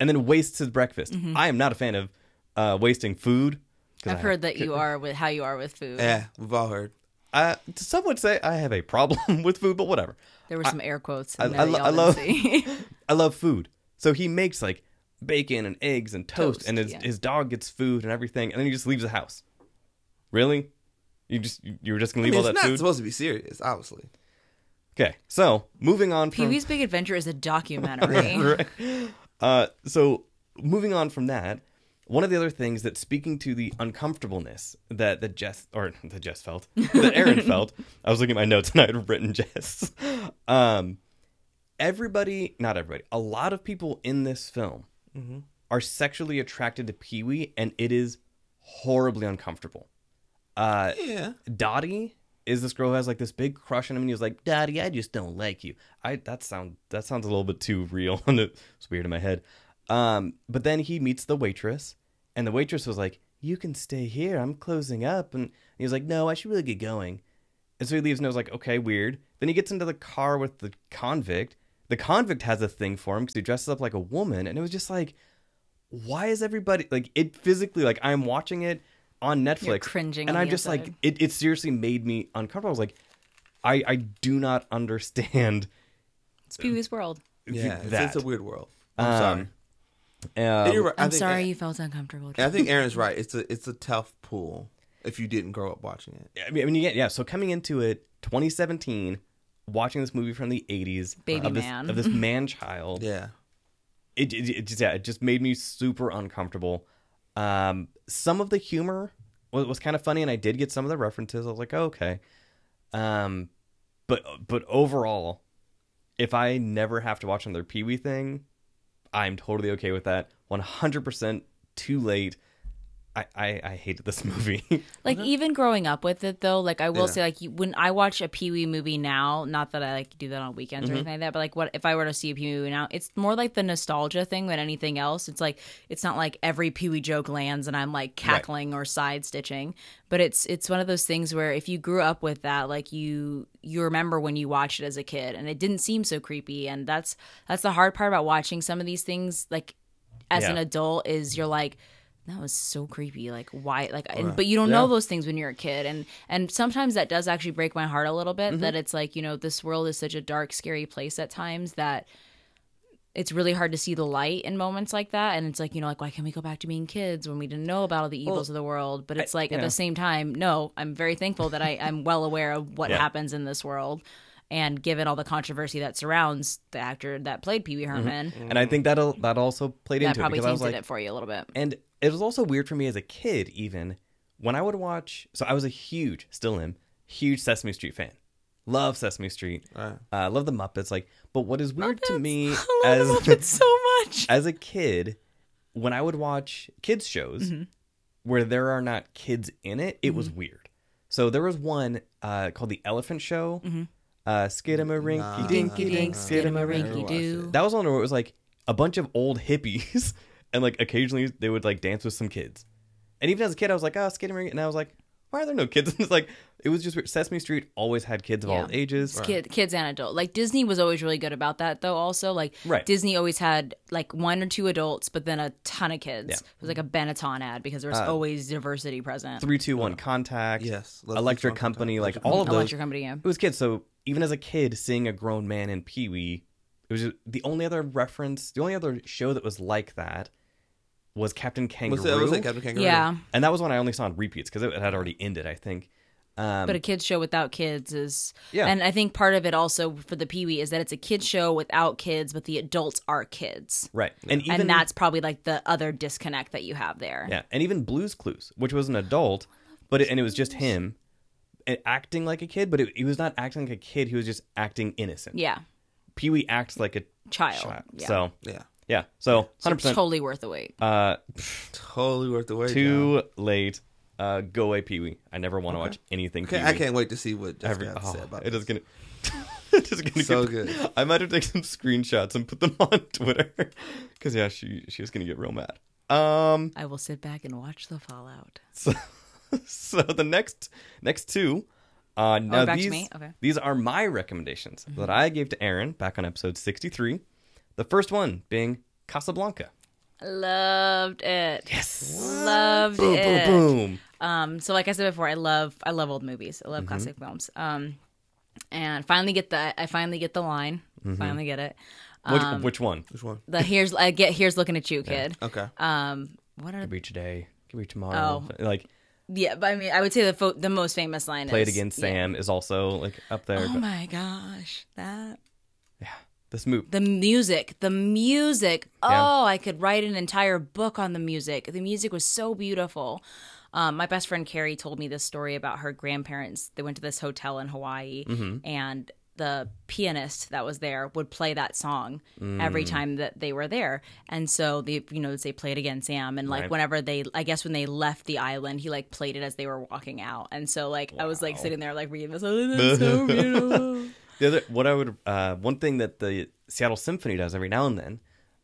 Speaker 1: And then wastes his breakfast.
Speaker 3: Mm-hmm.
Speaker 1: I am not a fan of uh, wasting food. 'cause
Speaker 3: I've
Speaker 1: I-
Speaker 3: heard that you are with how you are with food.
Speaker 2: Yeah, we've all heard.
Speaker 1: I, some would say I have a problem with food, but whatever.
Speaker 3: There were some air quotes. In
Speaker 1: I-
Speaker 3: there
Speaker 1: I
Speaker 3: that
Speaker 1: lo-
Speaker 3: y'all
Speaker 1: I
Speaker 3: didn't
Speaker 1: love-
Speaker 3: see.
Speaker 1: I love food. So he makes, like, bacon and eggs and toast,
Speaker 3: Toast,
Speaker 1: and his,
Speaker 3: yeah.
Speaker 1: his dog gets food and everything, and then he just leaves the house. Really? You just you you were just gonna
Speaker 2: I
Speaker 1: leave
Speaker 2: mean, it's
Speaker 1: all that
Speaker 2: not
Speaker 1: food?
Speaker 2: supposed to be serious, obviously.
Speaker 1: Okay, so moving on
Speaker 3: Pee
Speaker 1: from
Speaker 3: Wee's Big Adventure is a documentary.
Speaker 1: Right. Uh, so moving on from that, one of the other things that speaking to the uncomfortableness that that Jess or that Jess felt, that Aaron felt, I was looking at my notes and I had written Jess. Um, everybody, not everybody, a lot of people in this film are sexually attracted to Pee Wee, and it is horribly uncomfortable. Uh,
Speaker 2: Yeah.
Speaker 1: Dottie is this girl who has like this big crush on him, and he was like, "Dottie, I just don't like you." I that sound that sounds a little bit too real, and it's weird in my head. Um, but then he meets the waitress, and the waitress was like, "You can stay here. I'm closing up," and he was like, "No, I should really get going." And so he leaves, and I was like, "Okay, weird." Then he gets into the car with the convict. The convict has a thing for him because he dresses up like a woman, and it was just like, why is everybody like it physically? Like I'm watching it on Netflix,
Speaker 3: cringing
Speaker 1: and
Speaker 3: on
Speaker 1: I'm
Speaker 3: the
Speaker 1: just like,
Speaker 3: inside.
Speaker 1: it, it seriously made me uncomfortable. I was like, I, I do not understand.
Speaker 3: it's Pee Wee's World.
Speaker 2: Yeah. It's,
Speaker 1: that.
Speaker 2: it's a weird world. I'm sorry. You're
Speaker 1: Um,
Speaker 2: right. I
Speaker 3: I'm
Speaker 2: think-
Speaker 3: sorry you felt uncomfortable.
Speaker 2: And I think Aaron's right. It's a it's a tough pool if you didn't grow up watching it.
Speaker 1: I mean, I mean, yeah, yeah. So coming into it, 2017, watching this movie from the 80s,
Speaker 3: Baby
Speaker 1: of this,
Speaker 3: man.
Speaker 1: of this man child,
Speaker 2: Yeah.
Speaker 1: it, it, it just yeah, it just made me super uncomfortable. Um, some of the humor was, was kind of funny, and I did get some of the references. I was like, oh, okay, um, but but overall, if I never have to watch another Pee Wee thing, I'm totally okay with that. 100 percent too late. I, I I hated this movie.
Speaker 3: Like even growing up with it though, like I will
Speaker 2: Yeah.
Speaker 3: say, like you, when I watch a Pee Wee movie now, not that I like do that on weekends or anything like that, but like what if I were to see a Pee Wee movie now? It's more like the nostalgia thing than anything else. It's like it's not like every Pee Wee joke lands and I'm like cackling or side stitching, but it's it's one of those things where if you grew up with that, like you you remember when you watched it as a kid and it didn't seem so creepy, and that's that's the hard part about watching some of these things, like as
Speaker 1: Yeah.
Speaker 3: an adult is you're like that was so creepy like why like and, but you don't know
Speaker 2: Yeah.
Speaker 3: those things when you're a kid and and sometimes that does actually break my heart a little bit
Speaker 1: Mm-hmm.
Speaker 3: that it's like you know this world is such a dark scary place at times that it's really hard to see the light in moments like that and it's like you know like why can't we go back to being kids when we didn't know about all the evils of the world but it's like at
Speaker 1: yeah.
Speaker 3: the same time no i'm very thankful that I, i'm well aware of what
Speaker 1: Yeah.
Speaker 3: happens in this world and given all the controversy that surrounds the actor that played pee-wee
Speaker 1: Mm-hmm.
Speaker 3: herman
Speaker 1: And I think that will that also played
Speaker 3: Mm-hmm. that
Speaker 1: into it
Speaker 3: probably
Speaker 1: because I was
Speaker 3: tainted
Speaker 1: like,
Speaker 3: it for you a little bit
Speaker 1: and it was also weird for me as a kid, even when I would watch. So I was a huge, still am, huge Sesame Street fan. Love Sesame Street.
Speaker 2: Right.
Speaker 1: Uh, love the Muppets. Like, but what is weird to me
Speaker 3: i
Speaker 1: as
Speaker 3: love it so much
Speaker 1: as a kid, when I would watch kids shows where there are not kids in it, it was weird. So there was one uh, called the Elephant Show, uh, Skidamarinky Dinky Dink, Skidamarinky.
Speaker 3: doo
Speaker 1: That was one where it was like a bunch of old hippies, and like occasionally they would like dance with some kids. And even as a kid, I was like, oh, Skidamarinky, and I was like, why are there no kids? And it's like it was just weird. Sesame Street always had kids of
Speaker 3: Yeah.
Speaker 1: all ages.
Speaker 3: It's kid, kids and adult. Like Disney was always really good about that, though. Also, like
Speaker 1: Right.
Speaker 3: Disney always had like one or two adults, but then a ton of kids. It was like a Benetton ad because there was always diversity present.
Speaker 1: Uh, Three, two, one, contact.
Speaker 2: Yes, Leslie
Speaker 1: Electric
Speaker 2: Trump
Speaker 1: Company, like
Speaker 2: Contact, Electric
Speaker 1: all of those.
Speaker 3: Electric company, yeah.
Speaker 1: it was kids. So even as a kid, seeing a grown man in Pee Wee, it was just, the only other reference, the only other show that was like that was Captain Kangaroo,
Speaker 2: Was it, was it Captain Kangaroo?
Speaker 3: Yeah,
Speaker 1: and that was one I only saw on repeats because it had already ended, I think. Um,
Speaker 3: but a kids show without kids is
Speaker 1: Yeah.
Speaker 3: And I think part of it also for the Pee Wee is that it's a kids show without kids, but the adults are kids,
Speaker 1: right, and even
Speaker 3: and that's probably like the other disconnect that you have there.
Speaker 1: yeah, and even Blue's Clues, which was an adult, but it, and it was just him a- acting like a kid, but it, he was not acting like a kid; he was just acting innocent.
Speaker 3: Yeah.
Speaker 1: Pee Wee acts like a
Speaker 3: Child,
Speaker 1: child.
Speaker 3: yeah.
Speaker 1: So
Speaker 2: Yeah.
Speaker 1: yeah, so
Speaker 3: So
Speaker 1: hundred percent.
Speaker 3: totally worth the wait.
Speaker 1: Uh,
Speaker 2: Totally worth the wait. John.
Speaker 1: Too late. Uh, go away, Pee Wee. I never want to watch anything.
Speaker 2: Can't-
Speaker 1: Pee-wee.
Speaker 2: I can't wait to see what Jessica has to
Speaker 1: Oh,
Speaker 2: say about
Speaker 1: it
Speaker 2: this.
Speaker 1: is gonna. it is gonna
Speaker 2: So
Speaker 1: get,
Speaker 2: good.
Speaker 1: I might have taken some screenshots and put them on Twitter because yeah, she she's gonna get real mad. Um,
Speaker 3: I will sit back and watch the fallout.
Speaker 1: so, so the next next two. Uh, now
Speaker 3: Oh, back to
Speaker 1: these
Speaker 3: me? Okay. Mm-hmm.
Speaker 1: these are my recommendations that I gave to Aaron back on episode sixty three. The first one being Casablanca.
Speaker 3: Loved it. Yes. Loved
Speaker 1: Boom,
Speaker 3: it.
Speaker 1: boom, boom.
Speaker 3: Um, so like I said before, I love I love old movies. I love
Speaker 1: Mm-hmm.
Speaker 3: classic films. Um, and finally get the I finally get the line.
Speaker 1: Mm-hmm.
Speaker 3: Finally get it.
Speaker 1: Which,
Speaker 3: Um,
Speaker 1: which one?
Speaker 2: Which one?
Speaker 3: The here's I get here's looking at you, kid.
Speaker 2: Okay.
Speaker 3: Um, what are
Speaker 1: Could be today. Could be tomorrow.
Speaker 3: Oh,
Speaker 1: Like
Speaker 3: yeah? But I mean, I would say the fo- the most famous line
Speaker 1: Play It
Speaker 3: is
Speaker 1: Again,
Speaker 3: yeah.
Speaker 1: Sam is also like up there.
Speaker 3: Oh
Speaker 1: but
Speaker 3: my gosh, that
Speaker 1: this movie,
Speaker 3: the music, the music.
Speaker 1: Yeah.
Speaker 3: Oh, I could write an entire book on the music. The music was so beautiful. Um, my best friend Carrie told me this story about her grandparents. They went to this hotel in Hawaii,
Speaker 1: Mm-hmm.
Speaker 3: and the pianist that was there would play that song
Speaker 1: Mm.
Speaker 3: every time that they were there. And so they, you know, they played again, Sam. And like
Speaker 1: Right.
Speaker 3: whenever they, I guess when they left the island, he like played it as they were walking out. And so like I was like sitting there like reading this, oh, that's so beautiful.
Speaker 1: the other what I would uh, one thing that the Seattle Symphony does every now and then,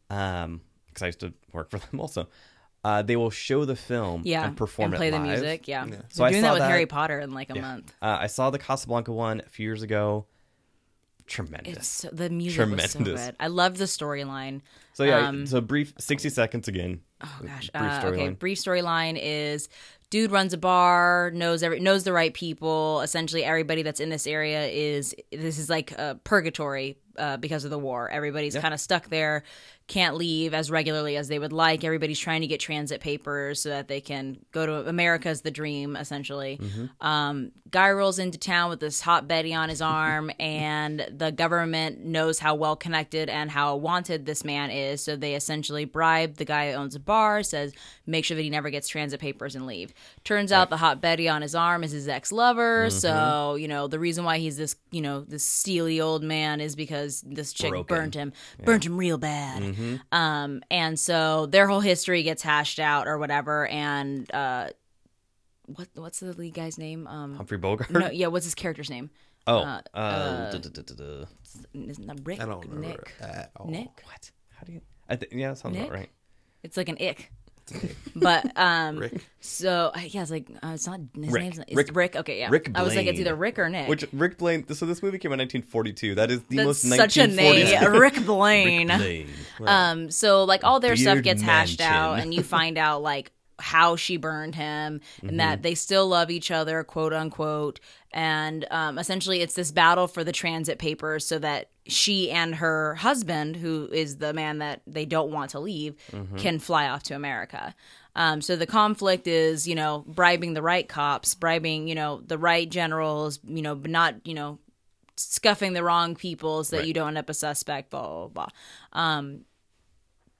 Speaker 1: because I used to work for them also, uh, they will show the film
Speaker 3: yeah,
Speaker 1: and perform
Speaker 3: and play
Speaker 1: it
Speaker 3: the
Speaker 1: live.
Speaker 3: music. Yeah,
Speaker 1: So
Speaker 3: They're
Speaker 1: I
Speaker 3: doing
Speaker 1: saw
Speaker 3: that with
Speaker 1: that-
Speaker 3: Harry Potter in like a month.
Speaker 1: Uh, I saw the Casablanca one a few years ago. Tremendous.
Speaker 3: It's so, the music was so
Speaker 1: Tremendous.
Speaker 3: good. I love the storyline.
Speaker 1: so yeah, so brief sixty seconds again.
Speaker 3: um, Oh
Speaker 1: brief
Speaker 3: gosh, uh, okay.
Speaker 1: storyline.
Speaker 3: Brief storyline is dude runs a bar, knows every knows the right people. Essentially, everybody that's in this area is this is like uh, purgatory uh, because of the war. Everybody's kind of stuck there, can't leave as regularly as they would like. Everybody's trying to get transit papers so that they can go to America's the dream. Essentially,
Speaker 1: Mm-hmm.
Speaker 3: um, guy rolls into town with this hot Betty on his arm, and the government knows how well connected and how wanted this man is. So they essentially bribe the guy who owns a bar, says, make sure that he never gets transit papers and leave. Turns out the hot Betty on his arm is his ex lover. So, you know, the reason why he's this, you know, this steely old man is because this chick
Speaker 1: Broken.
Speaker 3: burned him, burned him real bad. Um, and so their whole history gets hashed out or whatever. And, uh, what, what's the lead guy's name? Um,
Speaker 1: Humphrey Bogart.
Speaker 3: no, yeah. What's his character's name?
Speaker 1: oh, uh, duh, duh, duh, duh, duh.
Speaker 3: Isn't that Rick?
Speaker 2: I don't remember
Speaker 3: Nick.
Speaker 2: at all.
Speaker 3: Nick.
Speaker 1: what? How do you? I th- yeah, that sounds about
Speaker 3: Nick?
Speaker 1: right.
Speaker 3: It's like an ick. but um,
Speaker 2: Rick.
Speaker 3: so I- yeah, it's like uh, it's not his
Speaker 1: Rick.
Speaker 3: name's not, it's
Speaker 1: Rick-
Speaker 3: Rick. Okay, yeah.
Speaker 1: Rick
Speaker 3: I was like, it's
Speaker 1: Blaine.
Speaker 3: either Rick or Nick.
Speaker 1: Which Rick Blaine? So this movie came out in 1942. That is the
Speaker 3: That's
Speaker 1: most
Speaker 3: such a
Speaker 1: 1940s
Speaker 3: name, Rick Blaine.
Speaker 1: Rick Blaine.
Speaker 3: Um, so like all their stuff
Speaker 1: Beard
Speaker 3: gets hashed
Speaker 1: mansion.
Speaker 3: out, and you find out like how she burned him,
Speaker 1: Mm-hmm.
Speaker 3: and that they still love each other, quote unquote. And um, essentially, it's this battle for the transit papers, so that she and her husband, who is the man that they don't want to leave,
Speaker 1: Mm-hmm.
Speaker 3: can fly off to America. Um, so the conflict is, you know, bribing the right cops, bribing, you know, the right generals, you know, but not, you know, scuffing the wrong people so that you don't end up a suspect, blah, blah, blah. Um,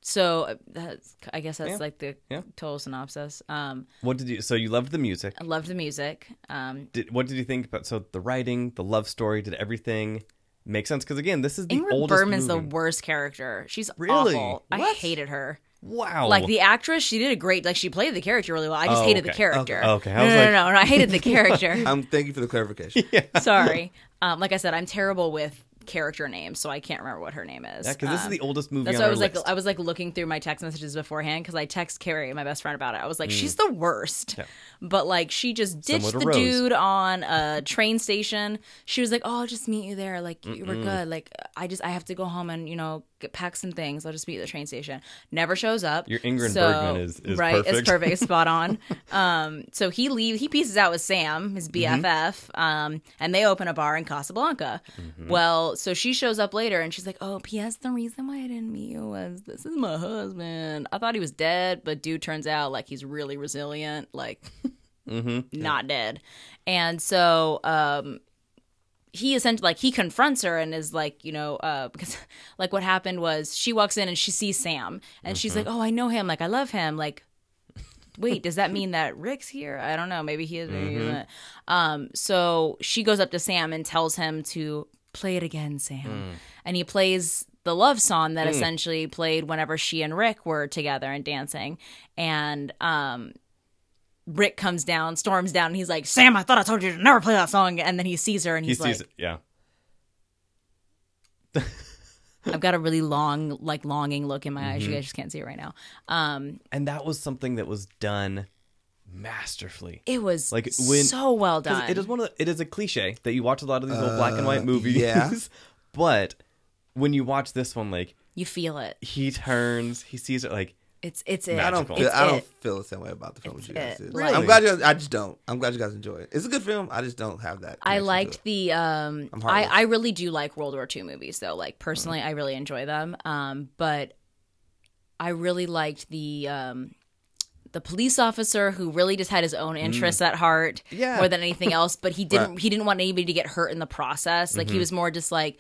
Speaker 3: so uh, that's, I guess that's like the
Speaker 1: Yeah.
Speaker 3: total synopsis. Um,
Speaker 1: What did you? So you loved the music.
Speaker 3: I loved the music. Um,
Speaker 1: Did what did you think about? So the writing, the love story, did everything make sense? Because again, this is the
Speaker 3: Ingrid
Speaker 1: oldest
Speaker 3: Bergman's the
Speaker 1: movie.
Speaker 3: worst character. She's
Speaker 1: Really?
Speaker 3: awful. I
Speaker 1: What? Oh.
Speaker 3: hated her.
Speaker 1: wow.
Speaker 3: Like the actress, she did a great. Like she played the character really well. I just
Speaker 1: Oh,
Speaker 3: hated the
Speaker 1: okay.
Speaker 3: character.
Speaker 1: Okay. Okay. I
Speaker 3: No,
Speaker 1: was
Speaker 3: no, no,
Speaker 1: like-
Speaker 3: no, no. I hated the character.
Speaker 2: Um, thank you for the clarification.
Speaker 3: Sorry. Um, like I said, I'm terrible with character names, so I can't remember what her name is.
Speaker 1: because this is
Speaker 3: Um,
Speaker 1: the oldest movie
Speaker 3: That's
Speaker 1: on
Speaker 3: why I
Speaker 1: our
Speaker 3: was
Speaker 1: list.
Speaker 3: like, I was like looking through my text messages beforehand because I text Carrie, my best friend, about it. I was like, she's the worst. But like, she just ditched
Speaker 1: Similar Mm. to
Speaker 3: the
Speaker 1: Rose.
Speaker 3: dude on a train station. She was like, oh, I'll just meet you there. Like, you were good. Like, I just, I have to go home and, you know, get, pack some things. I'll just meet you at the train station. Never shows up.
Speaker 1: Your Ingrid
Speaker 3: So-
Speaker 1: Bergman is- is
Speaker 3: right,
Speaker 1: perfect.
Speaker 3: It's perfect. Spot on. um, so he leave. He pieces out with Sam,
Speaker 1: Mm-hmm.
Speaker 3: his BFF, um, and they open a bar in Casablanca.
Speaker 1: Mm-hmm.
Speaker 3: Well, so she shows up later, and she's like, "Oh, P.S. The reason why I didn't meet you was this is my husband. I thought he was dead, but dude turns out like he's really resilient. Like."
Speaker 1: Mm-hmm.
Speaker 3: Not dead. And so um he essentially like he confronts her and is like you know uh because like what happened was she walks in and she sees sam and she's
Speaker 1: Mm-hmm.
Speaker 3: like oh i know him like i love him like wait does that mean that rick's here i don't know maybe he is maybe
Speaker 1: Mm-hmm.
Speaker 3: he isn't um so she goes up to sam and tells him to play it again sam
Speaker 1: Mm.
Speaker 3: and he plays the love song that essentially played whenever she and rick were together and dancing and um Rick comes down, storms down, and he's like, "Sam, I thought I told you to never play that song." And then he sees her, and
Speaker 1: he
Speaker 3: he's like,
Speaker 1: sees it. Yeah.
Speaker 3: I've got a really long, like longing look in my eyes. You
Speaker 1: Mm-hmm.
Speaker 3: guys just can't see it right now. Um,
Speaker 1: and that was something that was done masterfully.
Speaker 3: it was
Speaker 1: Like,
Speaker 3: like
Speaker 1: when-
Speaker 3: so well
Speaker 1: 'Cause
Speaker 3: done.
Speaker 1: It is one of the, it is a cliche that you watch a lot of these old black and white movies.
Speaker 2: yeah.
Speaker 1: but when you watch this one, like
Speaker 3: you feel it.
Speaker 1: he turns, he sees it, like
Speaker 3: It's it's it.
Speaker 2: I don't
Speaker 1: Magical.
Speaker 2: feel,
Speaker 3: It's
Speaker 2: I don't
Speaker 3: it.
Speaker 2: feel the same way about the film as you guys
Speaker 3: it.
Speaker 2: did.
Speaker 3: Really?
Speaker 2: I'm glad you guys, I just don't. I'm glad you guys enjoy it. It's a good film. I just don't have that. connection
Speaker 3: I
Speaker 2: to
Speaker 3: liked
Speaker 2: it.
Speaker 3: the um I,
Speaker 2: heartless.
Speaker 3: I really do like World War II movies though. Like personally I really enjoy them. Um but I really liked the um the police officer who really just had his own interests at heart
Speaker 1: Mm. Yeah.
Speaker 3: more than anything else, but he didn't he didn't want anybody to get hurt in the process.
Speaker 1: Mm-hmm.
Speaker 3: Like he was more just like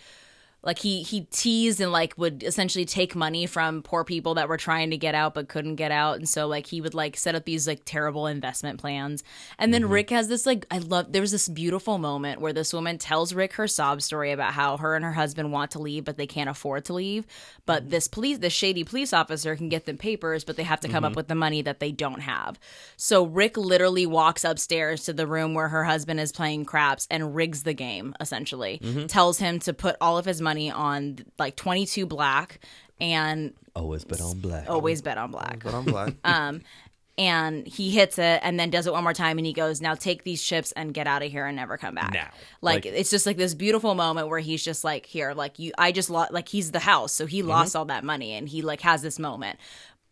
Speaker 3: like he he teased and like would essentially take money from poor people that were trying to get out but couldn't get out and so like he would like set up these like terrible investment plans and then rick has this like i love there was this beautiful moment where this woman tells rick her sob story about how her and her husband want to leave but they can't afford to leave but this police this shady police officer can get them papers but they have to come up with the money that they don't have so rick literally walks upstairs to the room where her husband is playing craps and rigs the game essentially tells him to put all of his money on like 22 black and
Speaker 1: always but on black.
Speaker 3: always bet on black
Speaker 2: But I'm glad.
Speaker 3: Uh, and he hits it and then does it one more time and he goes now take these chips and get out of here and never come back
Speaker 1: Now.
Speaker 3: like,
Speaker 1: Like-
Speaker 3: it's just like this beautiful moment where he's just like here like you i just lost like he's the house so he lost all that money and he like has this moment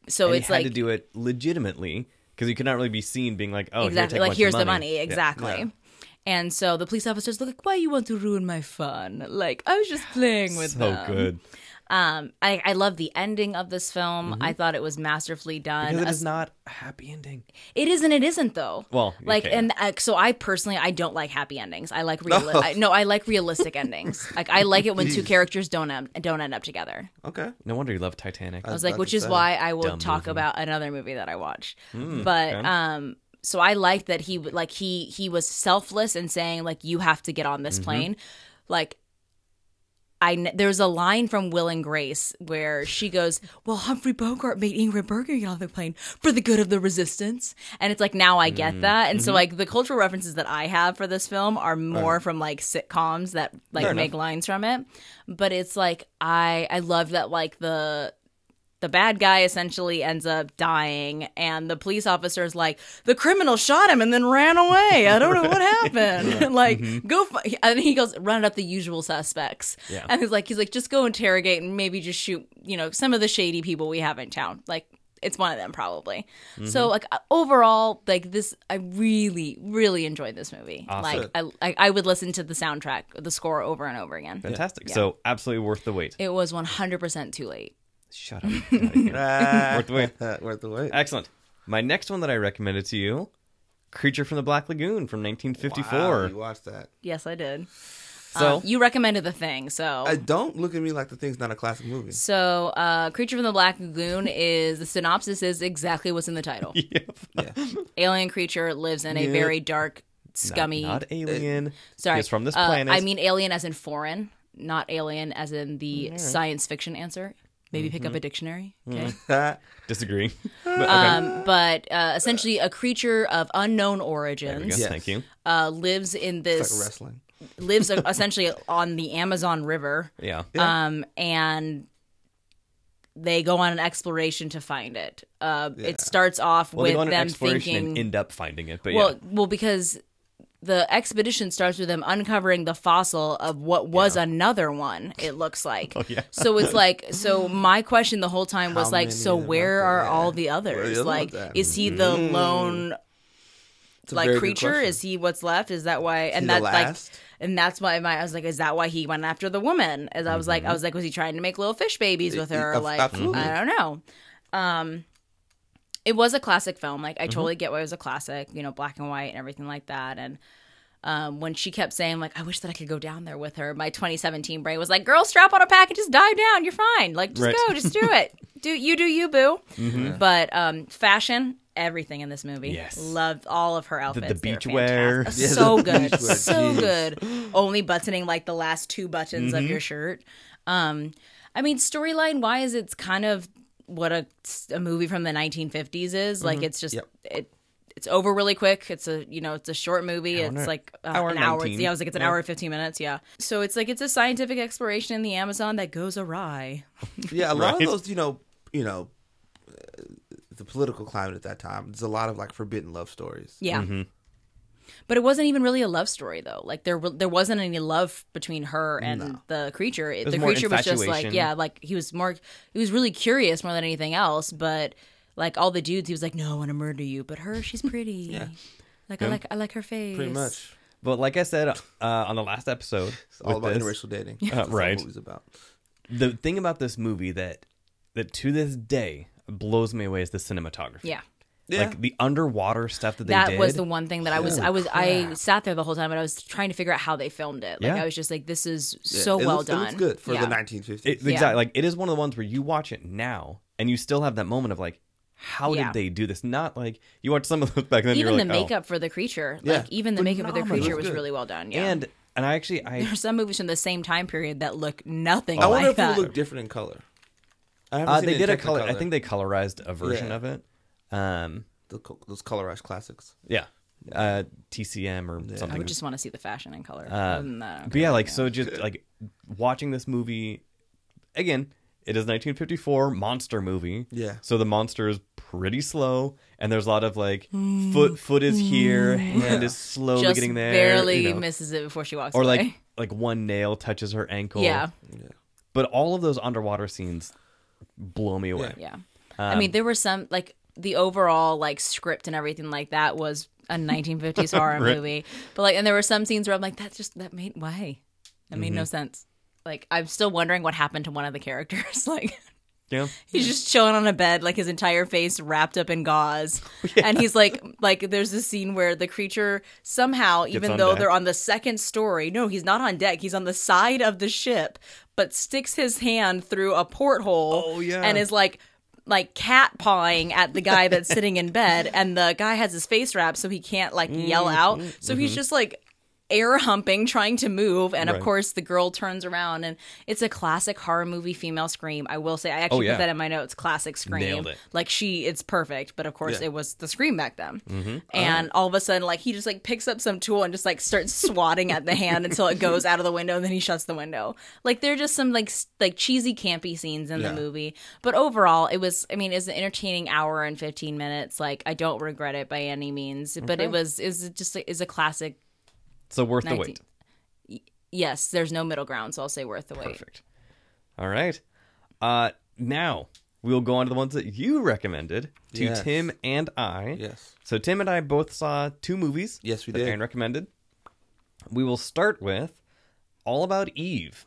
Speaker 3: so
Speaker 1: Mm-hmm. And he
Speaker 3: it's
Speaker 1: had
Speaker 3: like
Speaker 1: to do it legitimately because you could not really be seen being like, oh,
Speaker 3: exactly
Speaker 1: Here, take a
Speaker 3: like
Speaker 1: bunch of
Speaker 3: here's
Speaker 1: money.
Speaker 3: the money
Speaker 1: Yeah.
Speaker 3: exactly and so the police officer's like why you want to ruin my fun like i was just playing with
Speaker 1: So
Speaker 3: them
Speaker 1: good
Speaker 3: um i i love the ending of this film i thought it was masterfully done
Speaker 1: Mm-hmm. because it
Speaker 3: As-
Speaker 1: is not a happy ending.
Speaker 3: It is and it isn't though.
Speaker 1: Well,
Speaker 3: like
Speaker 1: okay.
Speaker 3: and uh, so I personally I don't like happy endings. I like real. I, no, I like realistic endings. Like I like it when two characters don't em- don't end up together.
Speaker 2: okay.
Speaker 1: No wonder you love Titanic.
Speaker 3: I was
Speaker 2: about
Speaker 3: like,
Speaker 2: to
Speaker 3: which is
Speaker 2: say.
Speaker 3: why I will
Speaker 1: Dumb
Speaker 3: talk
Speaker 1: movie.
Speaker 3: about another movie that I watched. but um, so I liked that he would- like he he was selfless in saying like you have to get on this plane, like. I kn- there's a line from Will and Grace where she goes, "Well, Humphrey Bogart made Ingrid Bergman get on the plane for the good of the resistance," and it's like now I get that, and so like the cultural references that I have for this film are more from like sitcoms that like
Speaker 1: Fair enough.
Speaker 3: make lines from it, but it's like I I love that like the the bad guy essentially ends up dying and the police officer is like the criminal shot him and then ran away i don't know what happened like go f-. and he goes run up the usual suspects
Speaker 1: Mm-hmm. Yeah.
Speaker 3: and he's like he's like just go interrogate and maybe just shoot you know, some of the shady people we have in town. Like it's one of them probably.
Speaker 1: Mm-hmm.
Speaker 3: So like uh, overall, like this, I really, really enjoyed this movie.
Speaker 1: Awesome.
Speaker 3: Like I, I, I would listen to the soundtrack, the score over and over again.
Speaker 1: Fantastic. So absolutely worth the wait.
Speaker 3: It was 100% too late.
Speaker 1: Shut up. Get outta here.
Speaker 2: Worth
Speaker 1: the wait.
Speaker 2: Worth the wait.
Speaker 1: Excellent. My next one that I recommended to you, Creature from the Black Lagoon from
Speaker 2: Wow,
Speaker 1: 1954.
Speaker 2: you watched that.
Speaker 3: Yes, I did.
Speaker 1: So
Speaker 3: Uh, you recommended the thing, so
Speaker 2: I Uh, don't look at me like the thing's not a classic movie.
Speaker 3: so uh, creature from the black lagoon is the synopsis is exactly what's in the title.
Speaker 1: Yep.
Speaker 2: Yeah.
Speaker 3: Alien creature lives in a
Speaker 2: Yeah.
Speaker 3: very dark, scummy.
Speaker 1: Not, not alien.
Speaker 3: Uh, sorry,
Speaker 1: He's from this
Speaker 3: uh,
Speaker 1: planet.
Speaker 3: I mean alien as in foreign, not alien as in the science fiction answer. Maybe pick
Speaker 1: Mm-hmm.
Speaker 3: up a dictionary.
Speaker 1: Mm.
Speaker 3: Okay.
Speaker 1: disagreeing. But, okay.
Speaker 3: Um, but uh, essentially, a creature of unknown
Speaker 1: There we go.
Speaker 3: origins
Speaker 2: Yes.
Speaker 1: Thank you.
Speaker 3: uh, lives in
Speaker 2: It's
Speaker 3: this
Speaker 2: like wrestling.
Speaker 3: lives uh, essentially on the Amazon River.
Speaker 1: Yeah.
Speaker 3: um, and they go on an exploration to find it. Uh, It starts off
Speaker 1: Well, they go on
Speaker 3: with
Speaker 1: an
Speaker 3: them
Speaker 1: exploration
Speaker 3: thinking,
Speaker 1: and end up finding it. But
Speaker 3: well,
Speaker 1: yeah.
Speaker 3: well, because the expedition starts with them uncovering the fossil of what was another one. It looks like.
Speaker 1: yeah.
Speaker 3: So it's like, so my question the whole time
Speaker 2: Oh,
Speaker 3: was
Speaker 2: How
Speaker 3: like,
Speaker 2: many
Speaker 3: so
Speaker 2: are
Speaker 3: where
Speaker 2: out
Speaker 3: are
Speaker 2: there?
Speaker 3: all the
Speaker 2: Where are
Speaker 3: others?
Speaker 2: the other
Speaker 3: Like,
Speaker 2: ones at?
Speaker 3: is he the lone
Speaker 2: Mm. It's a
Speaker 3: like
Speaker 2: very good
Speaker 3: creature?
Speaker 2: question.
Speaker 3: Is he what's left? Is that why? and
Speaker 2: he
Speaker 3: that
Speaker 2: the
Speaker 3: like,
Speaker 2: last?
Speaker 3: and that's why my, I was like, is that why he went after the woman? As I was like,
Speaker 1: Mm-hmm.
Speaker 3: I was like, was he trying to make little fish babies with
Speaker 2: Y- y-
Speaker 3: her?
Speaker 2: ab-
Speaker 3: like,
Speaker 2: absolutely.
Speaker 3: I don't know. Um, it was a classic film. Like,
Speaker 1: Mm-hmm.
Speaker 3: I totally get why it was a classic. You know, black and white and everything like that. And um, when she kept saying like, I wish that I could go down there with her, my 2017 brain was like, girl, strap on a pack and just dive down. You're fine. Like, just
Speaker 1: Right. Mm-hmm.
Speaker 3: go, just do it. Do you do you boo? But um, fashion. Everything in this movie,
Speaker 1: Yes.
Speaker 3: loved all of her outfits. They were
Speaker 1: beach wear.
Speaker 3: fantastic.
Speaker 2: Yeah, the
Speaker 3: so
Speaker 2: beach
Speaker 3: good,
Speaker 2: wear,
Speaker 3: so
Speaker 2: jeez.
Speaker 3: good. Only buttoning like the last two buttons of your shirt. Um, I mean, storyline wise, it's kind of what a, a movie from the 1950s is. Like, it's just
Speaker 2: Yep.
Speaker 3: it. It's over really quick. It's a you know, it's a short movie. it's like uh,
Speaker 1: hour
Speaker 3: an hour.
Speaker 1: 19.
Speaker 3: Yeah, I was like, it's an hour and 15 minutes. Yeah. So it's like it's a scientific exploration in the Amazon that goes awry.
Speaker 2: Yeah, a lot
Speaker 1: Right.
Speaker 2: of those, you know, you know, uh, the political climate at that time. There's a lot of like forbidden love stories.
Speaker 3: Yeah. But it wasn't even really a love story though. Like there, there wasn't any love between her and the creature. It,
Speaker 1: was
Speaker 3: the
Speaker 1: more
Speaker 3: creature was just like,
Speaker 1: infatuation.
Speaker 3: yeah, like he was more, he was really curious more than anything else. But like all the dudes, he was like, no, I want to murder you. But her, she's pretty. Like I like, I like her face.
Speaker 2: pretty much.
Speaker 1: But like I said uh, on the last episode,
Speaker 2: It's all
Speaker 1: with
Speaker 2: about
Speaker 1: this, Uh,
Speaker 2: interracial dating. That's what the
Speaker 1: right.
Speaker 2: movie's about.
Speaker 1: the thing about this movie that that to this day blows me away is the cinematography.
Speaker 3: Yeah.
Speaker 2: Yeah.
Speaker 1: Like the underwater stuff that they
Speaker 3: That
Speaker 1: did.
Speaker 3: was the one thing that I was,
Speaker 1: Holy
Speaker 3: I was, I
Speaker 1: crap.
Speaker 3: sat there the whole time, and I was trying to figure out how they filmed it. Like
Speaker 1: Yeah.
Speaker 3: I was just like, this is
Speaker 2: Yeah,
Speaker 3: so
Speaker 2: it
Speaker 3: well
Speaker 2: looks-
Speaker 3: done.
Speaker 2: It looks good for
Speaker 3: Yeah.
Speaker 2: the 1950s.
Speaker 1: It, Exactly. Like it is one of the ones where you watch it now and you still have that moment of like, how did
Speaker 3: Yeah.
Speaker 1: they do this? Not like you watch some of those back then.
Speaker 3: Even
Speaker 1: you're
Speaker 3: the
Speaker 1: like, oh.
Speaker 3: makeup for the creature,
Speaker 2: Yeah.
Speaker 3: like even the makeup for the
Speaker 1: Phenomenal.
Speaker 3: creature was
Speaker 2: Good.
Speaker 3: really well done. Yeah.
Speaker 1: and and I actually I
Speaker 3: There's some movies from the same time period that look nothing
Speaker 2: I wonder if
Speaker 3: like
Speaker 2: it
Speaker 3: that.
Speaker 2: would look different in color. I haven't
Speaker 1: Oh, uh,
Speaker 2: seen
Speaker 1: they
Speaker 2: it
Speaker 1: did a
Speaker 2: in
Speaker 1: color. I
Speaker 2: Technicolor.
Speaker 1: think they colorized a version
Speaker 2: Yeah.
Speaker 1: of it. Um,
Speaker 2: The co- those colorized classics.
Speaker 1: yeah, uh, TCM or
Speaker 3: I
Speaker 1: something.
Speaker 3: would just want to see the fashion and
Speaker 1: Uh,
Speaker 3: color. Other than that, I don't
Speaker 1: But yeah, like so, just like watching this movie again. It is 1954 monster movie.
Speaker 2: Yeah.
Speaker 1: So the monster is pretty slow, and there's a lot of like foot foot is here, hand is slowly
Speaker 3: care. just
Speaker 1: getting there,
Speaker 3: barely
Speaker 1: you know.
Speaker 3: misses it before she walks
Speaker 1: or
Speaker 3: away.
Speaker 1: like like one nail touches her ankle.
Speaker 3: yeah,
Speaker 2: Yeah.
Speaker 1: But all of those underwater scenes blow me away.
Speaker 3: yeah. I
Speaker 1: Um,
Speaker 3: mean, there were some like the overall like script and everything like that was a 1950s horror movie, but like, and there were some scenes where I'm like, that just that made why that made
Speaker 1: Mm-hmm.
Speaker 3: no sense. Like, I'm still wondering what happened to one of the characters. Like.
Speaker 1: Yeah.
Speaker 3: He's just chilling on a bed, like his entire face wrapped up in gauze. And he's like, like there's this scene where the creature somehow, even
Speaker 1: on
Speaker 3: though
Speaker 1: deck.
Speaker 3: they're on the second story, no, he's not on deck. He's on the side of the ship, but sticks his hand through a porthole.
Speaker 1: Oh, yeah.
Speaker 3: and is like. Like cat pawing at the guy that's sitting in bed, and the guy has his face wrapped so he can't like yell
Speaker 1: Mm-hmm.
Speaker 3: out. So he's just like air humping, trying to move, and
Speaker 1: Right.
Speaker 3: of course the girl turns around, and it's a classic horror movie female scream. I will say, I actually
Speaker 1: Oh, yeah.
Speaker 3: put that in my notes. Classic scream,
Speaker 1: Nailed it.
Speaker 3: like she, it's perfect. But of course,
Speaker 2: Yeah. Mm-hmm. Oh.
Speaker 3: it was the scream back then, and all of a sudden, like he just like picks up some tool and just like starts swatting at the hand until it goes out of the window, and then he shuts the window. Like there are just some like s- like cheesy campy scenes in
Speaker 2: Yeah.
Speaker 3: the movie, but overall, it was. I mean, it's an entertaining hour and fifteen minutes. Like I don't regret it by any means, but it was is just a, is a classic
Speaker 1: So worth the
Speaker 3: 19
Speaker 1: wait.
Speaker 3: Yes, there's no middle ground, so I'll say worth the wait.
Speaker 1: Perfect. All right. Uh, now we'll go on to the ones that you recommended to
Speaker 2: Yes.
Speaker 1: Tim and I.
Speaker 2: Yes.
Speaker 1: So Tim and I both saw two movies.
Speaker 2: Yes, we
Speaker 1: that
Speaker 2: did.
Speaker 1: Aaron recommended. We will start with All About Eve.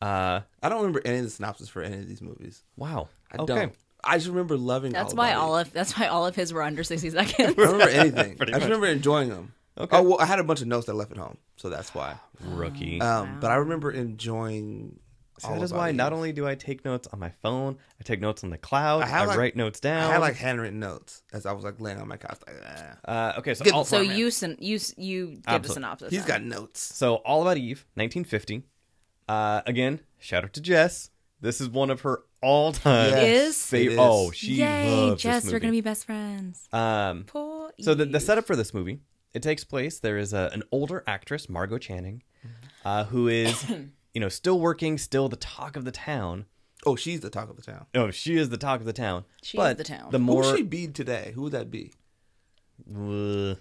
Speaker 1: Uh,
Speaker 2: I don't remember any of the synopsis for any of these movies.
Speaker 1: wow.
Speaker 2: I don't. I just remember loving.
Speaker 3: That's
Speaker 2: all
Speaker 3: why
Speaker 2: about
Speaker 3: all
Speaker 2: It.
Speaker 3: of that's why all of his were under sixty seconds.
Speaker 2: I don't remember anything. I
Speaker 1: Pretty
Speaker 2: just
Speaker 1: much.
Speaker 2: remember enjoying them.
Speaker 1: Okay.
Speaker 2: Oh well, I had a bunch of notes that I left at home, so that's why.
Speaker 1: Rookie.
Speaker 2: Um, but I remember enjoying.
Speaker 1: So
Speaker 2: all
Speaker 1: that is
Speaker 2: about
Speaker 1: why
Speaker 2: Eve.
Speaker 1: not only do I take notes on my phone, I take notes on the cloud,
Speaker 2: I
Speaker 1: I,
Speaker 2: have, like-
Speaker 1: write notes down.
Speaker 2: I had like handwritten notes as I was like laying on my couch. Like, ah.
Speaker 1: uh, okay, so
Speaker 2: Get
Speaker 1: all,
Speaker 2: the
Speaker 3: so
Speaker 2: Format.
Speaker 3: you syn- you s- you give the
Speaker 1: Absolutely.
Speaker 3: synopsis.
Speaker 2: He's
Speaker 3: then.
Speaker 2: got notes.
Speaker 1: so all about Eve, 1950. Uh, again, shout out to Jess. This is one of her all-time
Speaker 2: Yes,
Speaker 3: Is?
Speaker 1: fav-
Speaker 2: it is.
Speaker 1: Oh, she
Speaker 3: Yay,
Speaker 1: loved
Speaker 3: Jess,
Speaker 1: this
Speaker 3: we're gonna
Speaker 1: movie.
Speaker 3: be best friends.
Speaker 1: Um,
Speaker 3: Poor
Speaker 1: so the, the
Speaker 3: Eve.
Speaker 1: setup for this movie, it takes place. There is a, an older actress, Margot Channing, uh, who is, you know, still working, still the talk of the town.
Speaker 2: Oh, she's the talk of the town.
Speaker 1: Oh, she is the talk of the town.
Speaker 3: She is
Speaker 1: but
Speaker 3: the town.
Speaker 1: The
Speaker 2: Who
Speaker 1: more
Speaker 2: would she be today? Who would that be?
Speaker 1: Ugh.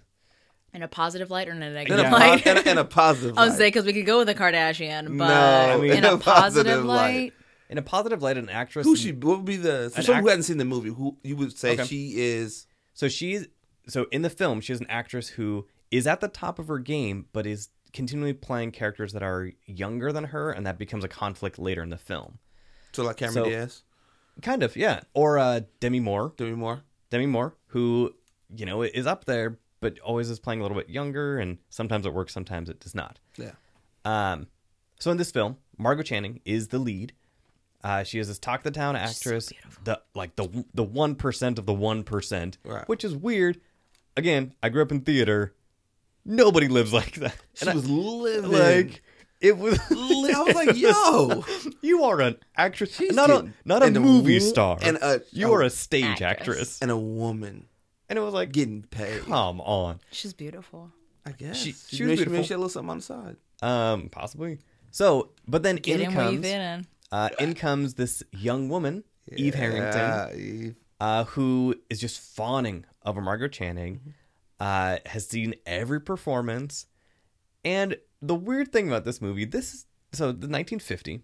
Speaker 3: in a positive light or in a
Speaker 2: In,
Speaker 3: negative
Speaker 2: a,
Speaker 3: light.
Speaker 2: po- in, a, in a positive.
Speaker 3: I was
Speaker 2: light.
Speaker 3: saying because we could go with a Kardashian, but
Speaker 2: I mean-
Speaker 3: in a positive light,
Speaker 1: in a positive light, an actress.
Speaker 2: who she what would be the for someone
Speaker 1: act-
Speaker 2: who hasn't seen the movie who you would say
Speaker 1: Okay.
Speaker 2: she is
Speaker 1: So she's so in the film, she's an actress who is at the top of her game, but is continually playing characters that are younger than her, and that becomes a conflict later in the film.
Speaker 2: so like Cameron
Speaker 1: So-
Speaker 2: Diaz,
Speaker 1: Kind of, yeah. Or uh, Demi Moore,
Speaker 2: Demi Moore.
Speaker 1: Demi Moore, who you know is up there, but always is playing a little bit younger, and sometimes it works, sometimes it does not.
Speaker 2: Yeah,
Speaker 1: Um, so in this film, Margot Channing is the lead. Uh, she is this talk the town actress, the like the the one percent of the one percent,
Speaker 2: Right.
Speaker 1: which is weird. Again, I grew up in theater. Nobody lives like that.
Speaker 2: she was living.
Speaker 1: Like it was.
Speaker 2: I was like, yo,
Speaker 1: you are an actress,
Speaker 2: She's
Speaker 1: not a
Speaker 2: getting-
Speaker 1: not a
Speaker 2: and a
Speaker 1: movie
Speaker 2: wo-
Speaker 1: star,
Speaker 2: and a-
Speaker 1: you
Speaker 2: a-
Speaker 1: are a stage actress.
Speaker 3: Actress.
Speaker 2: and a woman
Speaker 1: And it was like,
Speaker 2: getting paid.
Speaker 1: come on,
Speaker 3: she's beautiful.
Speaker 2: I guess
Speaker 1: She-
Speaker 2: she,
Speaker 1: she was
Speaker 2: maybe, she,
Speaker 1: beautiful.
Speaker 2: maybe she had a little something on the side.
Speaker 1: um, possibly. So, but then
Speaker 3: Get
Speaker 1: in
Speaker 3: in where you
Speaker 1: comes
Speaker 3: fit in.
Speaker 1: uh, in comes this young woman, Eve Harrington,
Speaker 2: Yeah, Eve.
Speaker 1: uh, who is just fawning over Margot Channing, uh, has seen every performance. And the weird thing about this movie, this is so the 1950.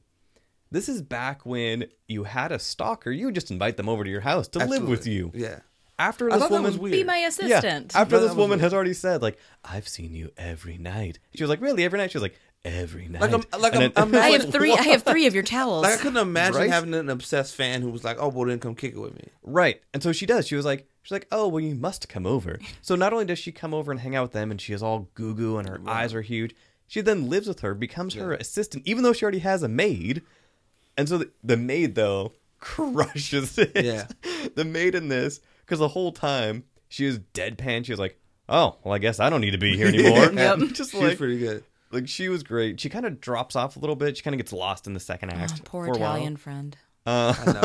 Speaker 1: This is back when you had a stalker. You would just invite them over to your house to live with
Speaker 2: Absolutely.
Speaker 1: you.
Speaker 2: Yeah,
Speaker 1: After
Speaker 2: I
Speaker 1: this
Speaker 2: thought that
Speaker 1: woman,
Speaker 2: was
Speaker 3: Be
Speaker 2: weird.
Speaker 3: my assistant.
Speaker 1: Yeah, after
Speaker 2: No, that
Speaker 1: this
Speaker 2: was
Speaker 1: woman
Speaker 2: weird.
Speaker 1: has already said, like, I've seen you every night. She was like, really, every night? She was like, um, every night.
Speaker 2: I'm- like
Speaker 1: And
Speaker 2: I'm-
Speaker 1: then-
Speaker 2: I'm not-
Speaker 3: I have three. I have three of your towels.
Speaker 2: like I couldn't imagine
Speaker 1: Right?
Speaker 2: having an obsessed fan who was like, oh, well, then come kick it with me.
Speaker 1: Right. And so she does. She was like, she's like, oh, well, you must come over. So not only does she come over and hang out with them and she is all goo goo and her eyes are huge, she then lives with her, becomes her assistant, even though she already has a maid. And so the, the maid, though, crushes it.
Speaker 2: Yeah.
Speaker 1: The maid in this, because the whole time she is deadpan. She was like, oh, well, I guess I don't need to be here anymore.
Speaker 2: Yep.
Speaker 1: Just
Speaker 2: She
Speaker 1: like,
Speaker 2: was pretty good.
Speaker 1: like, she was great. She kind of drops off a little bit. She kind of gets lost in the second act.
Speaker 3: Oh, Poor
Speaker 1: for a while.
Speaker 3: Italian friend.
Speaker 2: I know,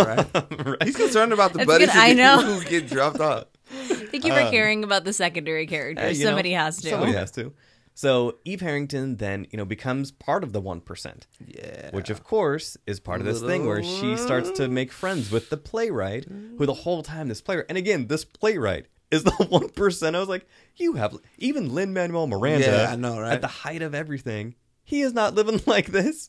Speaker 2: right?
Speaker 1: right.
Speaker 2: He's concerned about the
Speaker 3: That's
Speaker 2: buddies
Speaker 3: good,
Speaker 2: who
Speaker 3: I
Speaker 2: get-
Speaker 3: know.
Speaker 2: who get dropped off.
Speaker 3: Thank you for caring about the secondary
Speaker 1: Um,
Speaker 3: characters.
Speaker 1: Hey, Eh, you know,
Speaker 3: somebody has to.
Speaker 1: Somebody has to. So Eve Harrington then, you know, becomes part of the one percent,
Speaker 2: Yeah,
Speaker 1: which of course is part of this thing where she starts to make friends with the playwright, who the whole time this playwright, and again, this playwright is the one percent. I was like, you have even Lin Manuel Miranda,
Speaker 2: Yeah, I know, right?
Speaker 1: At the height of everything, he is not living like this.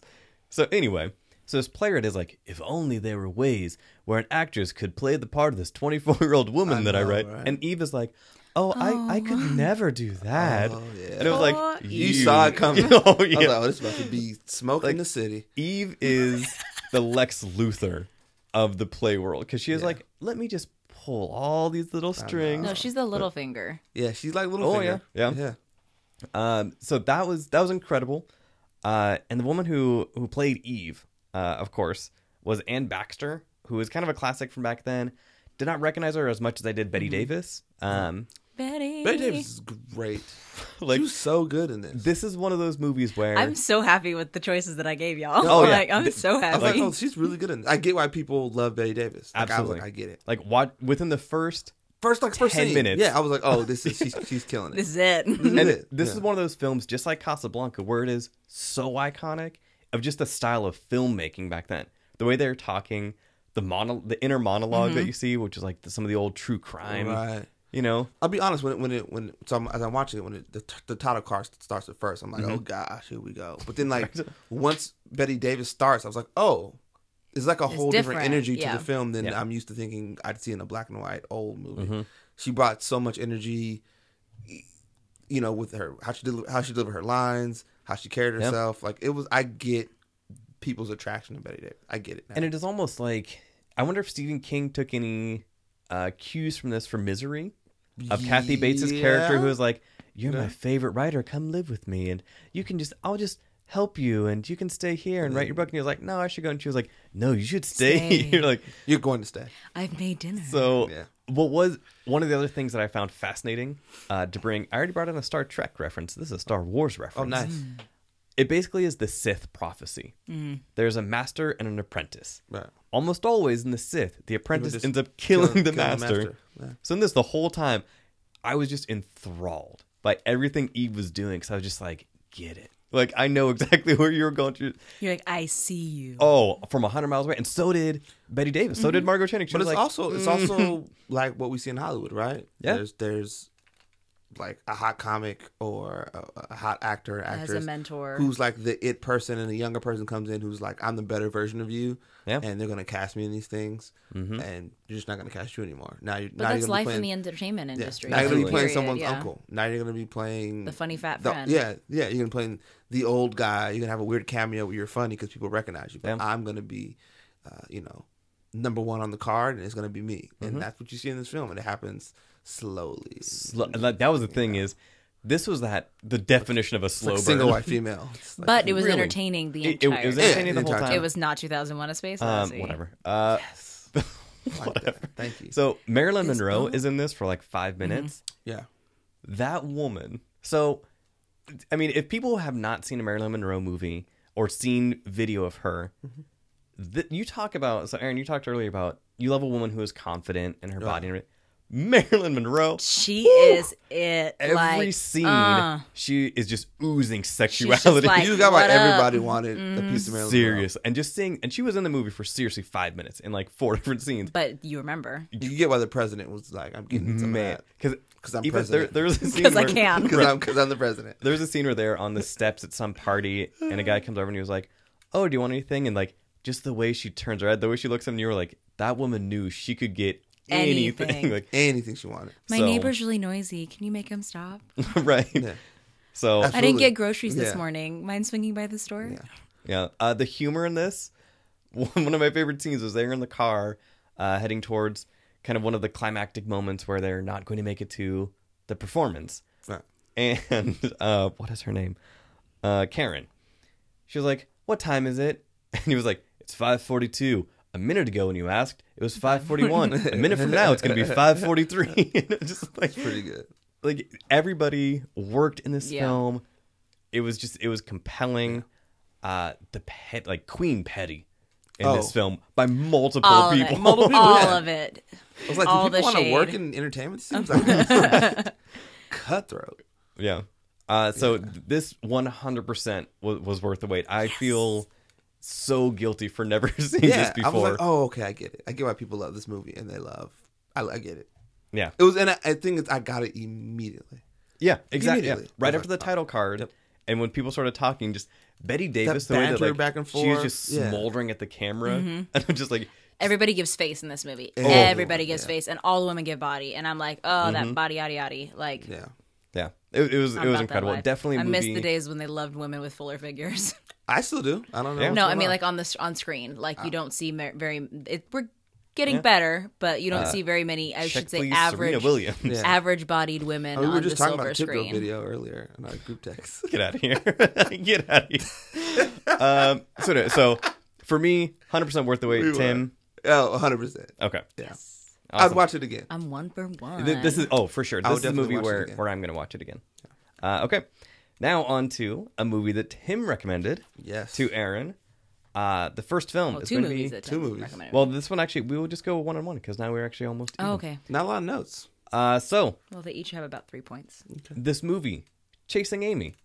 Speaker 1: So anyway. So this playwright is like, if only there were ways where an actress could play the part of this 24-year-old woman that I
Speaker 2: know,
Speaker 1: write.
Speaker 2: right?
Speaker 1: And Eve is like, oh, I, I could never do that.
Speaker 2: Oh, yeah.
Speaker 1: And it was like,
Speaker 3: Poor
Speaker 2: You saw it coming.
Speaker 1: Oh,
Speaker 2: I was
Speaker 1: yeah.
Speaker 2: like, oh, this about to be smoke in the city.
Speaker 1: Eve is the Lex Luthor of the play world because she is like, let me just pull all these little strings.
Speaker 3: No, she's the little finger.
Speaker 2: Yeah, she's like little.
Speaker 1: Oh, yeah. Yeah.
Speaker 2: yeah.
Speaker 1: Um, so that was that was incredible. Uh, and the woman who who played Eve, uh, of course, was Anne Baxter, who is kind of a classic from back then. Did not recognize her as much as I did Betty Davis. Um,
Speaker 3: Betty.
Speaker 2: Betty Davis is great.
Speaker 1: Like-
Speaker 2: she was so good in this.
Speaker 1: this is one of those movies where
Speaker 3: I'm so happy with the choices that I gave y'all.
Speaker 1: Oh, yeah.
Speaker 3: like, I'm so
Speaker 2: I was
Speaker 3: happy.
Speaker 2: like, oh, she's really good in this. I get why people love Betty Davis. Like, I, was
Speaker 1: absolutely
Speaker 2: like, I get it.
Speaker 1: Like what within the first
Speaker 2: First, like first
Speaker 1: 10
Speaker 2: scene.
Speaker 1: minutes.
Speaker 2: Yeah, I was like, oh, this is she's, she's killing it.
Speaker 3: this is it.
Speaker 1: And
Speaker 2: it.
Speaker 1: this
Speaker 2: Yeah.
Speaker 1: is one of those films, just like Casablanca, where it is so iconic of just the style of filmmaking back then. The way they're talking, the mono, the inner monolog that you see, which is like the, some of the old true crime,
Speaker 2: Mm-hmm. Right.
Speaker 1: you know,
Speaker 2: I'll be honest. When it, when it when so I'm, as I'm watching it, when it, the t- the title card starts at
Speaker 1: Mm-hmm.
Speaker 2: first, I'm like, oh gosh, here we go. But then like once Betty Davis starts, I was like, oh, it's like a whole different,
Speaker 3: different,
Speaker 2: energy to
Speaker 3: yeah.
Speaker 2: the film than
Speaker 1: Yeah. Mm-hmm.
Speaker 2: I'm used to thinking I'd see in a black and white old movie. She brought so much energy, you know, with her how she deli- how she delivered her lines, how she carried herself. Like it was, I get people's attraction to Betty Davis. I get it. Now.
Speaker 1: And it is almost like I wonder if Stephen King took any uh, cues from this from Misery of Kathy Bates' character
Speaker 2: Yeah.
Speaker 1: who is like, "You're my favorite writer. Come live with me, and you can just I'll just help you, and you can stay here and write your book." And he was like, "No, I should go," and she was like, "No, you should stay."
Speaker 3: Stay.
Speaker 1: You're like,
Speaker 2: You're going to stay.
Speaker 3: I've made dinner.
Speaker 1: so
Speaker 2: Yeah.
Speaker 1: what was one of the other things that I found fascinating uh, to bring? I already brought in a Star Trek reference. This is a Star Wars
Speaker 2: Oh,
Speaker 1: reference
Speaker 2: nice.
Speaker 1: it basically is the Sith prophecy. There's a master and an apprentice.
Speaker 2: Right.
Speaker 1: Almost always in the Sith, the apprentice
Speaker 2: just
Speaker 1: ends up killing,
Speaker 2: killing-
Speaker 1: the,
Speaker 2: killing the
Speaker 1: master.
Speaker 2: master. Yeah.
Speaker 1: So in this, the whole time, I was just enthralled by everything Eve was doing because I was just like, get it. Like I know exactly where you're going to.
Speaker 3: You're like, I see you.
Speaker 1: Oh, from hundred miles away, and so did Betty Davis. So did Margot Channing. She
Speaker 2: Mm-hmm. But
Speaker 1: was
Speaker 2: it's
Speaker 1: like,
Speaker 2: also
Speaker 3: mm.
Speaker 2: it's also like what we see in Hollywood, right?
Speaker 1: Yeah.
Speaker 2: There's there's like a hot comic or a, a hot actor
Speaker 3: As
Speaker 2: actress
Speaker 3: a mentor.
Speaker 2: who's like the it person, and a younger person comes in who's like, I'm the better version of you.
Speaker 1: Yeah.
Speaker 2: And they're gonna cast me in these things, and you're just not gonna cast you anymore. Now you're
Speaker 3: Mm-hmm. but
Speaker 2: now
Speaker 3: that's
Speaker 2: you're gonna be
Speaker 3: life
Speaker 2: playing,
Speaker 3: in the entertainment
Speaker 2: yeah,
Speaker 3: industry.
Speaker 2: Now you're gonna be
Speaker 1: Absolutely.
Speaker 2: playing
Speaker 3: period,
Speaker 2: someone's
Speaker 3: yeah.
Speaker 2: uncle. Now you're gonna be playing
Speaker 3: The funny fat
Speaker 2: the-
Speaker 3: friend.
Speaker 2: yeah, yeah. You're gonna play the old guy. You're gonna have a weird cameo where you're funny because people recognize you. But
Speaker 1: Yeah.
Speaker 2: I'm gonna be, uh, you know, number one on the card, and it's gonna be me.
Speaker 1: Mm-hmm.
Speaker 2: And that's what you see in this film, and it happens slowly.
Speaker 1: Slow, like, that was the thing is, this was that the definition of a slow
Speaker 2: like
Speaker 1: burn.
Speaker 2: single white female. It's like-
Speaker 3: But it was
Speaker 1: Really?
Speaker 3: entertaining the
Speaker 1: It, it- it
Speaker 3: entire
Speaker 1: was
Speaker 2: Yeah,
Speaker 1: entertaining the whole
Speaker 2: entire
Speaker 1: time.
Speaker 2: time.
Speaker 3: It was not 2001 A Space
Speaker 1: um,
Speaker 3: Odyssey.
Speaker 1: whatever. Uh,
Speaker 2: I like that. Thank you.
Speaker 1: So Marilyn
Speaker 3: Is
Speaker 1: Monroe
Speaker 3: Bella-
Speaker 1: is in this for like
Speaker 3: Mm-hmm.
Speaker 1: five minutes.
Speaker 2: yeah,
Speaker 1: That woman. So, I mean, if people have not seen a Marilyn Monroe movie or seen video of her,
Speaker 3: Mm-hmm.
Speaker 1: th- you talk about. So, Aaron, you talked earlier about you love a woman who is confident in her body. and everything. Marilyn Monroe.
Speaker 3: She is it.
Speaker 1: Every
Speaker 3: like,
Speaker 1: scene,
Speaker 3: uh,
Speaker 1: she is just oozing sexuality.
Speaker 3: just like-
Speaker 2: you got why
Speaker 3: what Mm-hmm. up?
Speaker 2: everybody wanted a piece of Marilyn. Monroe.
Speaker 1: Serious, and just seeing, and she was in the movie for seriously five minutes in like four different scenes.
Speaker 3: but you remember.
Speaker 2: You get why the president was like, "I'm getting some
Speaker 1: Man,
Speaker 2: of that
Speaker 1: because
Speaker 2: because I'm
Speaker 1: there,
Speaker 2: president."
Speaker 1: there was a scene
Speaker 3: Because I
Speaker 1: where-
Speaker 3: can.
Speaker 2: Because I'm because I'm the president.
Speaker 1: There's a scene where they're on the steps at some party, and a guy comes over and he was like, "Oh, do you want anything?" And like, just the way she turns her head, the way she looks at him, you were like, "That woman knew she could get anything."
Speaker 3: Anything.
Speaker 1: like,
Speaker 2: Anything she wanted.
Speaker 3: My
Speaker 1: So-
Speaker 3: neighbor's really noisy. Can you make him stop?
Speaker 1: right? So
Speaker 2: That's-
Speaker 3: I didn't
Speaker 2: Absolutely.
Speaker 3: get groceries this
Speaker 2: Yeah.
Speaker 3: morning. Mind swinging by the store?
Speaker 2: Yeah.
Speaker 1: yeah, uh, the humor in this. One of my favorite scenes was they're in the car, uh, heading towards kind of one of the climactic moments where they're not going to make it to the performance,
Speaker 2: Right.
Speaker 1: and uh, what is her name? Uh, Karen. She was like, "What time is it?" And he was like, "It's 5:42." A minute ago, when you asked, it was 5:41. a minute from now, it's going to be 5:43. Just like
Speaker 2: Pretty good.
Speaker 1: like everybody worked in this
Speaker 3: Yeah.
Speaker 1: film. It was just it was compelling. Uh, the pet like Queen Petty in this
Speaker 2: Oh.
Speaker 1: film by multiple
Speaker 3: All of
Speaker 1: people.
Speaker 3: it. All
Speaker 2: yeah.
Speaker 3: of it.
Speaker 2: I was like,
Speaker 3: all
Speaker 2: do people
Speaker 3: the
Speaker 2: want to
Speaker 3: shade.
Speaker 2: work in entertainment? Seems like cutthroat.
Speaker 1: Yeah. Uh, so th- this 100% was, was worth the wait. I feel so guilty for never seeing
Speaker 2: Yeah,
Speaker 1: this
Speaker 2: I was
Speaker 1: before.
Speaker 2: like, oh, okay, I get it. I get why people love this movie and they love. I, I get it.
Speaker 1: yeah.
Speaker 2: It was, and I, I think it's, I got it immediately.
Speaker 1: Yeah, exactly. Yeah.
Speaker 2: Immediately.
Speaker 1: Right
Speaker 2: I was
Speaker 1: after
Speaker 2: like, uh,
Speaker 1: the title card. And when people started talking, just Betty Davis, the way that
Speaker 2: banter
Speaker 1: like,
Speaker 2: back and
Speaker 1: she was
Speaker 2: forth.
Speaker 1: just
Speaker 2: Yeah. Mm-hmm.
Speaker 1: smoldering at the camera. And I'm just like,
Speaker 3: Everybody gives face in this movie.
Speaker 2: Everyone,
Speaker 3: Everybody gives
Speaker 2: yeah.
Speaker 3: face, and all the women give body. And I'm like, oh, that body, yada, yada. Like,
Speaker 2: Yeah,
Speaker 1: yeah, it, it was
Speaker 3: I'm
Speaker 1: it was
Speaker 3: about that
Speaker 1: incredible.
Speaker 3: life.
Speaker 1: Definitely, a
Speaker 3: I
Speaker 1: movie.
Speaker 3: miss the days when they loved women with fuller figures.
Speaker 2: I still do. I don't know.
Speaker 1: Yeah.
Speaker 2: what's
Speaker 3: no, I
Speaker 2: going
Speaker 3: mean
Speaker 2: on.
Speaker 3: like on the on screen. Like
Speaker 1: Ah.
Speaker 3: you don't see mer- very. It, we're getting better, but you don't see very many. I
Speaker 1: Uh, Check
Speaker 3: should
Speaker 1: please,
Speaker 3: say
Speaker 1: Serena
Speaker 3: average,
Speaker 1: Williams.
Speaker 2: Yeah.
Speaker 3: average-bodied women
Speaker 2: I mean, Oh, we
Speaker 3: on
Speaker 2: were just
Speaker 3: the
Speaker 2: talking
Speaker 3: silver
Speaker 2: about Tip Girl
Speaker 3: screen.
Speaker 2: video earlier in our group text.
Speaker 1: Get out of here. Get out of here. um, so, no, so for me, 100% worth the wait.
Speaker 2: We were.
Speaker 1: Tim.
Speaker 2: Oh, 100 percent.
Speaker 1: Okay.
Speaker 2: Yeah, I'd
Speaker 1: Awesome.
Speaker 2: watch it again.
Speaker 3: I'm one for one.
Speaker 1: Th- This is oh for sure. This
Speaker 2: would
Speaker 1: is a
Speaker 2: definitely
Speaker 1: movie
Speaker 2: watch it
Speaker 1: where
Speaker 2: again.
Speaker 1: where I'm going to watch it again. Uh, okay, now on to a movie that Tim recommended
Speaker 2: Yes,
Speaker 1: to Aaron. Uh, the first film
Speaker 3: well,
Speaker 1: is
Speaker 3: Oh, two
Speaker 1: going to
Speaker 3: movies.
Speaker 1: be
Speaker 3: that
Speaker 2: two
Speaker 3: Tim
Speaker 2: movies.
Speaker 3: recommended.
Speaker 1: well. This one actually, we will just go one on one because now we're actually almost.
Speaker 3: oh,
Speaker 1: even.
Speaker 3: okay.
Speaker 2: Not a lot of notes.
Speaker 1: Uh, so
Speaker 3: Well, they each have about three points.
Speaker 1: this movie, Chasing Amy,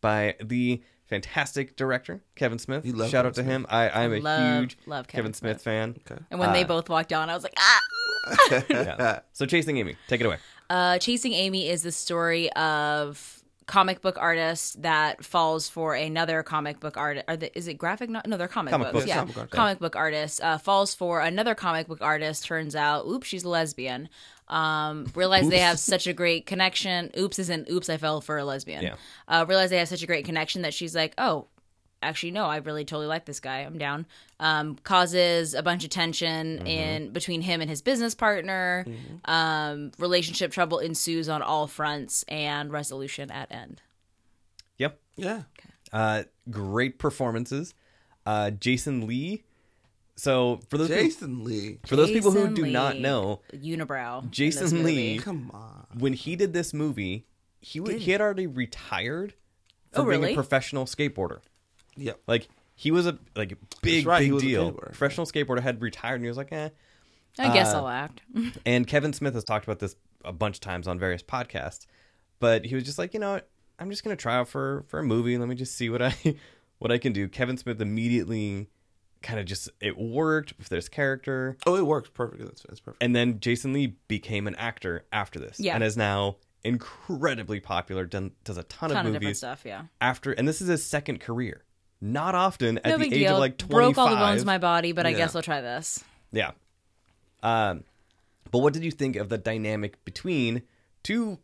Speaker 1: by the fantastic director Kevin Smith.
Speaker 2: You love
Speaker 1: Shout out to
Speaker 2: Kevin
Speaker 1: him. I I'm a
Speaker 3: Love-
Speaker 1: huge
Speaker 3: love Kevin
Speaker 1: Kevin Smith,
Speaker 3: Smith.
Speaker 1: fan.
Speaker 2: Okay.
Speaker 3: And when they
Speaker 1: uh,
Speaker 3: both walked on, I was like, ah.
Speaker 1: Yeah. so Chasing Amy, take it away.
Speaker 3: Uh, Chasing Amy is the story of comic book artist that falls for another comic book artist. Are they, is it graphic? No, no, they're comic,
Speaker 1: Comic
Speaker 3: books.
Speaker 1: books.
Speaker 3: Yeah,
Speaker 2: Comic book artist.
Speaker 3: comic book artist uh, falls for another comic book artist. Turns out, oops, she's a lesbian. Um, realize they have such a great connection. Oops isn't oops. I fell for a lesbian.
Speaker 1: Yeah.
Speaker 3: Uh, realize they have such a great connection that she's like, oh, actually no i really totally like this guy i'm down um, causes a bunch of tension
Speaker 1: Mm-hmm.
Speaker 3: in between him and his business partner um, relationship trouble ensues on all fronts and resolution at end
Speaker 1: Yep.
Speaker 2: Yeah.
Speaker 1: Uh, great performances. Uh, Jason Lee. So for those people,
Speaker 2: Jason Lee.
Speaker 1: for those people who
Speaker 3: Jason
Speaker 1: do not
Speaker 3: Lee.
Speaker 1: know,
Speaker 3: unibrow in
Speaker 1: Jason
Speaker 3: this movie.
Speaker 1: Lee-
Speaker 2: Come on.
Speaker 1: when he did this movie, he w- he had already retired
Speaker 3: Oh,
Speaker 1: from being
Speaker 3: really?
Speaker 1: a professional skateboarder.
Speaker 2: Yep.
Speaker 1: Like he was a like big
Speaker 2: right, he
Speaker 1: big
Speaker 2: was a
Speaker 1: deal.
Speaker 2: skateboarder.
Speaker 1: Professional skateboarder had retired, and he was like, eh.
Speaker 3: i guess
Speaker 1: uh,
Speaker 3: i'll act
Speaker 1: And Kevin Smith has talked about this a bunch of times on various podcasts, but he was just like, you know, what? I'm just gonna try out for for a movie. Let me just see what I what I can do. Kevin Smith immediately kind of just it worked with this character,
Speaker 2: Oh, it works perfectly. That's, that's perfect.
Speaker 1: and then Jason Lee became an actor after this,
Speaker 3: Yeah.
Speaker 1: and is now incredibly popular. Done, does a ton,
Speaker 3: ton
Speaker 1: of
Speaker 3: of different
Speaker 1: movies
Speaker 3: stuff yeah
Speaker 1: after, and this is his second career. Not often at
Speaker 3: no
Speaker 1: the
Speaker 3: big
Speaker 1: age
Speaker 3: deal
Speaker 1: of like 25.
Speaker 3: broke all the bones in my body but i
Speaker 2: Yeah.
Speaker 3: guess i'll try this
Speaker 1: Yeah. Um, but what did you think of the dynamic between two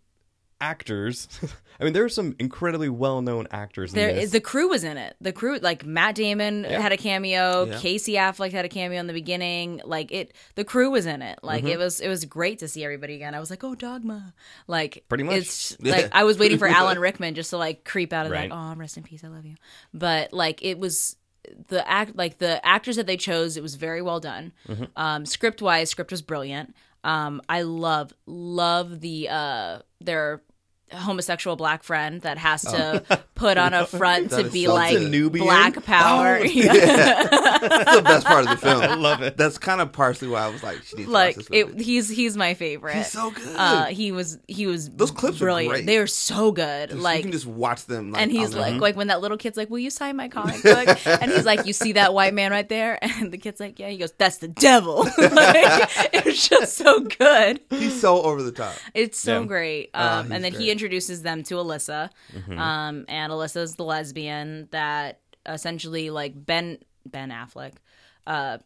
Speaker 1: actors? I mean, there are some incredibly well-known actors in
Speaker 3: There,
Speaker 1: this.
Speaker 3: the crew was in it. The crew, like Matt Damon, had a cameo.
Speaker 2: Yeah.
Speaker 3: Casey Affleck had a cameo in the beginning. Like it, the crew was in it. Like it was, it was great to see everybody again. I was like, oh, Dogma. Like
Speaker 1: Pretty much.
Speaker 3: It's
Speaker 2: Yeah.
Speaker 3: like I was waiting for Alan Rickman just to like creep out of
Speaker 1: Right.
Speaker 3: like, oh, rest in peace, I love you. But like it was the act, like the actors that they chose, it was very well done.
Speaker 2: Mm-hmm.
Speaker 3: Um, script wise, script was brilliant. Um, I love love the uh their homosexual black friend that has to put on a front
Speaker 2: Oh. That
Speaker 3: to
Speaker 2: is
Speaker 3: be
Speaker 2: so
Speaker 3: like
Speaker 2: good.
Speaker 1: Nubian?
Speaker 3: black power.
Speaker 1: Oh,
Speaker 3: Yeah.
Speaker 2: That's the best part of the film. I
Speaker 1: love it.
Speaker 2: That's kind of partially why I was like, she needs
Speaker 3: like
Speaker 2: to watch this
Speaker 3: it,
Speaker 2: movie.
Speaker 3: he's he's my favorite.
Speaker 2: He's so good.
Speaker 3: Uh, he was he was
Speaker 2: Those clips are
Speaker 3: brilliant.
Speaker 2: great.
Speaker 3: They are so good.
Speaker 2: you
Speaker 3: like
Speaker 2: can just watch them. Like, mm-hmm.
Speaker 3: and he's
Speaker 2: on their
Speaker 3: like
Speaker 2: own.
Speaker 3: like when that little kid's like, "Will you sign my comic book?" and he's like, "You see that white man right there?" And the kid's like, "Yeah." He goes, "That's the devil." like, it was just so good.
Speaker 2: he's so over the top.
Speaker 3: It's so
Speaker 1: Yeah.
Speaker 3: great. Um,
Speaker 2: Uh, he's
Speaker 3: and then
Speaker 2: great. Mm-hmm.
Speaker 3: he introduces them to Alyssa. Um, and Alyssa's the lesbian that essentially like Ben Ben Affleck uh,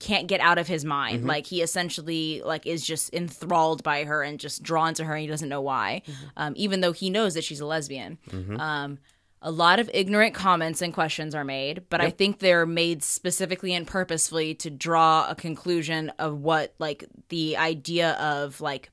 Speaker 3: can't get out of his mind.
Speaker 2: Mm-hmm.
Speaker 3: Like he essentially like is just enthralled by her and just drawn to her and he doesn't know why.
Speaker 2: Mm-hmm.
Speaker 3: Um, even though he knows that she's a lesbian. Um a lot of ignorant comments and questions are made, but I think they're made specifically and purposefully to draw a conclusion of what like the idea of like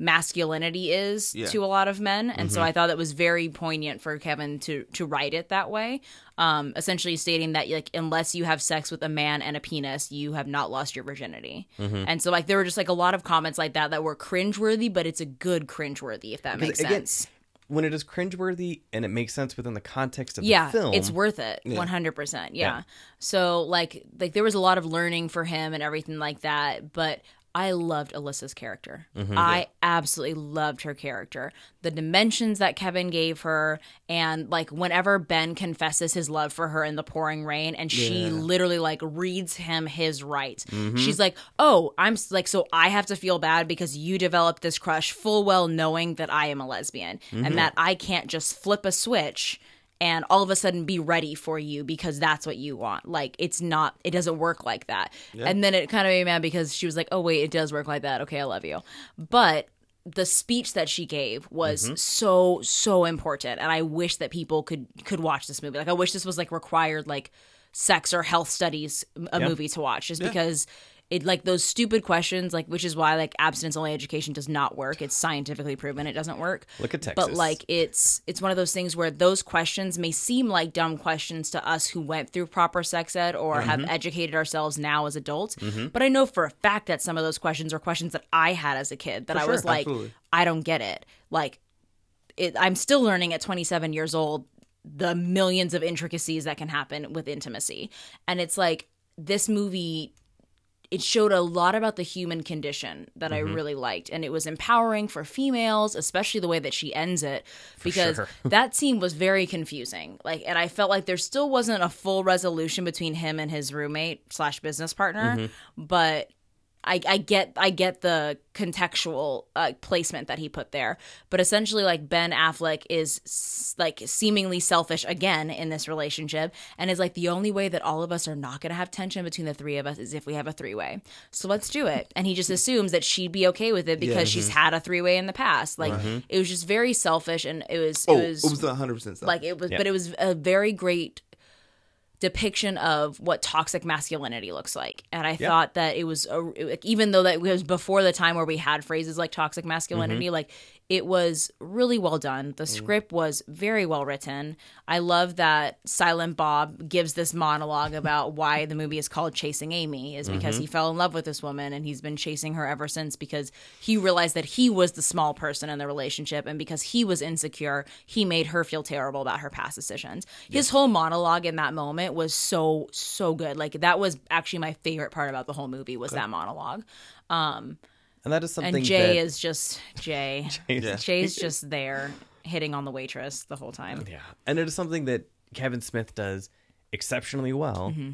Speaker 3: masculinity is
Speaker 2: Yeah.
Speaker 3: to a lot of men and so i thought that was very poignant for kevin to to write it that way um essentially stating that like unless you have sex with a man and a penis you have not lost your virginity and so like there were just like a lot of comments like that that were cringeworthy but it's a good cringeworthy if that makes
Speaker 1: again,
Speaker 3: sense
Speaker 1: when it is cringeworthy and it makes sense within the context of
Speaker 3: yeah
Speaker 1: the film,
Speaker 3: it's worth it 100% yeah. so like like there was a lot of learning for him and everything like that but i loved alyssa's character i absolutely loved her character the dimensions that kevin gave her and like whenever ben confesses his love for her in the pouring rain and she literally like reads him his rights she's like oh i'm s- like so i have to feel bad because you developed this crush full well knowing that i am a lesbian and that i can't just flip a switch and all of a sudden be ready for you because that's what you want. Like it's not it doesn't work like that. And then it kind of made me mad because she was like, "Oh wait, it does work like that. Okay, I love you." But the speech that she gave was
Speaker 1: Mm-hmm.
Speaker 3: so so important and I wish that people could could watch this movie. Like I wish this was like required like sex or health studies a movie to watch just because it like those stupid questions like which is why like abstinence only education does not work. It's scientifically proven it doesn't work.
Speaker 1: Look at Texas.
Speaker 3: But like it's it's one of those things where those questions may seem like dumb questions to us who went through proper sex ed or have educated ourselves now as adults. But I know for a fact that some of those questions are questions that I had as a kid that I was
Speaker 1: sure,
Speaker 3: like,
Speaker 2: absolutely.
Speaker 3: I don't get it. Like it, I'm still learning at 27 years old the millions of intricacies that can happen with intimacy. And it's like this movie it showed a lot about the human condition that I really liked. And it was empowering for females, especially the way that she ends it, because
Speaker 1: sure.
Speaker 3: that scene was very confusing. Like, and I felt like there still wasn't a full resolution between him and his roommate slash business partner, but I, I get I get the contextual uh, placement that he put there, but essentially, like Ben Affleck is s- like seemingly selfish again in this relationship, and is like the only way that all of us are not going to have tension between the three of us is if we have a three way. So let's do it. And he just assumes that she'd be okay with it because she's
Speaker 2: mm-hmm.
Speaker 3: had a three way in the past. Like it was just very selfish, and it was
Speaker 2: Oh,
Speaker 3: it was,
Speaker 2: 100 percent
Speaker 3: like it was, but it was a very great depiction of what toxic masculinity looks like. And I thought that it was, a, it- like, even though that was before the time where we had phrases like toxic masculinity, like it was really well done. The script was very well written. I love that Silent Bob gives this monologue about why the movie is called Chasing Amy is because he fell in love with this woman and he's been chasing her ever since because he realized that he was the small person in the relationship and because he was insecure, he made her feel terrible about her past decisions. His whole monologue in that moment was so so good. Like that was actually my favorite part about the whole movie was that monologue.
Speaker 1: And that is something
Speaker 3: And Jay
Speaker 1: that-
Speaker 3: is just Jay. Jay's just there hitting on the waitress the whole time.
Speaker 1: Yeah. And it is something that Kevin Smith does exceptionally well.
Speaker 3: Mm-hmm.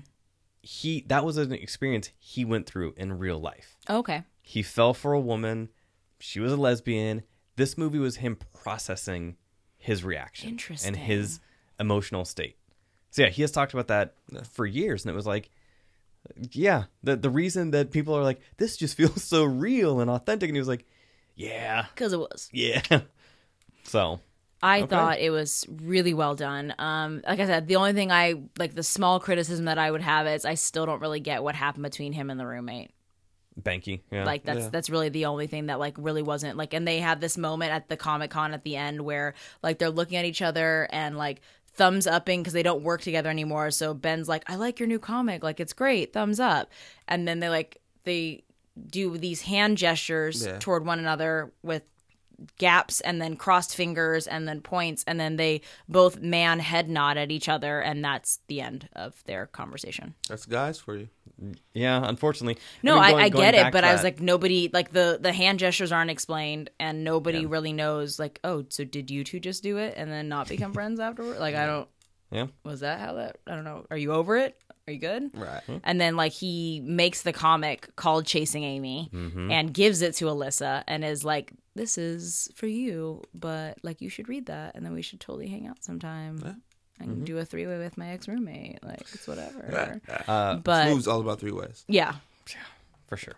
Speaker 1: He that was an experience he went through in real life.
Speaker 3: Okay.
Speaker 1: He fell for a woman. She was a lesbian. This movie was him processing his reaction
Speaker 3: Interesting.
Speaker 1: and his emotional state. So yeah, he has talked about that for years, and it was like, yeah, the the reason that people are like, this just feels so real and authentic, and he was like, yeah,
Speaker 3: Cuz it was
Speaker 1: yeah. So
Speaker 3: I thought it was really well done. Um, like I said, the only thing I like the small criticism that I would have is I still don't really get what happened between him and the roommate.
Speaker 1: Banky, yeah,
Speaker 3: Like that's that's really the only thing that like really wasn't like. And they have this moment at the Comic Con at the end where like they're looking at each other and like thumbs upping because they don't work together anymore. So Ben's like, "I like your new comic. Like it's great. Thumbs up." And then they like they do these hand gestures
Speaker 2: Yeah.
Speaker 3: toward one another with gaps and then crossed fingers and then points and then they both man head nod at each other and that's the end of their conversation.
Speaker 2: That's guys for you.
Speaker 1: yeah. Unfortunately,
Speaker 3: No,
Speaker 1: mean,
Speaker 3: I,
Speaker 1: going-
Speaker 3: I
Speaker 1: going
Speaker 3: get it,
Speaker 1: back
Speaker 3: but
Speaker 1: to
Speaker 3: I was
Speaker 1: that-
Speaker 3: like nobody like the the hand gestures aren't explained and nobody really knows like oh so did you two just do it and then not become friends afterward? Like I don't
Speaker 1: yeah,
Speaker 3: was that how that I don't know. Are you over it? Are you good?
Speaker 2: Right.
Speaker 3: And then like he makes the comic called Chasing Amy
Speaker 1: Mm-hmm.
Speaker 3: and gives it to Alyssa and is like, This is for you, but like you should read that and then we should totally hang out sometime. And
Speaker 1: Mm-hmm.
Speaker 3: do a three way with my ex roommate. Like it's whatever. but
Speaker 1: Uh,
Speaker 2: Moves all about three ways.
Speaker 3: yeah.
Speaker 1: for sure.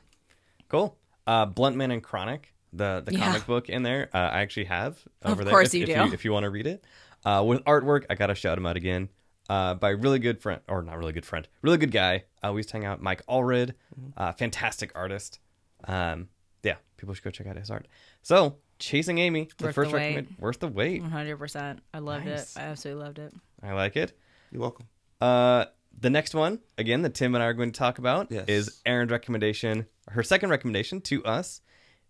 Speaker 1: Cool. Uh, Bluntman and Chronic, the the
Speaker 3: Yeah.
Speaker 1: comic book in there, uh, I actually have over there.
Speaker 3: course
Speaker 1: if,
Speaker 3: you
Speaker 1: if
Speaker 3: do.
Speaker 1: You, if you want to read it, uh, with artwork, I gotta shout him out again. Uh, by really good friend, or not really good friend, really good guy. Uh, we used to hang out, Mike Allred,
Speaker 3: Mm-hmm.
Speaker 1: uh, fantastic artist. Um, yeah, people should go check out his art. So, Chasing Amy, the
Speaker 3: Worth
Speaker 1: first
Speaker 3: the wait. Mm.
Speaker 1: recommend, worth the wait.
Speaker 3: One hundred percent. I loved
Speaker 1: Nice.
Speaker 3: it. I absolutely loved it.
Speaker 1: I like it.
Speaker 2: You're welcome.
Speaker 1: Uh, the next one, again, that Tim and I are going to talk about
Speaker 2: Yes.
Speaker 1: is Erin's recommendation, her second recommendation to us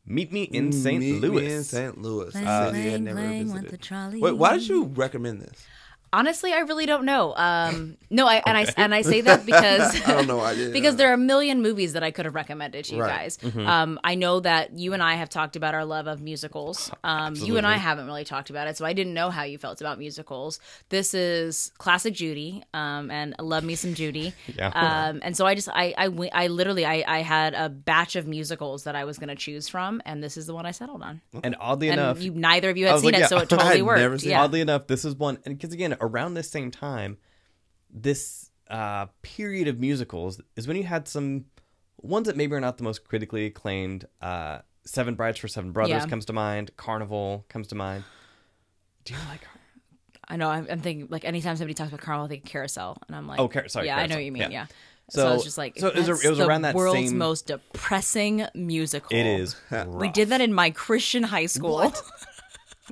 Speaker 1: Meet Me in St.
Speaker 2: Meet Mm, me
Speaker 1: Louis.
Speaker 2: in St. Louis.
Speaker 3: Playing,
Speaker 2: a city I
Speaker 3: playing,
Speaker 2: never
Speaker 3: playing with
Speaker 2: visited.
Speaker 3: the trolley.
Speaker 2: Wait, why did you recommend this?
Speaker 3: Honestly, I really don't know. Um, no, I and I and I say that because
Speaker 1: Um,
Speaker 2: I don't know. I uh, did
Speaker 3: because there are a million movies that I could have recommended to you
Speaker 2: Right.
Speaker 3: guys.
Speaker 1: Mm-hmm.
Speaker 3: Um, I know that you and I have talked about our love of musicals. Um, you and I haven't really talked about it, so I didn't know how you felt about musicals. This is classic Judy, um, and I love me some Judy.
Speaker 1: Yeah.
Speaker 3: Um, and so I just I I, went- I literally I, I had a batch of musicals that I was going to choose from, and this is the one I settled on.
Speaker 1: And oddly enough,
Speaker 3: and you, neither of you
Speaker 1: I
Speaker 3: had
Speaker 1: was
Speaker 3: seen
Speaker 1: like,
Speaker 3: it,
Speaker 1: yeah,
Speaker 3: so it
Speaker 2: I had
Speaker 3: totally worked.
Speaker 2: never seen
Speaker 3: yeah.
Speaker 1: oddly enough, this is one, and because again, around this same time, this uh, period of musicals is when you had some ones that maybe are not the most critically acclaimed. Uh, Seven Brides for Seven Brothers
Speaker 3: Yeah.
Speaker 1: comes to mind. Carnival comes to mind. Do you like?
Speaker 3: I know. I'm, I'm thinking like anytime somebody talks about Carmel, I think carousel, and I'm like,
Speaker 1: Oh, car- sorry,
Speaker 3: yeah, I know
Speaker 1: Carousel.
Speaker 3: what you mean,
Speaker 1: Yeah.
Speaker 3: yeah.
Speaker 1: So-
Speaker 3: So, I was just like,
Speaker 1: so it was a-
Speaker 3: that's
Speaker 1: it was
Speaker 3: the
Speaker 1: around that
Speaker 3: world's
Speaker 1: same-
Speaker 3: most depressing musical.
Speaker 2: Oh.
Speaker 1: It is.
Speaker 3: We did that in my Christian high school.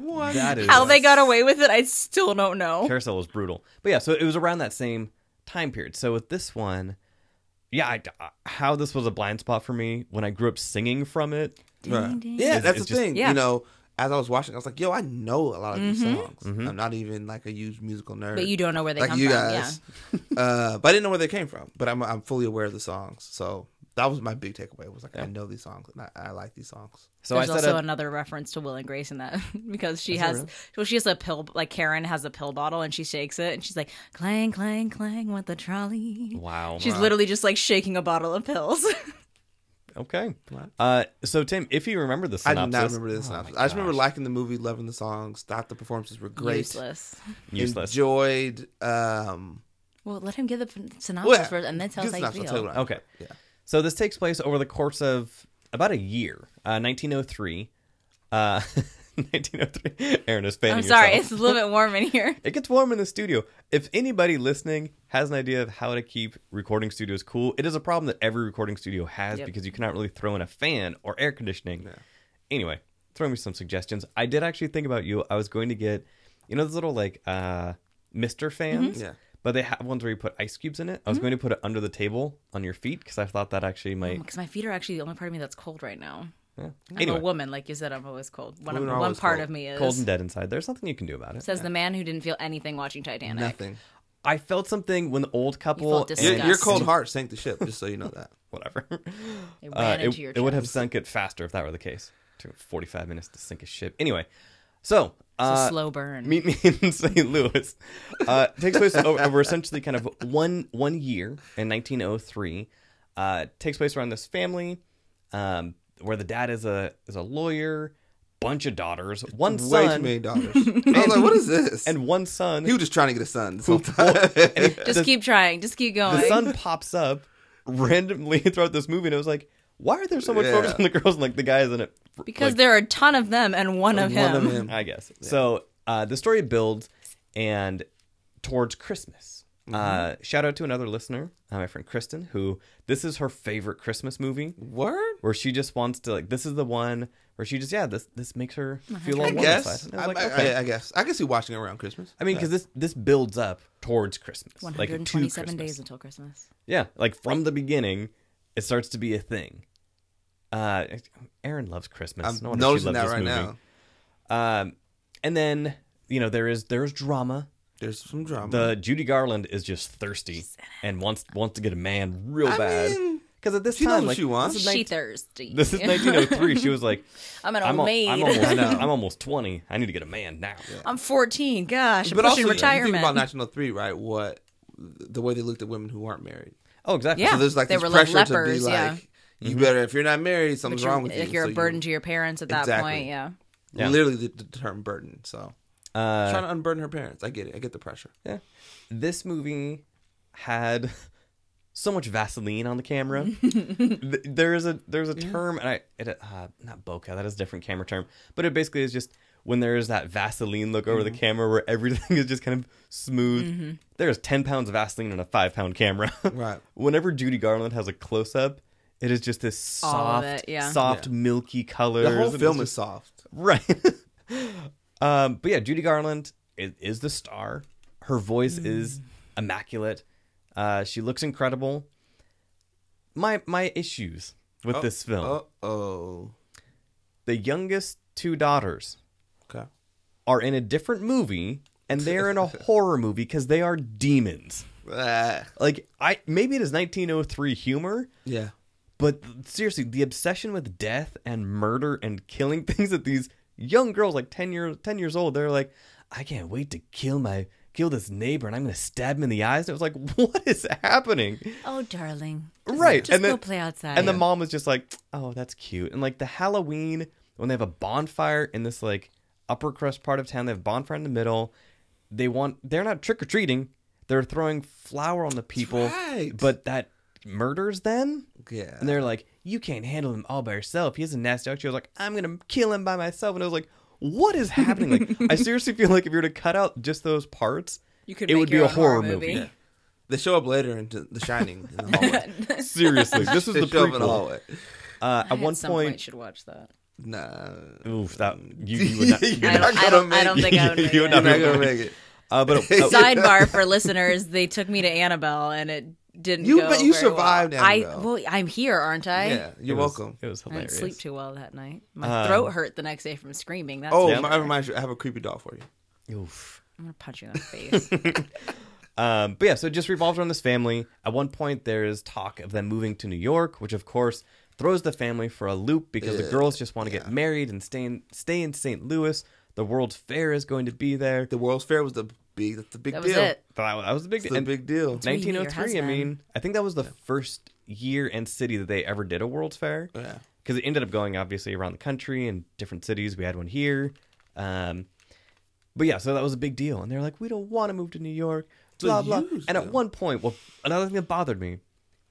Speaker 2: What?
Speaker 1: That is
Speaker 3: How they got away with it, I still don't know.
Speaker 1: Carousel was brutal. But yeah, so it was around that same time period. So with this one, yeah, I, how this was a blind spot for me when I grew up singing from it.
Speaker 2: Right.
Speaker 3: ding.
Speaker 2: Yeah,
Speaker 1: It's-
Speaker 2: that's
Speaker 1: it's
Speaker 2: the
Speaker 1: just-
Speaker 2: thing.
Speaker 3: Yeah. Mm-hmm.
Speaker 2: You know, as I was watching, I was like, yo, I know a lot of these songs. I'm not even like a huge musical nerd.
Speaker 3: But you don't know where they
Speaker 2: like
Speaker 3: come
Speaker 2: you
Speaker 3: from.
Speaker 2: guys. uh, but I didn't know where they came from. But I'm I'm fully aware of the songs. So that was my big takeaway. Was like I know these songs and I, I like these songs.
Speaker 1: So
Speaker 3: There's
Speaker 1: I set
Speaker 3: also
Speaker 1: up.
Speaker 3: another reference to Will and Grace in that because she has well she has a pill like Karen has a pill bottle and she shakes it and she's like clang clang clang with the trolley.
Speaker 1: wow.
Speaker 3: She's literally just like shaking a bottle of pills.
Speaker 1: Okay. Uh, so Tim, if you remember the
Speaker 2: I
Speaker 1: synopsis,
Speaker 2: do not remember
Speaker 3: Oh
Speaker 2: this synopsis. I just remember liking the movie, loving the songs, thought the performances were great.
Speaker 3: Useless.
Speaker 1: useless.
Speaker 2: Enjoyed. Um,
Speaker 3: Well, let him give the p- synopsis
Speaker 2: well,
Speaker 3: first, and then tell us
Speaker 2: just
Speaker 3: how
Speaker 2: not-
Speaker 3: you
Speaker 2: I'll tell you
Speaker 3: feel.
Speaker 2: what I-
Speaker 1: Okay.
Speaker 2: Yeah.
Speaker 1: So this takes place over the course of about a year, uh, 1903. Uh, 1903. Aaron is fanning
Speaker 3: I'm sorry,
Speaker 1: herself.
Speaker 3: it's a little bit warm in here.
Speaker 1: It gets warm in the studio. If anybody listening has an idea of how to keep recording studios cool, it is a problem that every recording studio has
Speaker 3: Yep.
Speaker 1: because you cannot really throw in a fan or air conditioning. Anyway, throw me some suggestions. I did actually think about you. I was going to get, you know, those little like uh Mister fans.
Speaker 3: Mm-hmm.
Speaker 2: Yeah.
Speaker 1: But they have ones where you put ice cubes in it. I was going to put it under the table on your feet because I thought that actually might.
Speaker 3: Because my feet are actually the only part of me that's cold right now.
Speaker 1: yeah.
Speaker 3: I'm a
Speaker 1: Anyway,
Speaker 3: woman, like you said, I'm always cold. One,
Speaker 2: Women are
Speaker 3: one
Speaker 2: always
Speaker 3: part
Speaker 2: cold.
Speaker 3: of me is
Speaker 1: cold and dead inside. There's nothing you can do about it.
Speaker 3: Says the man who didn't feel anything watching Titanic.
Speaker 2: Nothing.
Speaker 1: I felt something when the old couple.
Speaker 3: felt
Speaker 1: and-
Speaker 2: Your, your
Speaker 3: Disgusting.
Speaker 2: cold heart sank the ship, just so you know that.
Speaker 1: whatever.
Speaker 3: It
Speaker 1: Uh,
Speaker 3: ran
Speaker 1: it,
Speaker 3: into your
Speaker 1: it would
Speaker 3: chest.
Speaker 1: have sunk it faster if that were the case. took 45 minutes to sink a ship. Anyway, so
Speaker 3: It's a
Speaker 1: uh,
Speaker 3: slow burn.
Speaker 1: meet me in St. Louis. Uh, it takes place over, over essentially kind of one one year in 1903. Uh, it takes place around this family um, where the dad is a is a lawyer, bunch of daughters, one
Speaker 2: Way too
Speaker 1: son,
Speaker 2: many dollars. I was like, what is this? And
Speaker 1: and one son.
Speaker 2: he was just trying to get a son this whole time.
Speaker 3: just keep trying. Just keep going.
Speaker 1: uh, the sun pops up randomly throughout this movie, and I was like, why are there so much
Speaker 2: Yeah.
Speaker 1: focus on the girls and like the guys in it?
Speaker 3: because
Speaker 1: Like,
Speaker 3: there are a ton of them and one of
Speaker 2: One
Speaker 3: him.
Speaker 2: of them.
Speaker 1: I guess. So uh, the story builds and towards Christmas. Uh, shout out to another listener, uh, my friend Kristen, who this is her favorite Christmas movie,
Speaker 2: Word?
Speaker 1: where she just wants to like. This is the one where she just yeah, this this makes her feel all
Speaker 2: I
Speaker 1: warm
Speaker 2: guess.
Speaker 1: inside. And
Speaker 2: I,
Speaker 1: I was
Speaker 2: I-
Speaker 1: like, okay.
Speaker 2: I, I guess. I can see watching it around Christmas.
Speaker 1: I mean, because this this builds up towards Christmas, like to
Speaker 3: 127
Speaker 1: Christmas.
Speaker 3: days until Christmas.
Speaker 1: Yeah, like from the beginning, it starts to be a thing. Uh, Aaron loves Christmas.
Speaker 2: I'm
Speaker 1: No wonder she
Speaker 2: noticing
Speaker 1: loves
Speaker 2: that
Speaker 1: this
Speaker 2: right
Speaker 1: movie.
Speaker 2: now.
Speaker 1: Um, and then you know there is there's drama.
Speaker 2: There's some drama.
Speaker 1: The Judy Garland is just thirsty and wants wants to get a man real
Speaker 2: I
Speaker 1: bad.
Speaker 2: mean,
Speaker 1: Because at this
Speaker 2: she knows
Speaker 1: time,
Speaker 2: what
Speaker 1: like
Speaker 2: she wants.
Speaker 1: this is,
Speaker 3: She
Speaker 1: nineteen-
Speaker 3: thirsty.
Speaker 1: this is 1903. She was like,
Speaker 3: I'm an old
Speaker 1: I'm, al-
Speaker 3: maid.
Speaker 1: I'm
Speaker 3: I'm,
Speaker 1: almost
Speaker 2: I know.
Speaker 1: I'm almost 20. I need to get a man now.
Speaker 3: 14. Gosh, I'm
Speaker 2: but also,
Speaker 3: pushing
Speaker 2: you
Speaker 3: retirement.
Speaker 2: think about 1903, right? What the way they looked at women who weren't married.
Speaker 1: Oh, exactly.
Speaker 3: Yeah.
Speaker 2: So there's like
Speaker 3: They
Speaker 2: this
Speaker 3: were like
Speaker 2: pressure to be
Speaker 3: lepers,
Speaker 2: like,
Speaker 3: yeah.
Speaker 2: you
Speaker 1: Mm-hmm.
Speaker 2: better if you're not married, something's
Speaker 3: But you're,
Speaker 2: wrong with you.
Speaker 3: like, you're
Speaker 2: So
Speaker 3: a burden to your parents at that
Speaker 2: Exactly.
Speaker 3: point. Yeah.
Speaker 1: Yeah.
Speaker 2: Literally the, the term burden. So
Speaker 1: Uh,
Speaker 2: trying to unburden her parents. I get it. I get the pressure.
Speaker 1: Yeah. This movie had so much Vaseline on the camera. Th- there is a there's a term and I it, uh, not bokeh that is a different camera term, but it basically is just when there is that Vaseline look over the
Speaker 2: Mm-hmm.
Speaker 1: camera where everything is just kind of smooth. There's ten pounds of Vaseline on a five pound camera.
Speaker 2: Right.
Speaker 1: Whenever Judy Garland has a close up, it is just this
Speaker 3: All of
Speaker 1: soft,
Speaker 3: it, yeah.
Speaker 1: soft milky color.
Speaker 2: The whole film is soft.
Speaker 1: Right. um, but yeah, Judy Garland is, is the star. Her voice is immaculate. Uh, she looks incredible. My my issues with this film:
Speaker 2: Uh oh.
Speaker 1: the youngest two daughters
Speaker 2: Okay.
Speaker 1: are in a different movie, and they're in a horror movie because they are demons.
Speaker 2: Ah,
Speaker 1: Like I maybe it is 1903 humor,
Speaker 2: yeah.
Speaker 1: But th- seriously, the obsession with death and murder and killing things that these young girls, like ten years ten years old, they're like, I can't wait to kill my kill this neighbor and I'm gonna stab him in the eyes. And it was like, what is happening?
Speaker 3: Oh, darling.
Speaker 1: right.
Speaker 3: Just
Speaker 1: and
Speaker 3: go
Speaker 1: then
Speaker 3: play outside.
Speaker 1: and the mom was just like, Oh, that's cute. And like the Halloween when they have a bonfire in this like upper crust part of town, they have a bonfire in the middle. They want they're not trick or treating. They're throwing flour on the people.
Speaker 2: right.
Speaker 1: But that murders them?
Speaker 2: Yeah.
Speaker 1: And they're like, "You can't handle him all by yourself. He has a nasty dog." She was like, "I'm gonna kill him by myself." And I was like, "What is happening?" Like, I seriously feel like if you were to cut out just those parts,
Speaker 3: You could
Speaker 1: it
Speaker 3: make
Speaker 1: would be
Speaker 3: your
Speaker 1: a
Speaker 3: own
Speaker 1: horror movie.
Speaker 3: movie.
Speaker 2: They show up later in The Shining. In the hallway.
Speaker 1: Seriously, this is
Speaker 2: they
Speaker 1: the
Speaker 2: show up in the
Speaker 1: prequel.
Speaker 2: hallway.
Speaker 1: Uh, at
Speaker 3: At
Speaker 1: one
Speaker 3: some point,
Speaker 1: point,
Speaker 3: should watch that.
Speaker 2: Nah.
Speaker 1: oof, that you, you would not.
Speaker 2: You're
Speaker 3: I don't,
Speaker 2: gonna
Speaker 3: I don't, I
Speaker 2: make
Speaker 3: don't
Speaker 2: it.
Speaker 3: think I would.
Speaker 1: You would
Speaker 3: Make it.
Speaker 1: not
Speaker 2: You're not gonna make it.
Speaker 1: Uh, but
Speaker 2: Oh.
Speaker 1: at- at-
Speaker 3: sidebar for listeners they took me to annabelle and it didn't
Speaker 2: You-
Speaker 3: go
Speaker 2: but you
Speaker 3: very well.
Speaker 2: survived
Speaker 3: i
Speaker 2: Annabelle.
Speaker 3: well i'm here aren't i
Speaker 2: Yeah. You're
Speaker 1: it was-
Speaker 2: welcome.
Speaker 1: It was
Speaker 3: i didn't
Speaker 1: hilarious.
Speaker 3: sleep too well that night my throat hurt the next day from screaming that's
Speaker 2: Oh,
Speaker 3: for
Speaker 2: my,
Speaker 3: sure.
Speaker 2: I remind you, I have a creepy doll for you.
Speaker 1: Oof.
Speaker 3: i'm gonna punch you in the face
Speaker 1: Um, but yeah, so it just revolves around this family. At one point, there is talk of them moving to New York, which of course throws the family for a loop because the girls just want to get married and stay in, stay in St. Louis. The World's Fair is going to be there.
Speaker 2: The World's Fair was the big. That's the big
Speaker 3: that was
Speaker 2: deal.
Speaker 3: it
Speaker 1: That was, that was a big
Speaker 2: It's the
Speaker 1: and
Speaker 2: big deal.
Speaker 3: you meet
Speaker 1: 1903.
Speaker 3: your
Speaker 1: I
Speaker 3: husband.
Speaker 1: mean, I think that was the first year and city that they ever did a World's Fair.
Speaker 3: Oh,
Speaker 2: Yeah.
Speaker 1: Because it ended up going obviously around the country and different cities. We had one here. Um, but yeah, so that was a big deal. And they're like, we don't want to move to New York, blah, blah.
Speaker 2: use
Speaker 1: And at
Speaker 2: them.
Speaker 1: one point, well, another thing that bothered me,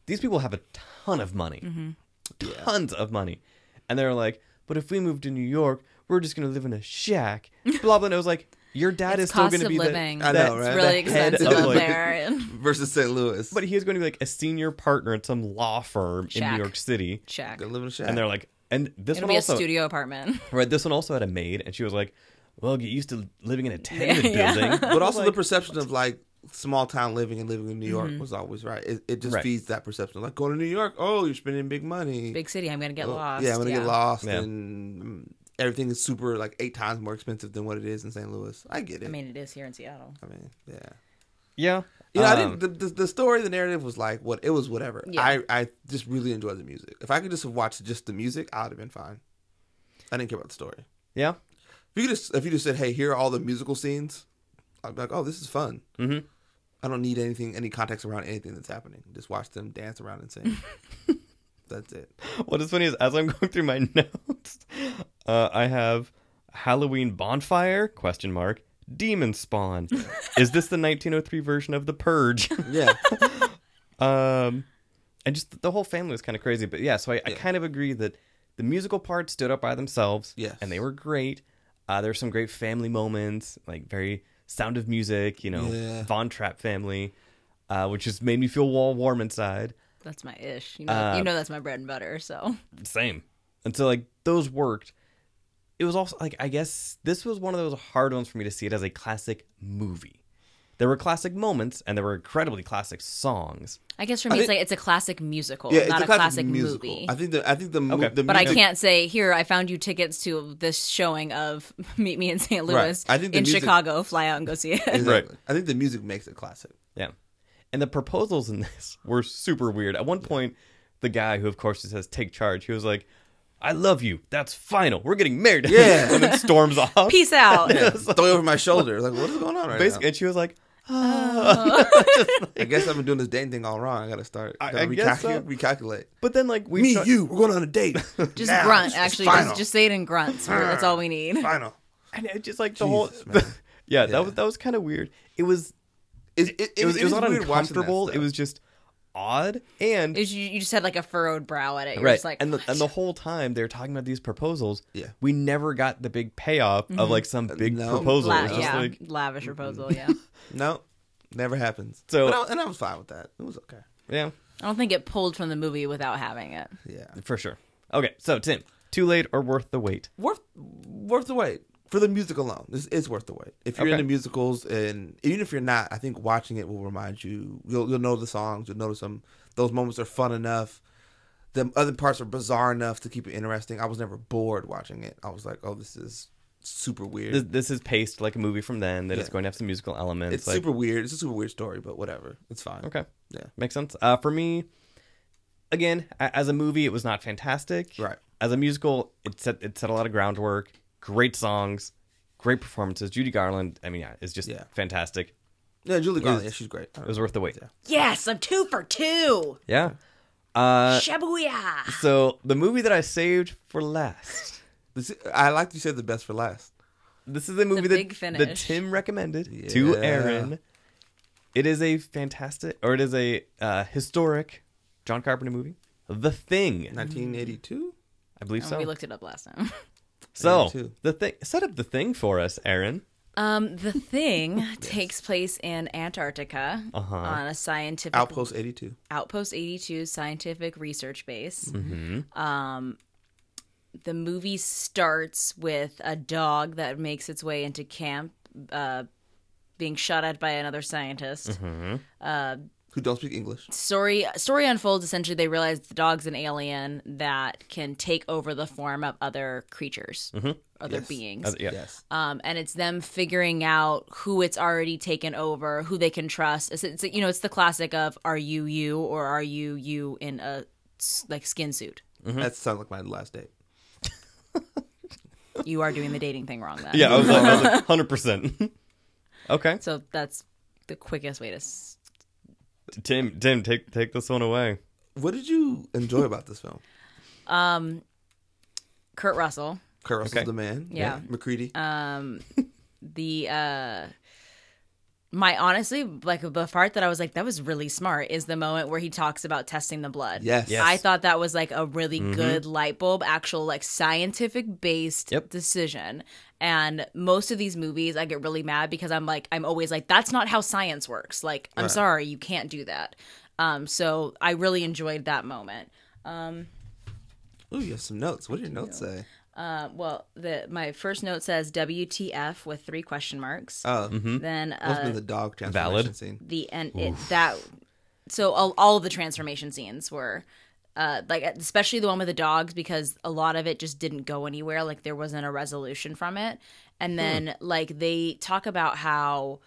Speaker 1: these people have a ton of money,
Speaker 3: Mm-hmm.
Speaker 1: tons of money. And they're like, but if we move to New York, we're just going to live in a shack, blah, blah. And I was like, your dad
Speaker 3: It's
Speaker 1: is still
Speaker 3: cost
Speaker 1: going to
Speaker 3: of
Speaker 1: be
Speaker 3: living.
Speaker 1: the,
Speaker 2: I
Speaker 1: that-
Speaker 2: know,
Speaker 1: the
Speaker 2: right?
Speaker 3: really
Speaker 1: head
Speaker 3: expensive
Speaker 1: of,
Speaker 3: up
Speaker 1: like-
Speaker 3: there.
Speaker 2: versus St. Louis.
Speaker 1: But he was going to be like a senior partner at some law firm in New
Speaker 3: Shack.
Speaker 1: York City.
Speaker 3: Check.
Speaker 2: they live in a shack.
Speaker 1: And they're like, and this
Speaker 3: It'll
Speaker 1: one
Speaker 3: be a
Speaker 1: also,
Speaker 3: studio apartment.
Speaker 1: right? This one also had a maid, and she was like, "Well, get used to living in a tenement
Speaker 3: Yeah.
Speaker 1: building."
Speaker 2: but also the
Speaker 1: Like,
Speaker 2: perception of like small town living and living in New York
Speaker 3: Mm-hmm.
Speaker 2: was always right. It, it just
Speaker 1: Right.
Speaker 2: feeds that perception. Like going to New York, oh, you're spending big money.
Speaker 3: Big city. I'm gonna get
Speaker 2: Oh,
Speaker 3: lost.
Speaker 2: Yeah, I'm gonna get lost,
Speaker 1: Yeah.
Speaker 2: and mm, everything is super like eight times more expensive than what it is in St. Louis. I get it.
Speaker 3: I mean, it is here in Seattle.
Speaker 2: I mean, yeah.
Speaker 1: yeah,
Speaker 2: You know, I
Speaker 1: Um,
Speaker 2: didn't. The, the, the story, the narrative was like what it was. Whatever.
Speaker 3: Yeah.
Speaker 2: I I just really enjoyed the music. If I could just have watched just the music, I would have been fine. I didn't care about the story.
Speaker 1: yeah,
Speaker 2: If you could just if you just said, "Hey, here are all the musical scenes," I'd be like, "Oh, this is fun."
Speaker 3: Mm-hmm.
Speaker 1: Mhm.
Speaker 2: I don't need anything, any context around anything that's happening. Just watch them dance around and sing. that's it.
Speaker 1: What is funny is as I'm going through my notes, uh, I have Halloween bonfire question mark demon spawn. is this the 1903 version of the Purge?
Speaker 2: Yeah,
Speaker 1: um, and just the whole family was kind of crazy. But yeah, so I, I kind of agree that the musical part stood up by themselves.
Speaker 2: Yes.
Speaker 1: and they were great. Uh, there were some great family moments, like very Sound of Music. You know,
Speaker 2: Yeah.
Speaker 1: Von Trapp family. Uh, which just made me feel all warm inside.
Speaker 3: That's my ish. You know, you know that's my bread and butter. So
Speaker 1: same. And so like those worked. It was also like I guess this was one of those hard ones for me to see it as a classic movie. There were classic moments and there were incredibly classic songs.
Speaker 3: I guess for me, it's
Speaker 2: think-
Speaker 3: like it's a classic musical,
Speaker 2: yeah.
Speaker 3: not
Speaker 2: it's
Speaker 3: a, classic, movie.
Speaker 2: I think the I think the, mo-
Speaker 1: Okay.
Speaker 2: the
Speaker 3: but I
Speaker 2: music-
Speaker 3: can't say here. I found you tickets to this showing of Meet Me in St. Louis.
Speaker 2: I think the
Speaker 3: in
Speaker 2: music-
Speaker 3: Chicago, fly out and go see it.
Speaker 2: Exactly. I think the music makes it classic.
Speaker 1: Yeah. And the proposals in this were super weird. At one point, the guy who of course just says take charge, he was like, I love you. That's final. We're getting married.
Speaker 2: Yeah.
Speaker 1: and then storms off.
Speaker 3: Peace out.
Speaker 2: Throw it over my shoulder. Like, what is going on right
Speaker 1: Basically,
Speaker 2: now?
Speaker 1: and she was like,
Speaker 2: I guess I've been doing this dating thing all wrong. I gotta start.
Speaker 1: I-
Speaker 2: gotta
Speaker 1: I guess so.
Speaker 2: recalculate.
Speaker 1: but then like we
Speaker 2: Me,
Speaker 1: start-
Speaker 2: you, we're going on a date.
Speaker 3: Just
Speaker 2: Now.
Speaker 3: grunt.
Speaker 2: It's
Speaker 3: Actually,
Speaker 2: final.
Speaker 3: just, just say it in grunts. That's all we need.
Speaker 2: final.
Speaker 1: and it just like the
Speaker 2: Jesus,
Speaker 1: whole
Speaker 2: man.
Speaker 1: yeah,
Speaker 2: Yeah.
Speaker 1: that was that was kind of weird. It was
Speaker 2: It, it,
Speaker 1: it was it was
Speaker 2: is
Speaker 1: not
Speaker 2: weird watching that
Speaker 1: uncomfortable.
Speaker 2: stuff.
Speaker 1: It was just odd and
Speaker 3: It's- You, you just had like a furrowed brow at it. You're
Speaker 1: right.
Speaker 3: just like,
Speaker 1: and the
Speaker 3: "What?"
Speaker 1: and the whole time they're talking about these proposals.
Speaker 2: Yeah.
Speaker 1: we never got the big payoff of like some big
Speaker 2: no.
Speaker 1: proposal.
Speaker 3: La-
Speaker 1: It was just
Speaker 3: Mm-hmm. yeah,
Speaker 1: like
Speaker 3: lavish proposal. Yeah,
Speaker 2: no, never happens.
Speaker 1: So-
Speaker 2: But I- and I was fine with that. It was okay.
Speaker 1: yeah,
Speaker 3: I don't think it pulled from the movie without having it.
Speaker 2: Yeah,
Speaker 1: for sure. Okay, so Tim, too late or worth the wait?
Speaker 2: worth worth the wait for the music alone. It's, it's worth the wait. If you're
Speaker 1: Okay.
Speaker 2: into musicals, and even if you're not, I think watching it will remind you. You'll you'll know the songs. You'll notice them. Those moments are fun enough. The other parts are bizarre enough to keep it interesting. I was never bored watching it. I was like, oh, this is super weird.
Speaker 1: This, this is paced like a movie from then that it's
Speaker 2: Yeah.
Speaker 1: going to have some musical elements.
Speaker 2: it's
Speaker 1: like,
Speaker 2: super weird. It's a super weird story, but whatever. It's fine.
Speaker 1: Okay.
Speaker 2: Yeah.
Speaker 1: Makes sense. Uh, for me, again, a- as a movie, it was not fantastic.
Speaker 2: Right.
Speaker 1: As a musical, it set it set a lot of groundwork. Great songs, great performances. Judy Garland, I mean, yeah, is just
Speaker 2: Yeah.
Speaker 1: fantastic.
Speaker 2: Yeah, Julie Garland. Yeah, she's great.
Speaker 1: It was worth the wait.
Speaker 3: Yes, I'm two for two.
Speaker 1: Yeah.
Speaker 3: Shibuya.
Speaker 1: So the movie that I saved for last.
Speaker 2: This- I like you said the best for last.
Speaker 1: Mm. This is a movie that,
Speaker 3: big finish.
Speaker 1: that Tim recommended to
Speaker 2: Yeah.
Speaker 1: Aaron. It is a fantastic, or it is a uh, historic John Carpenter movie, The Thing.
Speaker 2: 1982.
Speaker 1: I believe so.
Speaker 3: Oh, We looked it up last time.
Speaker 1: So
Speaker 2: 82.
Speaker 1: the thing, set up the thing for us, Aaron.
Speaker 3: Um, the thing takes place in Antarctica on a scientific
Speaker 2: Outpost 82.
Speaker 3: Outpost 82 scientific research base. Um, the movie starts with a dog that makes its way into camp, uh, being shot at by another scientist.
Speaker 2: Who don't speak English?
Speaker 3: Story story unfolds. Essentially, they realize the dog's an alien that can take over the form of other creatures, other
Speaker 2: Yes.
Speaker 3: beings.
Speaker 1: Uh, yeah.
Speaker 2: Yes.
Speaker 3: um, and it's them figuring out who it's already taken over, who they can trust. It's, it's you know, it's the classic of are you you or are you you in a s- like skin suit?
Speaker 1: Mm-hmm.
Speaker 2: That sounds like my last date.
Speaker 3: You are doing the dating thing wrong then.
Speaker 1: Yeah, I was like, I was like, 100%. okay.
Speaker 3: So that's the quickest way to. s-
Speaker 1: Tim, Tim, take take this one away.
Speaker 2: What did you enjoy about this film?
Speaker 3: Kurt Russell,
Speaker 2: Kurt Russell's the man.
Speaker 3: Yeah. Uh,
Speaker 2: McCready.
Speaker 3: the uh my honestly like the part that I was like that was really smart is the moment where he talks about testing the blood.
Speaker 2: Yes. Mm-hmm. Yes.
Speaker 3: I thought that was like a really good light bulb actual like scientific based
Speaker 1: Yep.
Speaker 3: decision. And most of these movies I get really mad because I'm like I'm always like that's not how science works. Like I'm sorry you can't do that. Um so I really enjoyed that moment.
Speaker 2: Ooh, you have some notes. What did your notes say?
Speaker 3: Uh, well, the my first note says WTF with three question marks.
Speaker 2: Oh,
Speaker 3: Then uh,
Speaker 2: must have been the dog transformation
Speaker 1: valid.
Speaker 2: scene.
Speaker 3: the end it, that so all, all of the transformation scenes were uh like especially the one with the dogs because a lot of it just didn't go anywhere like there wasn't a resolution from it and then like they talk about how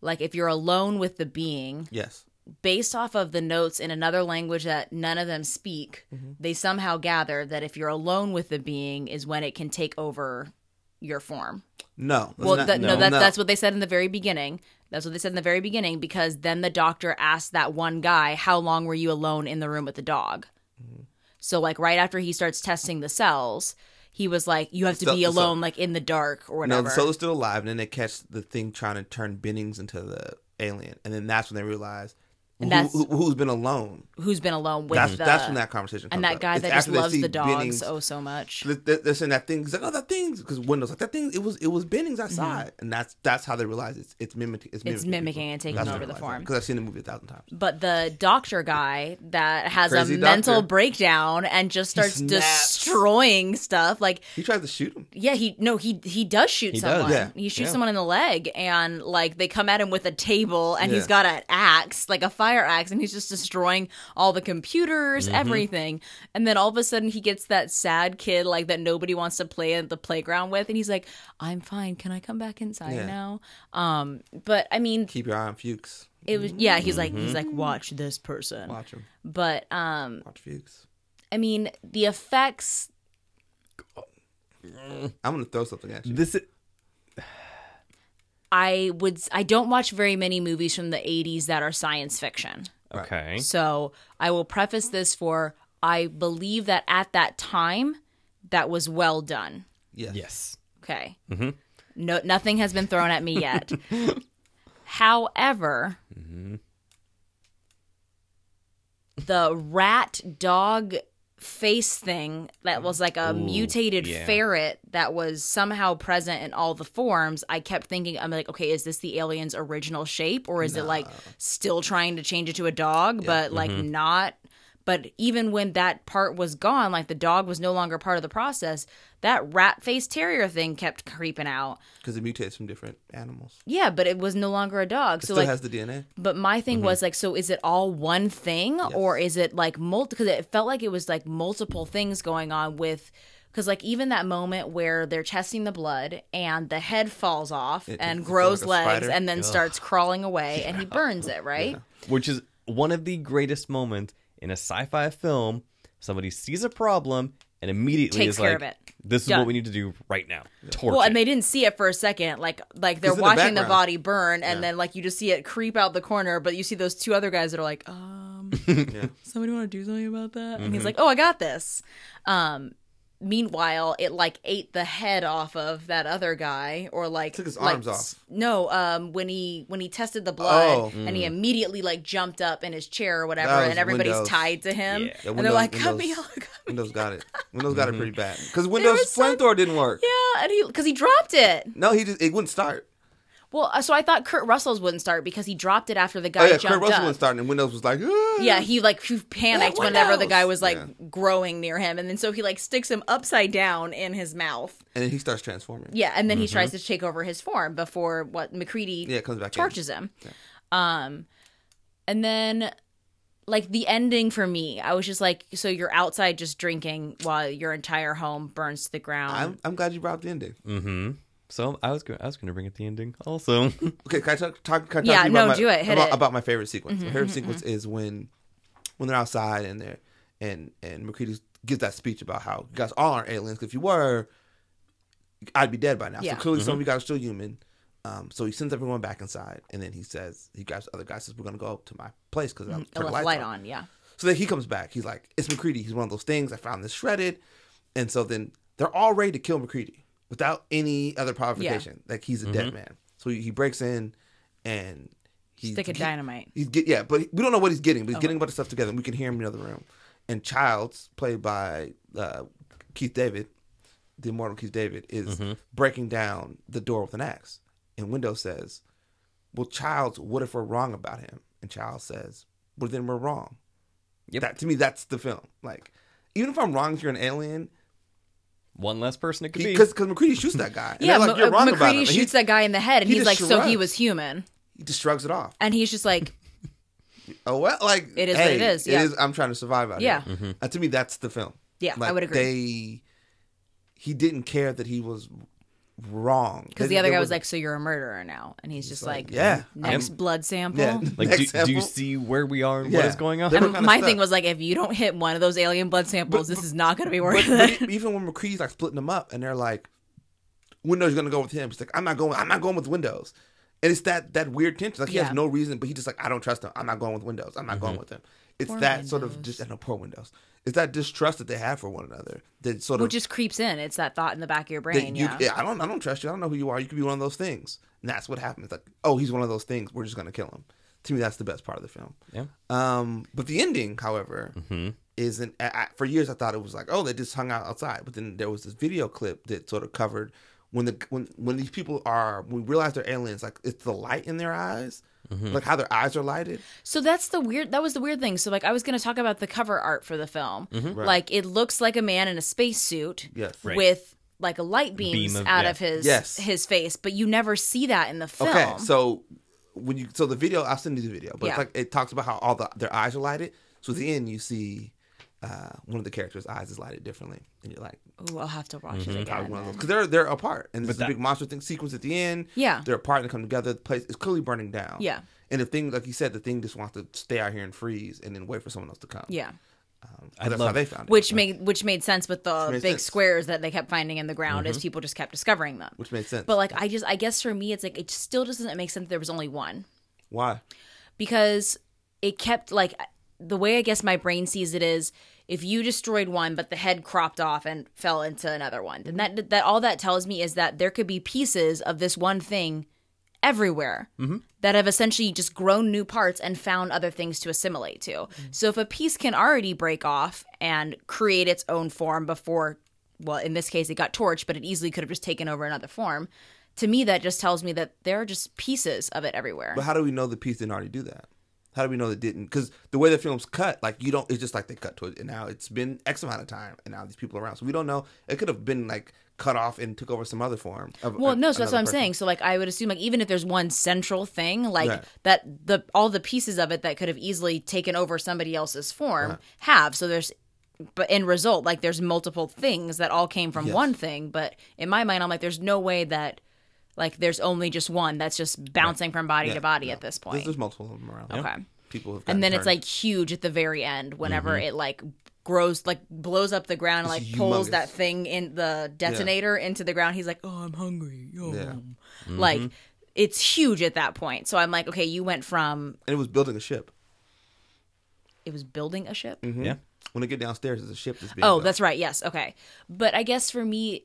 Speaker 3: like if you're alone with the being
Speaker 2: Yes.
Speaker 3: based off of the notes in another language that none of them speak, they somehow gather that if you're alone with the being is when it can take over your form.
Speaker 2: No. that's
Speaker 3: Well,
Speaker 2: not-
Speaker 3: that, no, that, that's what they said in the very beginning. That's what they said in the very beginning because then the doctor asked that one guy, "How long were you alone in the room with the dog?"
Speaker 2: Mm-hmm.
Speaker 3: So like right after he starts testing the cells, he was like, "You have to
Speaker 2: So-
Speaker 3: be
Speaker 2: so-
Speaker 3: alone, like in the dark or
Speaker 2: No,
Speaker 3: whatever."
Speaker 2: the soul is still alive, and then they catch the thing trying to turn Bennings into the alien, and then that's when they realize who,
Speaker 3: And that's-
Speaker 2: who, has been alone.
Speaker 3: Who's been alone with
Speaker 2: That's
Speaker 3: the
Speaker 2: that's when that conversation comes
Speaker 3: and that
Speaker 2: up.
Speaker 3: guy
Speaker 2: It's
Speaker 3: that just
Speaker 2: after they
Speaker 3: loves
Speaker 2: see
Speaker 3: the dogs
Speaker 2: Bennings-
Speaker 3: oh so much.
Speaker 2: they- they- They're saying that thing. He's like, oh, that thing, because Windows like that thing. It was, it was Bennings
Speaker 3: Mm-hmm.
Speaker 2: I saw it, and that's that's how they realize it's it's mimicking. It's mimicking,
Speaker 3: mimicking and taking over the form.
Speaker 2: Because I've seen the movie a thousand times.
Speaker 3: but the doctor guy that has
Speaker 2: Crazy
Speaker 3: a
Speaker 2: doctor.
Speaker 3: mental breakdown and just starts
Speaker 2: snaps.
Speaker 3: destroying stuff like
Speaker 2: He tries to shoot him.
Speaker 3: yeah he no he he does shoot
Speaker 1: does.
Speaker 3: someone
Speaker 2: Yeah.
Speaker 3: he shoots
Speaker 1: Yeah.
Speaker 3: someone in the leg and like they come at him with a table and he's
Speaker 2: Yeah.
Speaker 3: got an axe like a fire axe and he's just destroying all the computers everything and then all of a sudden he gets that sad kid like that nobody wants to play at the playground with and he's like i'm fine can i come back inside
Speaker 2: Yeah.
Speaker 3: now um but i mean
Speaker 2: Keep your eye on Fuchs.
Speaker 3: it was yeah he's like he's like watch this person
Speaker 2: Watch him.
Speaker 3: but um
Speaker 2: Watch Fuchs.
Speaker 3: I mean, the effects.
Speaker 2: I'm gonna throw something
Speaker 3: Mm.
Speaker 2: at you.
Speaker 1: This is,
Speaker 3: I would. I don't watch very many movies from the '80s that are science fiction.
Speaker 1: okay.
Speaker 3: So I will preface this for I believe that at that time, that was well done.
Speaker 2: Yes.
Speaker 1: Yes.
Speaker 3: Okay. No, nothing has been thrown at me yet. However, the rat dog face thing that was like a mutated
Speaker 1: yeah.
Speaker 3: ferret that was somehow present in all the forms. I kept thinking, I'm like, okay, is this the alien's original shape or is it like still trying to change it to a dog, but like not? But even when that part was gone, like the dog was no longer part of the process, that rat face terrier thing kept creeping out.
Speaker 2: Because it mutates from different animals.
Speaker 3: Yeah, but it was no longer a dog. so
Speaker 2: Still
Speaker 3: like
Speaker 2: has the DNA.
Speaker 3: but my thing
Speaker 2: Mm-hmm.
Speaker 3: was like, so is it all one thing or is it like multi? Because it felt like it was like multiple things going on with. Because like even that moment where they're testing the blood and the head falls off and
Speaker 2: it's
Speaker 3: grows
Speaker 2: like a
Speaker 3: legs
Speaker 2: spider.
Speaker 3: and then starts crawling away and he burns it right.
Speaker 1: Which is one of the greatest moments in a sci fi film. Somebody sees a problem and immediately
Speaker 3: Takes
Speaker 1: is
Speaker 3: care
Speaker 1: like,
Speaker 3: of it.
Speaker 1: this is
Speaker 3: Done.
Speaker 1: what we need to do right now. Torch
Speaker 3: Well, and
Speaker 1: it.
Speaker 3: they didn't see it for a second. Like like they're
Speaker 2: in the
Speaker 3: watching the,
Speaker 2: background.
Speaker 3: body burn and then like you just see it creep out the corner, but you see those two other guys that are like, um, somebody want to do something about that? And
Speaker 2: Mm-hmm.
Speaker 3: he's like, oh, I got this. Um, meanwhile, it like ate the head off of that other guy, or like
Speaker 2: Took his
Speaker 3: like,
Speaker 2: arms
Speaker 3: s-
Speaker 2: off.
Speaker 3: No, um, when he when he tested the
Speaker 2: Oh.
Speaker 3: blood and he immediately like jumped up in his chair or whatever,
Speaker 2: That
Speaker 3: and
Speaker 2: was
Speaker 3: everybody's
Speaker 2: Windows.
Speaker 3: tied to him,
Speaker 1: Yeah. The
Speaker 3: and they're
Speaker 2: Windows-
Speaker 3: like, cut me
Speaker 2: Windows-
Speaker 3: off. Mm-hmm.
Speaker 2: Windows got it. Windows got it pretty bad. Because Windows
Speaker 3: was some-
Speaker 2: flamethrower didn't work.
Speaker 3: Yeah, and he because he dropped it.
Speaker 2: No, he just it wouldn't start.
Speaker 3: Well, uh, so I thought Kurt Russell's wouldn't start because he dropped it after the guy
Speaker 2: Oh yeah,
Speaker 3: jumped
Speaker 2: Kurt Russell
Speaker 3: up.
Speaker 2: wouldn't start, and Windows was like, "Ah."
Speaker 3: Yeah, he like he panicked
Speaker 2: What
Speaker 3: whenever the
Speaker 2: windows?
Speaker 3: guy was like
Speaker 2: Yeah.
Speaker 3: growing near him, and then so he like sticks him upside down in his mouth.
Speaker 2: and then he starts transforming.
Speaker 3: Yeah, and then he tries to take over his form before what McCready
Speaker 2: Mm-hmm. yeah, it comes back. in.
Speaker 3: torches him. Um, and then like the ending for me, I was just like, so you're outside just drinking while your entire home burns to the ground.
Speaker 2: I'm, I'm glad you brought up the ending.
Speaker 1: Mm-hmm. so I was, go- I was going to bring up the ending also.
Speaker 2: Okay, can I talk? talk can I talk
Speaker 3: Yeah,
Speaker 2: to you
Speaker 3: no,
Speaker 2: about my,
Speaker 3: do it, hit
Speaker 2: about,
Speaker 3: it. Mm-hmm,
Speaker 2: about my favorite sequence. my favorite sequence is when when they're outside and they're and and McCready gives that speech about how you guys all are aliens. 'cause If you were, I'd be dead by now.
Speaker 3: Yeah.
Speaker 2: So clearly, some of you guys are still human. Um, so he sends everyone back inside, and then he says, "He guys, other guy says, we're gonna go up to my place because I'll
Speaker 3: I
Speaker 2: turn the
Speaker 3: left the
Speaker 2: lights
Speaker 3: Mm-hmm. light
Speaker 2: on.
Speaker 3: on, yeah.
Speaker 2: So then he comes back. He's like, it's McCready. He's one of those things. I found this shredded. And so then they're all ready to kill McCready without any other provocation. Like he's a dead man. So he he breaks in and he,
Speaker 3: Stick of
Speaker 2: he-
Speaker 3: dynamite.
Speaker 2: He's get yeah, but we don't know what he's getting. But
Speaker 3: Oh.
Speaker 2: he's getting a bunch of stuff together. and We can hear him in the other room. And Childs, played by uh, Keith David, the immortal Keith David, is
Speaker 3: Mm-hmm.
Speaker 2: breaking down the door with an axe. And Window says, "Well, Childs, what if we're wrong about him?" And Childs says, "Well, then we're wrong."
Speaker 1: Yep.
Speaker 2: That to me, that's the film. Like, even if I'm wrong, if you're an alien,
Speaker 1: One less person it could be.
Speaker 2: because because McCready shoots that guy. And they're
Speaker 3: yeah, like,
Speaker 2: like, "You're wrong about him."
Speaker 3: McCready
Speaker 2: And he-
Speaker 3: shoots that guy in the head, and
Speaker 2: he
Speaker 3: he's like,
Speaker 2: just
Speaker 3: "So he
Speaker 2: shrugs.
Speaker 3: was human,"
Speaker 2: he just shrugs it off.
Speaker 3: and he's just like,
Speaker 2: Oh well, like
Speaker 3: It is what
Speaker 2: hey,
Speaker 3: it is, yeah.
Speaker 2: I'm trying to survive out
Speaker 3: Yeah. Mm-hmm.
Speaker 2: here. Uh, to me, that's the film.
Speaker 3: Yeah, I
Speaker 2: Like,
Speaker 3: would agree.
Speaker 2: They he didn't care that he was wrong
Speaker 3: "Because
Speaker 2: They-
Speaker 3: the other
Speaker 2: they
Speaker 3: guy was
Speaker 2: were-
Speaker 3: like, so you're a murderer now," and he's just like,
Speaker 2: yeah,
Speaker 3: next blood sample."
Speaker 2: yeah.
Speaker 1: like, do,
Speaker 2: Next
Speaker 1: do you
Speaker 2: sample.
Speaker 1: see where we are and what
Speaker 2: Yeah.
Speaker 1: is going
Speaker 2: They
Speaker 1: on?
Speaker 2: were
Speaker 3: And
Speaker 2: kinda
Speaker 3: my
Speaker 2: stuck.
Speaker 3: thing was like, if you don't hit one of those alien blood samples, this is not going to be worth
Speaker 2: But
Speaker 3: it.
Speaker 2: e- even when McCree's like splitting them up, and they're like, Windows gonna go with him. He's like, I'm not going. I'm not going with Windows. And it's that that weird tension. Like he
Speaker 3: Yeah.
Speaker 2: has no reason, but he just like, I don't trust him. I'm not going with Windows. I'm not
Speaker 1: Mm-hmm.
Speaker 2: going with him. It's
Speaker 3: Poor
Speaker 2: that sort of
Speaker 3: Windows.
Speaker 2: just and no, poor Windows. It's that distrust that they have for one another. That sort
Speaker 3: Which
Speaker 2: of
Speaker 3: just creeps in. It's that thought in the back of your
Speaker 2: that
Speaker 3: brain.
Speaker 2: you,
Speaker 3: yeah.
Speaker 2: yeah, I don't, I don't trust you. I don't know who you are. You could be one of those things. And that's what happens. Like, oh, he's one of those things. We're just gonna kill him. To me, that's the best part of the film.
Speaker 1: Yeah.
Speaker 2: Um, but the ending, however, isn't. I, I, for years, I thought it was like, oh, they just hung out outside. But then there was this video clip that sort of covered when the when when these people are when we realize they're aliens. Like, it's the light in their eyes, like how their eyes are lighted.
Speaker 3: So that's the weird. That was the weird thing. So like, I was going to talk about the cover art for the film.
Speaker 2: Mm-hmm.
Speaker 3: Like, it looks like a man in a spacesuit.
Speaker 2: Yes. Right.
Speaker 3: With like a light beams
Speaker 1: Beam of-
Speaker 3: out
Speaker 1: yeah.
Speaker 3: of his
Speaker 2: Yes.
Speaker 3: his face, but you never see that in the film.
Speaker 2: Okay, so when you so the video, I'll send you the video, but
Speaker 3: Yeah. Mm-hmm.
Speaker 2: it's like it talks about how all the their eyes are lighted. So at the end, you see uh, one of the characters' eyes is lighted differently, and you're like,
Speaker 3: Ooh, I'll have to watch it
Speaker 1: Mm-hmm.
Speaker 2: probably one
Speaker 3: again.
Speaker 2: of those because they're they're apart, and this is a
Speaker 1: that-
Speaker 2: big monster thing sequence at the end.
Speaker 3: Yeah.
Speaker 2: they're apart and come together. The place is clearly burning down.
Speaker 3: Yeah.
Speaker 2: and the thing, like you said, the thing just wants to stay out here and freeze, and then wait for someone else to come.
Speaker 3: Yeah.
Speaker 1: I
Speaker 2: that's how
Speaker 1: love
Speaker 2: they found it.
Speaker 3: Which made which made sense with the big
Speaker 2: made sense. Mm-hmm.
Speaker 3: squares that they kept finding in the ground as people just kept discovering them.
Speaker 2: which made sense.
Speaker 3: But like I just I guess for me it's like it still doesn't make sense that there was only one
Speaker 2: Why?
Speaker 3: because it kept like the way I guess my brain sees it is if you destroyed one but the head cropped off and fell into another one then that that all that tells me is that there could be pieces of this one thing everywhere that have essentially just grown new parts and found other things to assimilate to. So if a piece can already break off and create its own form before well in this case it got torched but it easily could have just taken over another form. To me that just tells me that there are just pieces of it everywhere.
Speaker 2: But how do we know the piece didn't already do that? How do we know it didn't? Because the way the film's cut, like you don't, it's just like they cut to it, and now it's been X amount of time, and now these people are around, so we don't know. It could have been like cut off and took over some other form. Of,
Speaker 3: Well, no, so that's
Speaker 2: another
Speaker 3: what I'm
Speaker 2: person.
Speaker 3: saying. So like I would assume like even if there's one central thing, like
Speaker 2: Right.
Speaker 3: that the all the pieces of it that could have easily taken over somebody else's form
Speaker 2: Uh-huh.
Speaker 3: have. So there's but in result, like there's multiple things that all came from one thing, but in my mind I'm like there's no way that like there's only just one that's just bouncing from body to body at
Speaker 2: There's,
Speaker 3: this point.
Speaker 2: there's multiple of them around.
Speaker 3: Okay.
Speaker 2: People have
Speaker 3: and then
Speaker 2: gotten
Speaker 3: it's
Speaker 2: turned.
Speaker 3: like huge at the very end whenever it like grows like blows up the ground and like
Speaker 2: Mm-hmm. It's
Speaker 3: pulls
Speaker 2: humongous.
Speaker 3: that thing in the detonator into the ground he's like oh i'm hungry Oh.
Speaker 2: Yeah. Mm-hmm.
Speaker 3: like it's huge at that point so i'm like okay you went from
Speaker 2: and it was building a ship.
Speaker 3: it was building a ship
Speaker 2: Mm-hmm.
Speaker 1: Yeah.
Speaker 2: When they get downstairs, there's a ship that's being.
Speaker 3: oh
Speaker 2: built.
Speaker 3: that's right yes okay but i guess for me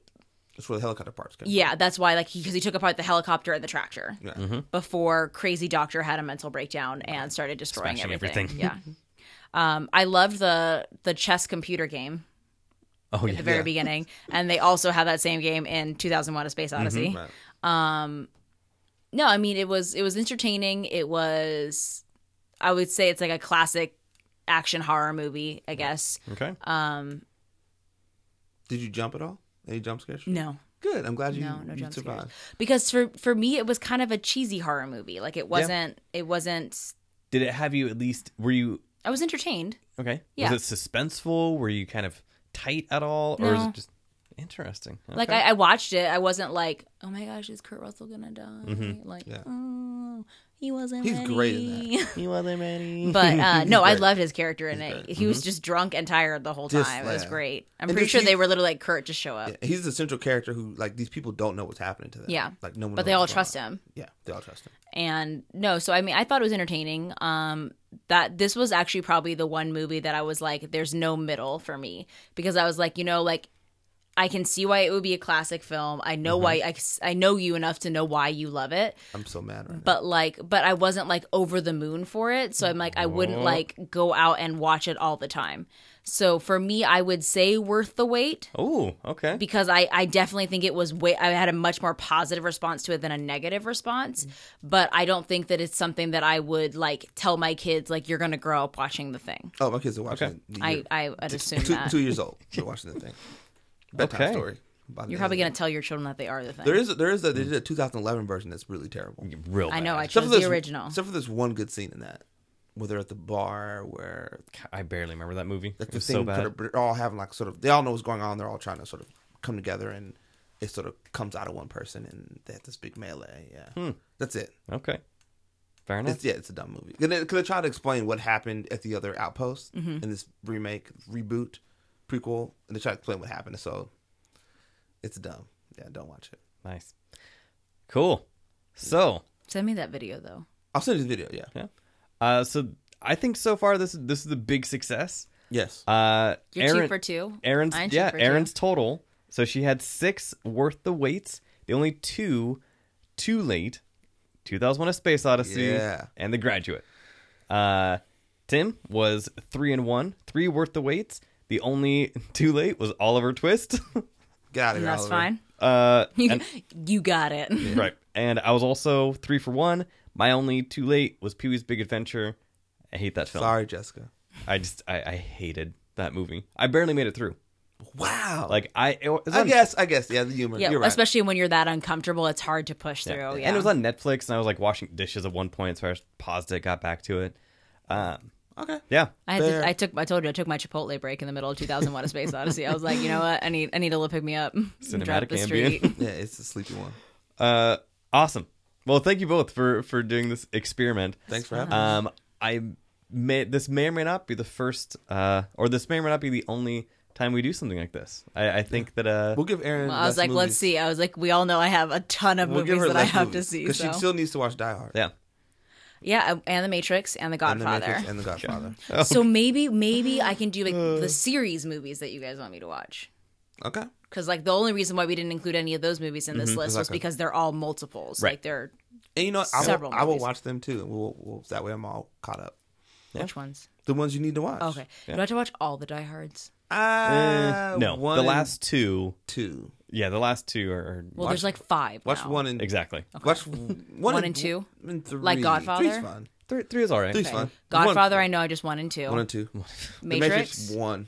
Speaker 2: that's where the helicopter parts came.
Speaker 3: yeah that's why like because he, took apart the helicopter and the tractor
Speaker 2: Yeah.
Speaker 1: Mm-hmm.
Speaker 3: before crazy doctor had a mental breakdown and started destroying
Speaker 1: Smashing
Speaker 3: everything.
Speaker 1: everything.
Speaker 3: yeah um i loved the the chess computer game
Speaker 1: Oh
Speaker 3: at
Speaker 1: yeah.
Speaker 3: the very beginning, and they also had that same game in 2001: A Space Odyssey.
Speaker 2: Mm-hmm. Right.
Speaker 3: No, I mean it was it was entertaining. It was, I would say it's like a classic action horror movie. I guess
Speaker 1: Okay.
Speaker 2: Did you jump at all? Any jump scares?
Speaker 3: no,
Speaker 2: Good. I'm glad you,
Speaker 3: no, no
Speaker 2: you
Speaker 3: jump scares.
Speaker 2: survived.
Speaker 3: Because for for me, it was kind of a cheesy horror movie. Like it wasn't. It wasn't.
Speaker 1: Did it have you at least? Were you
Speaker 3: I was entertained.
Speaker 1: okay?
Speaker 3: Yeah.
Speaker 1: Was it suspenseful? Were you kind of tight at all, or is
Speaker 3: No.
Speaker 1: it just interesting? Okay.
Speaker 3: Like I, I watched it. I wasn't like, oh my gosh, is Kurt Russell gonna die? Like,
Speaker 2: Mm-hmm. Yeah.
Speaker 3: oh. He wasn't.
Speaker 2: He's great in
Speaker 3: ready.
Speaker 1: You wasn't ready.
Speaker 3: But uh, no, I
Speaker 2: great. Mm-hmm.
Speaker 3: loved his character in it. He was just drunk and tired the whole time.
Speaker 2: Just,
Speaker 3: It was
Speaker 2: yeah.
Speaker 3: great. I'm
Speaker 2: And
Speaker 3: pretty
Speaker 2: just
Speaker 3: sure
Speaker 2: he-
Speaker 3: they were literally like Kurt just show up.
Speaker 2: He's the central character who like these people don't know what's happening to them.
Speaker 3: Yeah.
Speaker 2: like no one.
Speaker 3: But they all trust him.
Speaker 2: Yeah, they all trust him.
Speaker 3: And no, so I mean, I thought it was entertaining. Um, that this was actually probably the one movie that I was like, there's no middle for me because I was like, you know, like I can see why it would be a classic film. I know why I, I know you enough to know why you love it.
Speaker 2: I'm so mad right now.
Speaker 3: but like but i wasn't like over the moon for it so i'm like i wouldn't
Speaker 1: Oh.
Speaker 3: like go out and watch it all the time so for me i would say worth the wait
Speaker 1: oh, okay.
Speaker 3: because i i definitely think it was way i had a much more positive response to it than a negative response but i don't think that it's something that i would like tell my kids like you're gonna grow up watching the thing
Speaker 2: Oh, my kids are watching.
Speaker 1: Okay.
Speaker 2: the
Speaker 3: i
Speaker 2: year-
Speaker 3: i would assume
Speaker 2: two,
Speaker 3: that
Speaker 2: two years old. They're watching the thing. Bedtime
Speaker 1: Okay.
Speaker 2: story. by the
Speaker 3: you're
Speaker 2: end
Speaker 3: probably
Speaker 2: of
Speaker 3: gonna tell your children that they are the thing
Speaker 2: it. There is there is a, they
Speaker 1: Mm.
Speaker 2: did a 2011 version that's really terrible.
Speaker 1: Real.
Speaker 3: i know i
Speaker 1: bad.
Speaker 3: chose the
Speaker 2: this-
Speaker 3: original
Speaker 2: Except for this one good scene in that, where they're at the bar where
Speaker 1: I barely remember that movie.
Speaker 2: like
Speaker 1: It
Speaker 2: the
Speaker 1: was
Speaker 2: thing
Speaker 1: so bad.
Speaker 2: sort of, they're all having like sort of they all know what's going on. They're all trying to sort of come together and it sort of comes out of one person and they have this big melee. Yeah,
Speaker 1: Hmm.
Speaker 2: that's it.
Speaker 1: Okay. Fair enough.
Speaker 2: It's, yeah, it's a dumb movie. Because they, 'cause they try to explain what happened at the other outpost in this remake, reboot, prequel, and they try to explain what happened. So it's dumb. Yeah, don't watch it.
Speaker 1: Nice. Cool. So,
Speaker 3: send me that video though
Speaker 2: I'll send you the video. Yeah.
Speaker 1: yeah. Uh, so I think so far this this is the big success.
Speaker 2: Yes.
Speaker 1: Uh,
Speaker 3: you're
Speaker 1: Aaron,
Speaker 3: two for two
Speaker 1: Aaron's
Speaker 3: I'm two
Speaker 1: yeah,
Speaker 3: for two.
Speaker 1: Aaron's total. So she had six worth the weights. The only two too late. 2001: A Space Odyssey
Speaker 2: Yeah.
Speaker 1: and The Graduate. Uh, Tim was three and one, three worth the weights. The only too late was Oliver Twist.
Speaker 2: Get out of
Speaker 3: and
Speaker 2: here.
Speaker 3: that's
Speaker 2: Oliver.
Speaker 3: fine
Speaker 1: uh,
Speaker 3: You, you got it.
Speaker 1: right. And I was also three for one. My only too late was Pee Wee's Big Adventure. I hate that film.
Speaker 2: Sorry, Jessica.
Speaker 1: I just I, I hated that movie. I barely made it through.
Speaker 2: Wow.
Speaker 1: Like I it was
Speaker 2: I
Speaker 1: on-
Speaker 2: guess. I guess. Yeah, the humor.
Speaker 3: Yeah,
Speaker 2: You're right.
Speaker 3: especially when you're that uncomfortable, it's hard to push through. Oh, Yeah,
Speaker 1: And it was on Netflix, and I was like washing dishes at one point, so I just paused it, got back to it. Um,
Speaker 2: okay.
Speaker 1: yeah,
Speaker 3: I, had
Speaker 2: Fair.
Speaker 3: to, I took. I told you, I took my Chipotle break in the middle of 2001: A Space Odyssey. I was like, you know what? I need. I need to look pick me up.
Speaker 1: Cinematic ambient.
Speaker 2: Yeah, it's a sleepy one.
Speaker 1: uh, awesome. Well, thank you both for for doing this experiment.
Speaker 2: Thanks for having me.
Speaker 3: Uh-huh.
Speaker 1: Um, I may this may or may not be the first, uh, or this may or may not be the only time we do something like this. I, I think that uh,
Speaker 2: We'll give Aaron.
Speaker 3: Well, I was
Speaker 2: less
Speaker 3: like, let's
Speaker 2: movies.
Speaker 3: see. I was like, we all know I have a ton of
Speaker 2: We'll give
Speaker 3: movies
Speaker 2: her
Speaker 3: that I
Speaker 2: less
Speaker 3: have
Speaker 2: movies,
Speaker 3: to see.
Speaker 2: 'cause
Speaker 3: So
Speaker 2: she still needs to watch Die Hard.
Speaker 1: yeah,
Speaker 3: yeah, uh, and The Matrix and The
Speaker 2: And the
Speaker 3: Godfather.
Speaker 2: Matrix and Oh. Uh. the Godfather.
Speaker 3: So maybe, maybe I can do like the series movies that you guys want me to watch.
Speaker 2: Okay.
Speaker 3: Because like the only reason why we didn't include any of those movies in this list was
Speaker 2: Exactly.
Speaker 3: because they're all multiples.
Speaker 1: Right.
Speaker 3: Like they're
Speaker 2: And you know, what? I will,
Speaker 3: Several
Speaker 2: I will
Speaker 3: movies.
Speaker 2: watch them too. and We'll, we'll, that way I'm all caught up.
Speaker 3: which ones?
Speaker 2: The ones you need to watch.
Speaker 3: Okay, do I have to watch all the Die Hards?
Speaker 2: Uh,
Speaker 1: Eh, no,
Speaker 2: one
Speaker 1: the
Speaker 2: and
Speaker 1: last two,
Speaker 2: two.
Speaker 1: yeah, the last two are, are
Speaker 3: Well, there's like five.
Speaker 2: Watch
Speaker 3: now.
Speaker 2: one and
Speaker 1: exactly
Speaker 2: Watch w- one,
Speaker 3: One and two?
Speaker 2: and three.
Speaker 3: Like Godfather?
Speaker 2: Three's fun.
Speaker 1: three. Three is all right.
Speaker 2: Three's
Speaker 3: Okay.
Speaker 2: fun. uh,
Speaker 3: Godfather,
Speaker 2: One,
Speaker 3: I know I just one and two.
Speaker 2: one and two. The
Speaker 3: Oh. Matrix?
Speaker 2: one.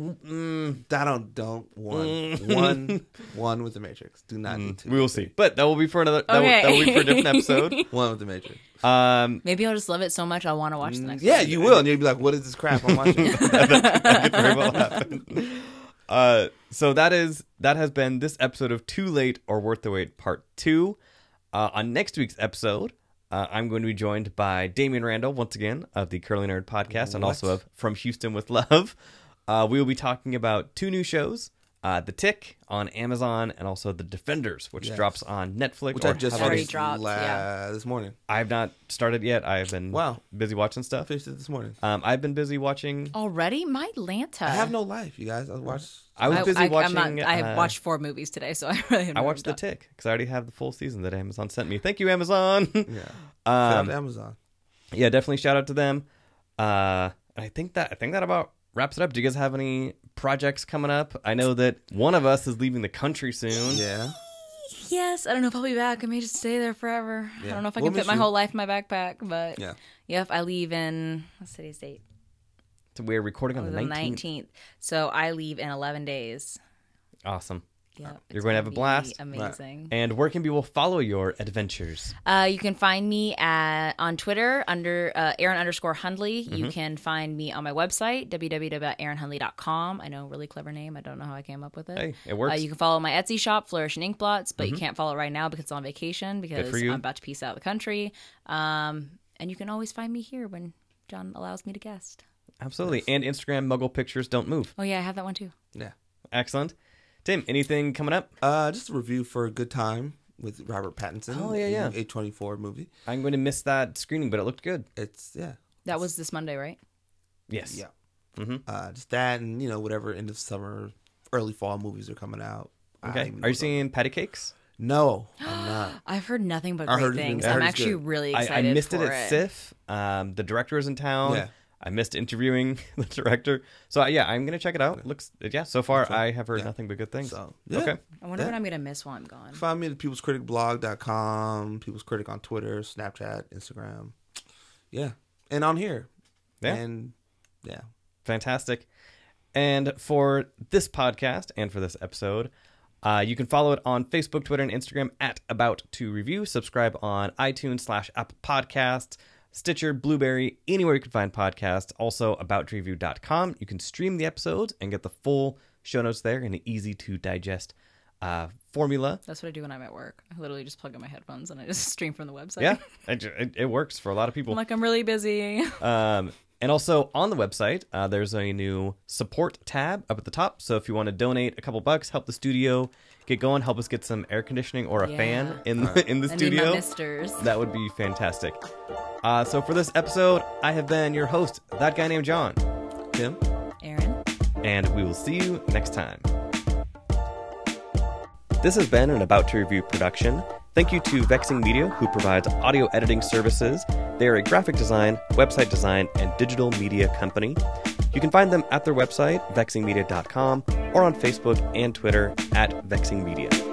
Speaker 2: Mm, I don't don't one
Speaker 1: Mm.
Speaker 2: one one with the Matrix. Do not need
Speaker 1: We
Speaker 2: two.
Speaker 1: will see, but that will be for another. That, will,
Speaker 3: Okay.
Speaker 1: that will be for a different episode.
Speaker 2: One with the Matrix.
Speaker 1: Um,
Speaker 3: Maybe I'll just love it so much I'll want to
Speaker 1: Mm,
Speaker 3: watch the next.
Speaker 2: Yeah, you will, and you'll be like, "What is this crap I'm watching?"
Speaker 1: It very well happened. Uh, so that is that has been this episode of Too Late or Worth the Wait Part Two. Uh, on next week's episode, uh, I'm going to be joined by Damian Randall once again of the Curly Nerd Podcast and also of From Houston with Love. Uh, we will be talking about two new shows: uh, The Tick on Amazon and also The Defenders, which drops on Netflix.
Speaker 2: Which I
Speaker 1: or
Speaker 2: just
Speaker 1: have already-
Speaker 3: already
Speaker 2: finished
Speaker 3: dropped,
Speaker 2: la-
Speaker 3: yeah.
Speaker 2: this morning.
Speaker 1: I've not started yet. I've been
Speaker 2: Wow.
Speaker 1: busy watching stuff.
Speaker 2: Finished it this morning.
Speaker 1: Um, I've been busy watching.
Speaker 3: Oh, Already, my Lanta.
Speaker 2: I have no life, you guys. I watched.
Speaker 1: I was busy
Speaker 3: I,
Speaker 1: watching.
Speaker 3: I'm not, I
Speaker 1: uh,
Speaker 3: have watched four movies today, so I really.
Speaker 1: I watched The Tick because I already have the full season that Amazon sent me. Thank you, Amazon.
Speaker 2: Yeah. Shout out
Speaker 1: um,
Speaker 2: to Amazon.
Speaker 1: yeah, definitely shout out to them. Uh, I think that I think that about wraps it up. Do you guys have any projects coming up? I know that one of us is leaving the country soon.
Speaker 2: Yeah.
Speaker 3: Yes, I don't know if I'll be back. I may just stay there forever. I
Speaker 2: Yeah.
Speaker 3: don't know if I
Speaker 2: We'll
Speaker 3: can fit
Speaker 2: miss
Speaker 3: my
Speaker 2: you.
Speaker 3: whole life in my backpack, but
Speaker 2: Yeah.
Speaker 3: Yep, I leave in what's today's date?
Speaker 1: So we're recording
Speaker 3: It
Speaker 1: on
Speaker 3: was
Speaker 1: the
Speaker 3: Oh, the
Speaker 1: 19th.
Speaker 3: nineteenth. So I leave in eleven days.
Speaker 1: Awesome.
Speaker 3: Yeah,
Speaker 1: You're going to have a blast.
Speaker 3: Amazing.
Speaker 1: And where can people follow your adventures?
Speaker 3: Uh, you can find me at, on Twitter under uh, Aaron underscore Hundley.
Speaker 1: Mm-hmm.
Speaker 3: You can find me on my website, www.aaronhundley.com. I know, really clever name. I don't know how I came up with it.
Speaker 1: Hey, it works. Mm-hmm.
Speaker 3: Uh, you can follow my Etsy shop, Flourish and Inkblots, but you can't follow it right now because it's on vacation because
Speaker 1: for you.
Speaker 3: I'm about to peace out the country. Um, and you can always find me here when John allows me to guest.
Speaker 1: Absolutely. And Instagram, Muggle Pictures Don't Move.
Speaker 3: Oh, yeah, I have that one too.
Speaker 2: Yeah.
Speaker 1: Excellent. Tim, anything coming up?
Speaker 2: Uh, just a review for Good Time with Robert Pattinson.
Speaker 1: Oh, yeah, yeah.
Speaker 2: A twenty four movie.
Speaker 1: I'm going to miss that screening, but it looked good.
Speaker 2: It's yeah,
Speaker 3: That was this Monday, right?
Speaker 1: Yes.
Speaker 2: yeah.
Speaker 1: Mm-hmm.
Speaker 2: Uh, just that and you know whatever end of summer, early fall movies are coming out. I don't
Speaker 1: Okay.
Speaker 2: even know
Speaker 1: Are you
Speaker 2: what's up.
Speaker 1: seeing patty cakes?
Speaker 2: No, I'm not.
Speaker 3: I've heard nothing but
Speaker 2: I
Speaker 3: great
Speaker 2: heard it's-
Speaker 3: things.
Speaker 2: I heard
Speaker 3: I'm
Speaker 2: it's
Speaker 3: actually
Speaker 2: good.
Speaker 3: really
Speaker 1: I, I
Speaker 3: excited.
Speaker 1: missed it
Speaker 3: for
Speaker 1: at SIF. Um, the director was in town.
Speaker 2: Yeah.
Speaker 1: I missed interviewing the director. So, uh, yeah, I'm going to check it out. Looks, yeah, so far I have heard nothing but good things.
Speaker 2: So yeah.
Speaker 1: Okay.
Speaker 3: I wonder what I'm going to miss while I'm gone.
Speaker 2: Find me at peoplescriticblog.com, People's Critic on Twitter, Snapchat, Instagram. Yeah. And on here.
Speaker 1: Yeah.
Speaker 2: And yeah.
Speaker 1: Fantastic. And for this podcast and for this episode, uh, you can follow it on Facebook, Twitter, and Instagram at About to Review. Subscribe on iTunes slash Apple Podcasts, Stitcher, Blueberry, anywhere you can find podcasts. Also, aboutreview.com. You can stream the episodes and get the full show notes there in an easy to digest uh, formula.
Speaker 3: That's what I do when I'm at work. I literally just plug in my headphones and I just stream from the website.
Speaker 1: Yeah, it, it- it works for a lot of people.
Speaker 3: I'm like, I'm really busy.
Speaker 1: Um, and also on the website, uh, there's a new support tab up at the top. So if you want to donate a couple bucks, help the studio get going, help us get some air conditioning or a
Speaker 3: Yeah.
Speaker 1: fan in the, in the
Speaker 3: I need my
Speaker 1: studio,
Speaker 3: misters.
Speaker 1: that would be fantastic. Uh, so for this episode, I have been your host, that guy named John,
Speaker 2: Tim?
Speaker 3: Aaron?
Speaker 1: and we will see you next time. This has been an About to Review production. Thank you to Vexing Media, who provides audio editing services. They are a graphic design, website design, and digital media company. You can find them at their website, vexingmedia.com, or on Facebook and Twitter at Vexing Media.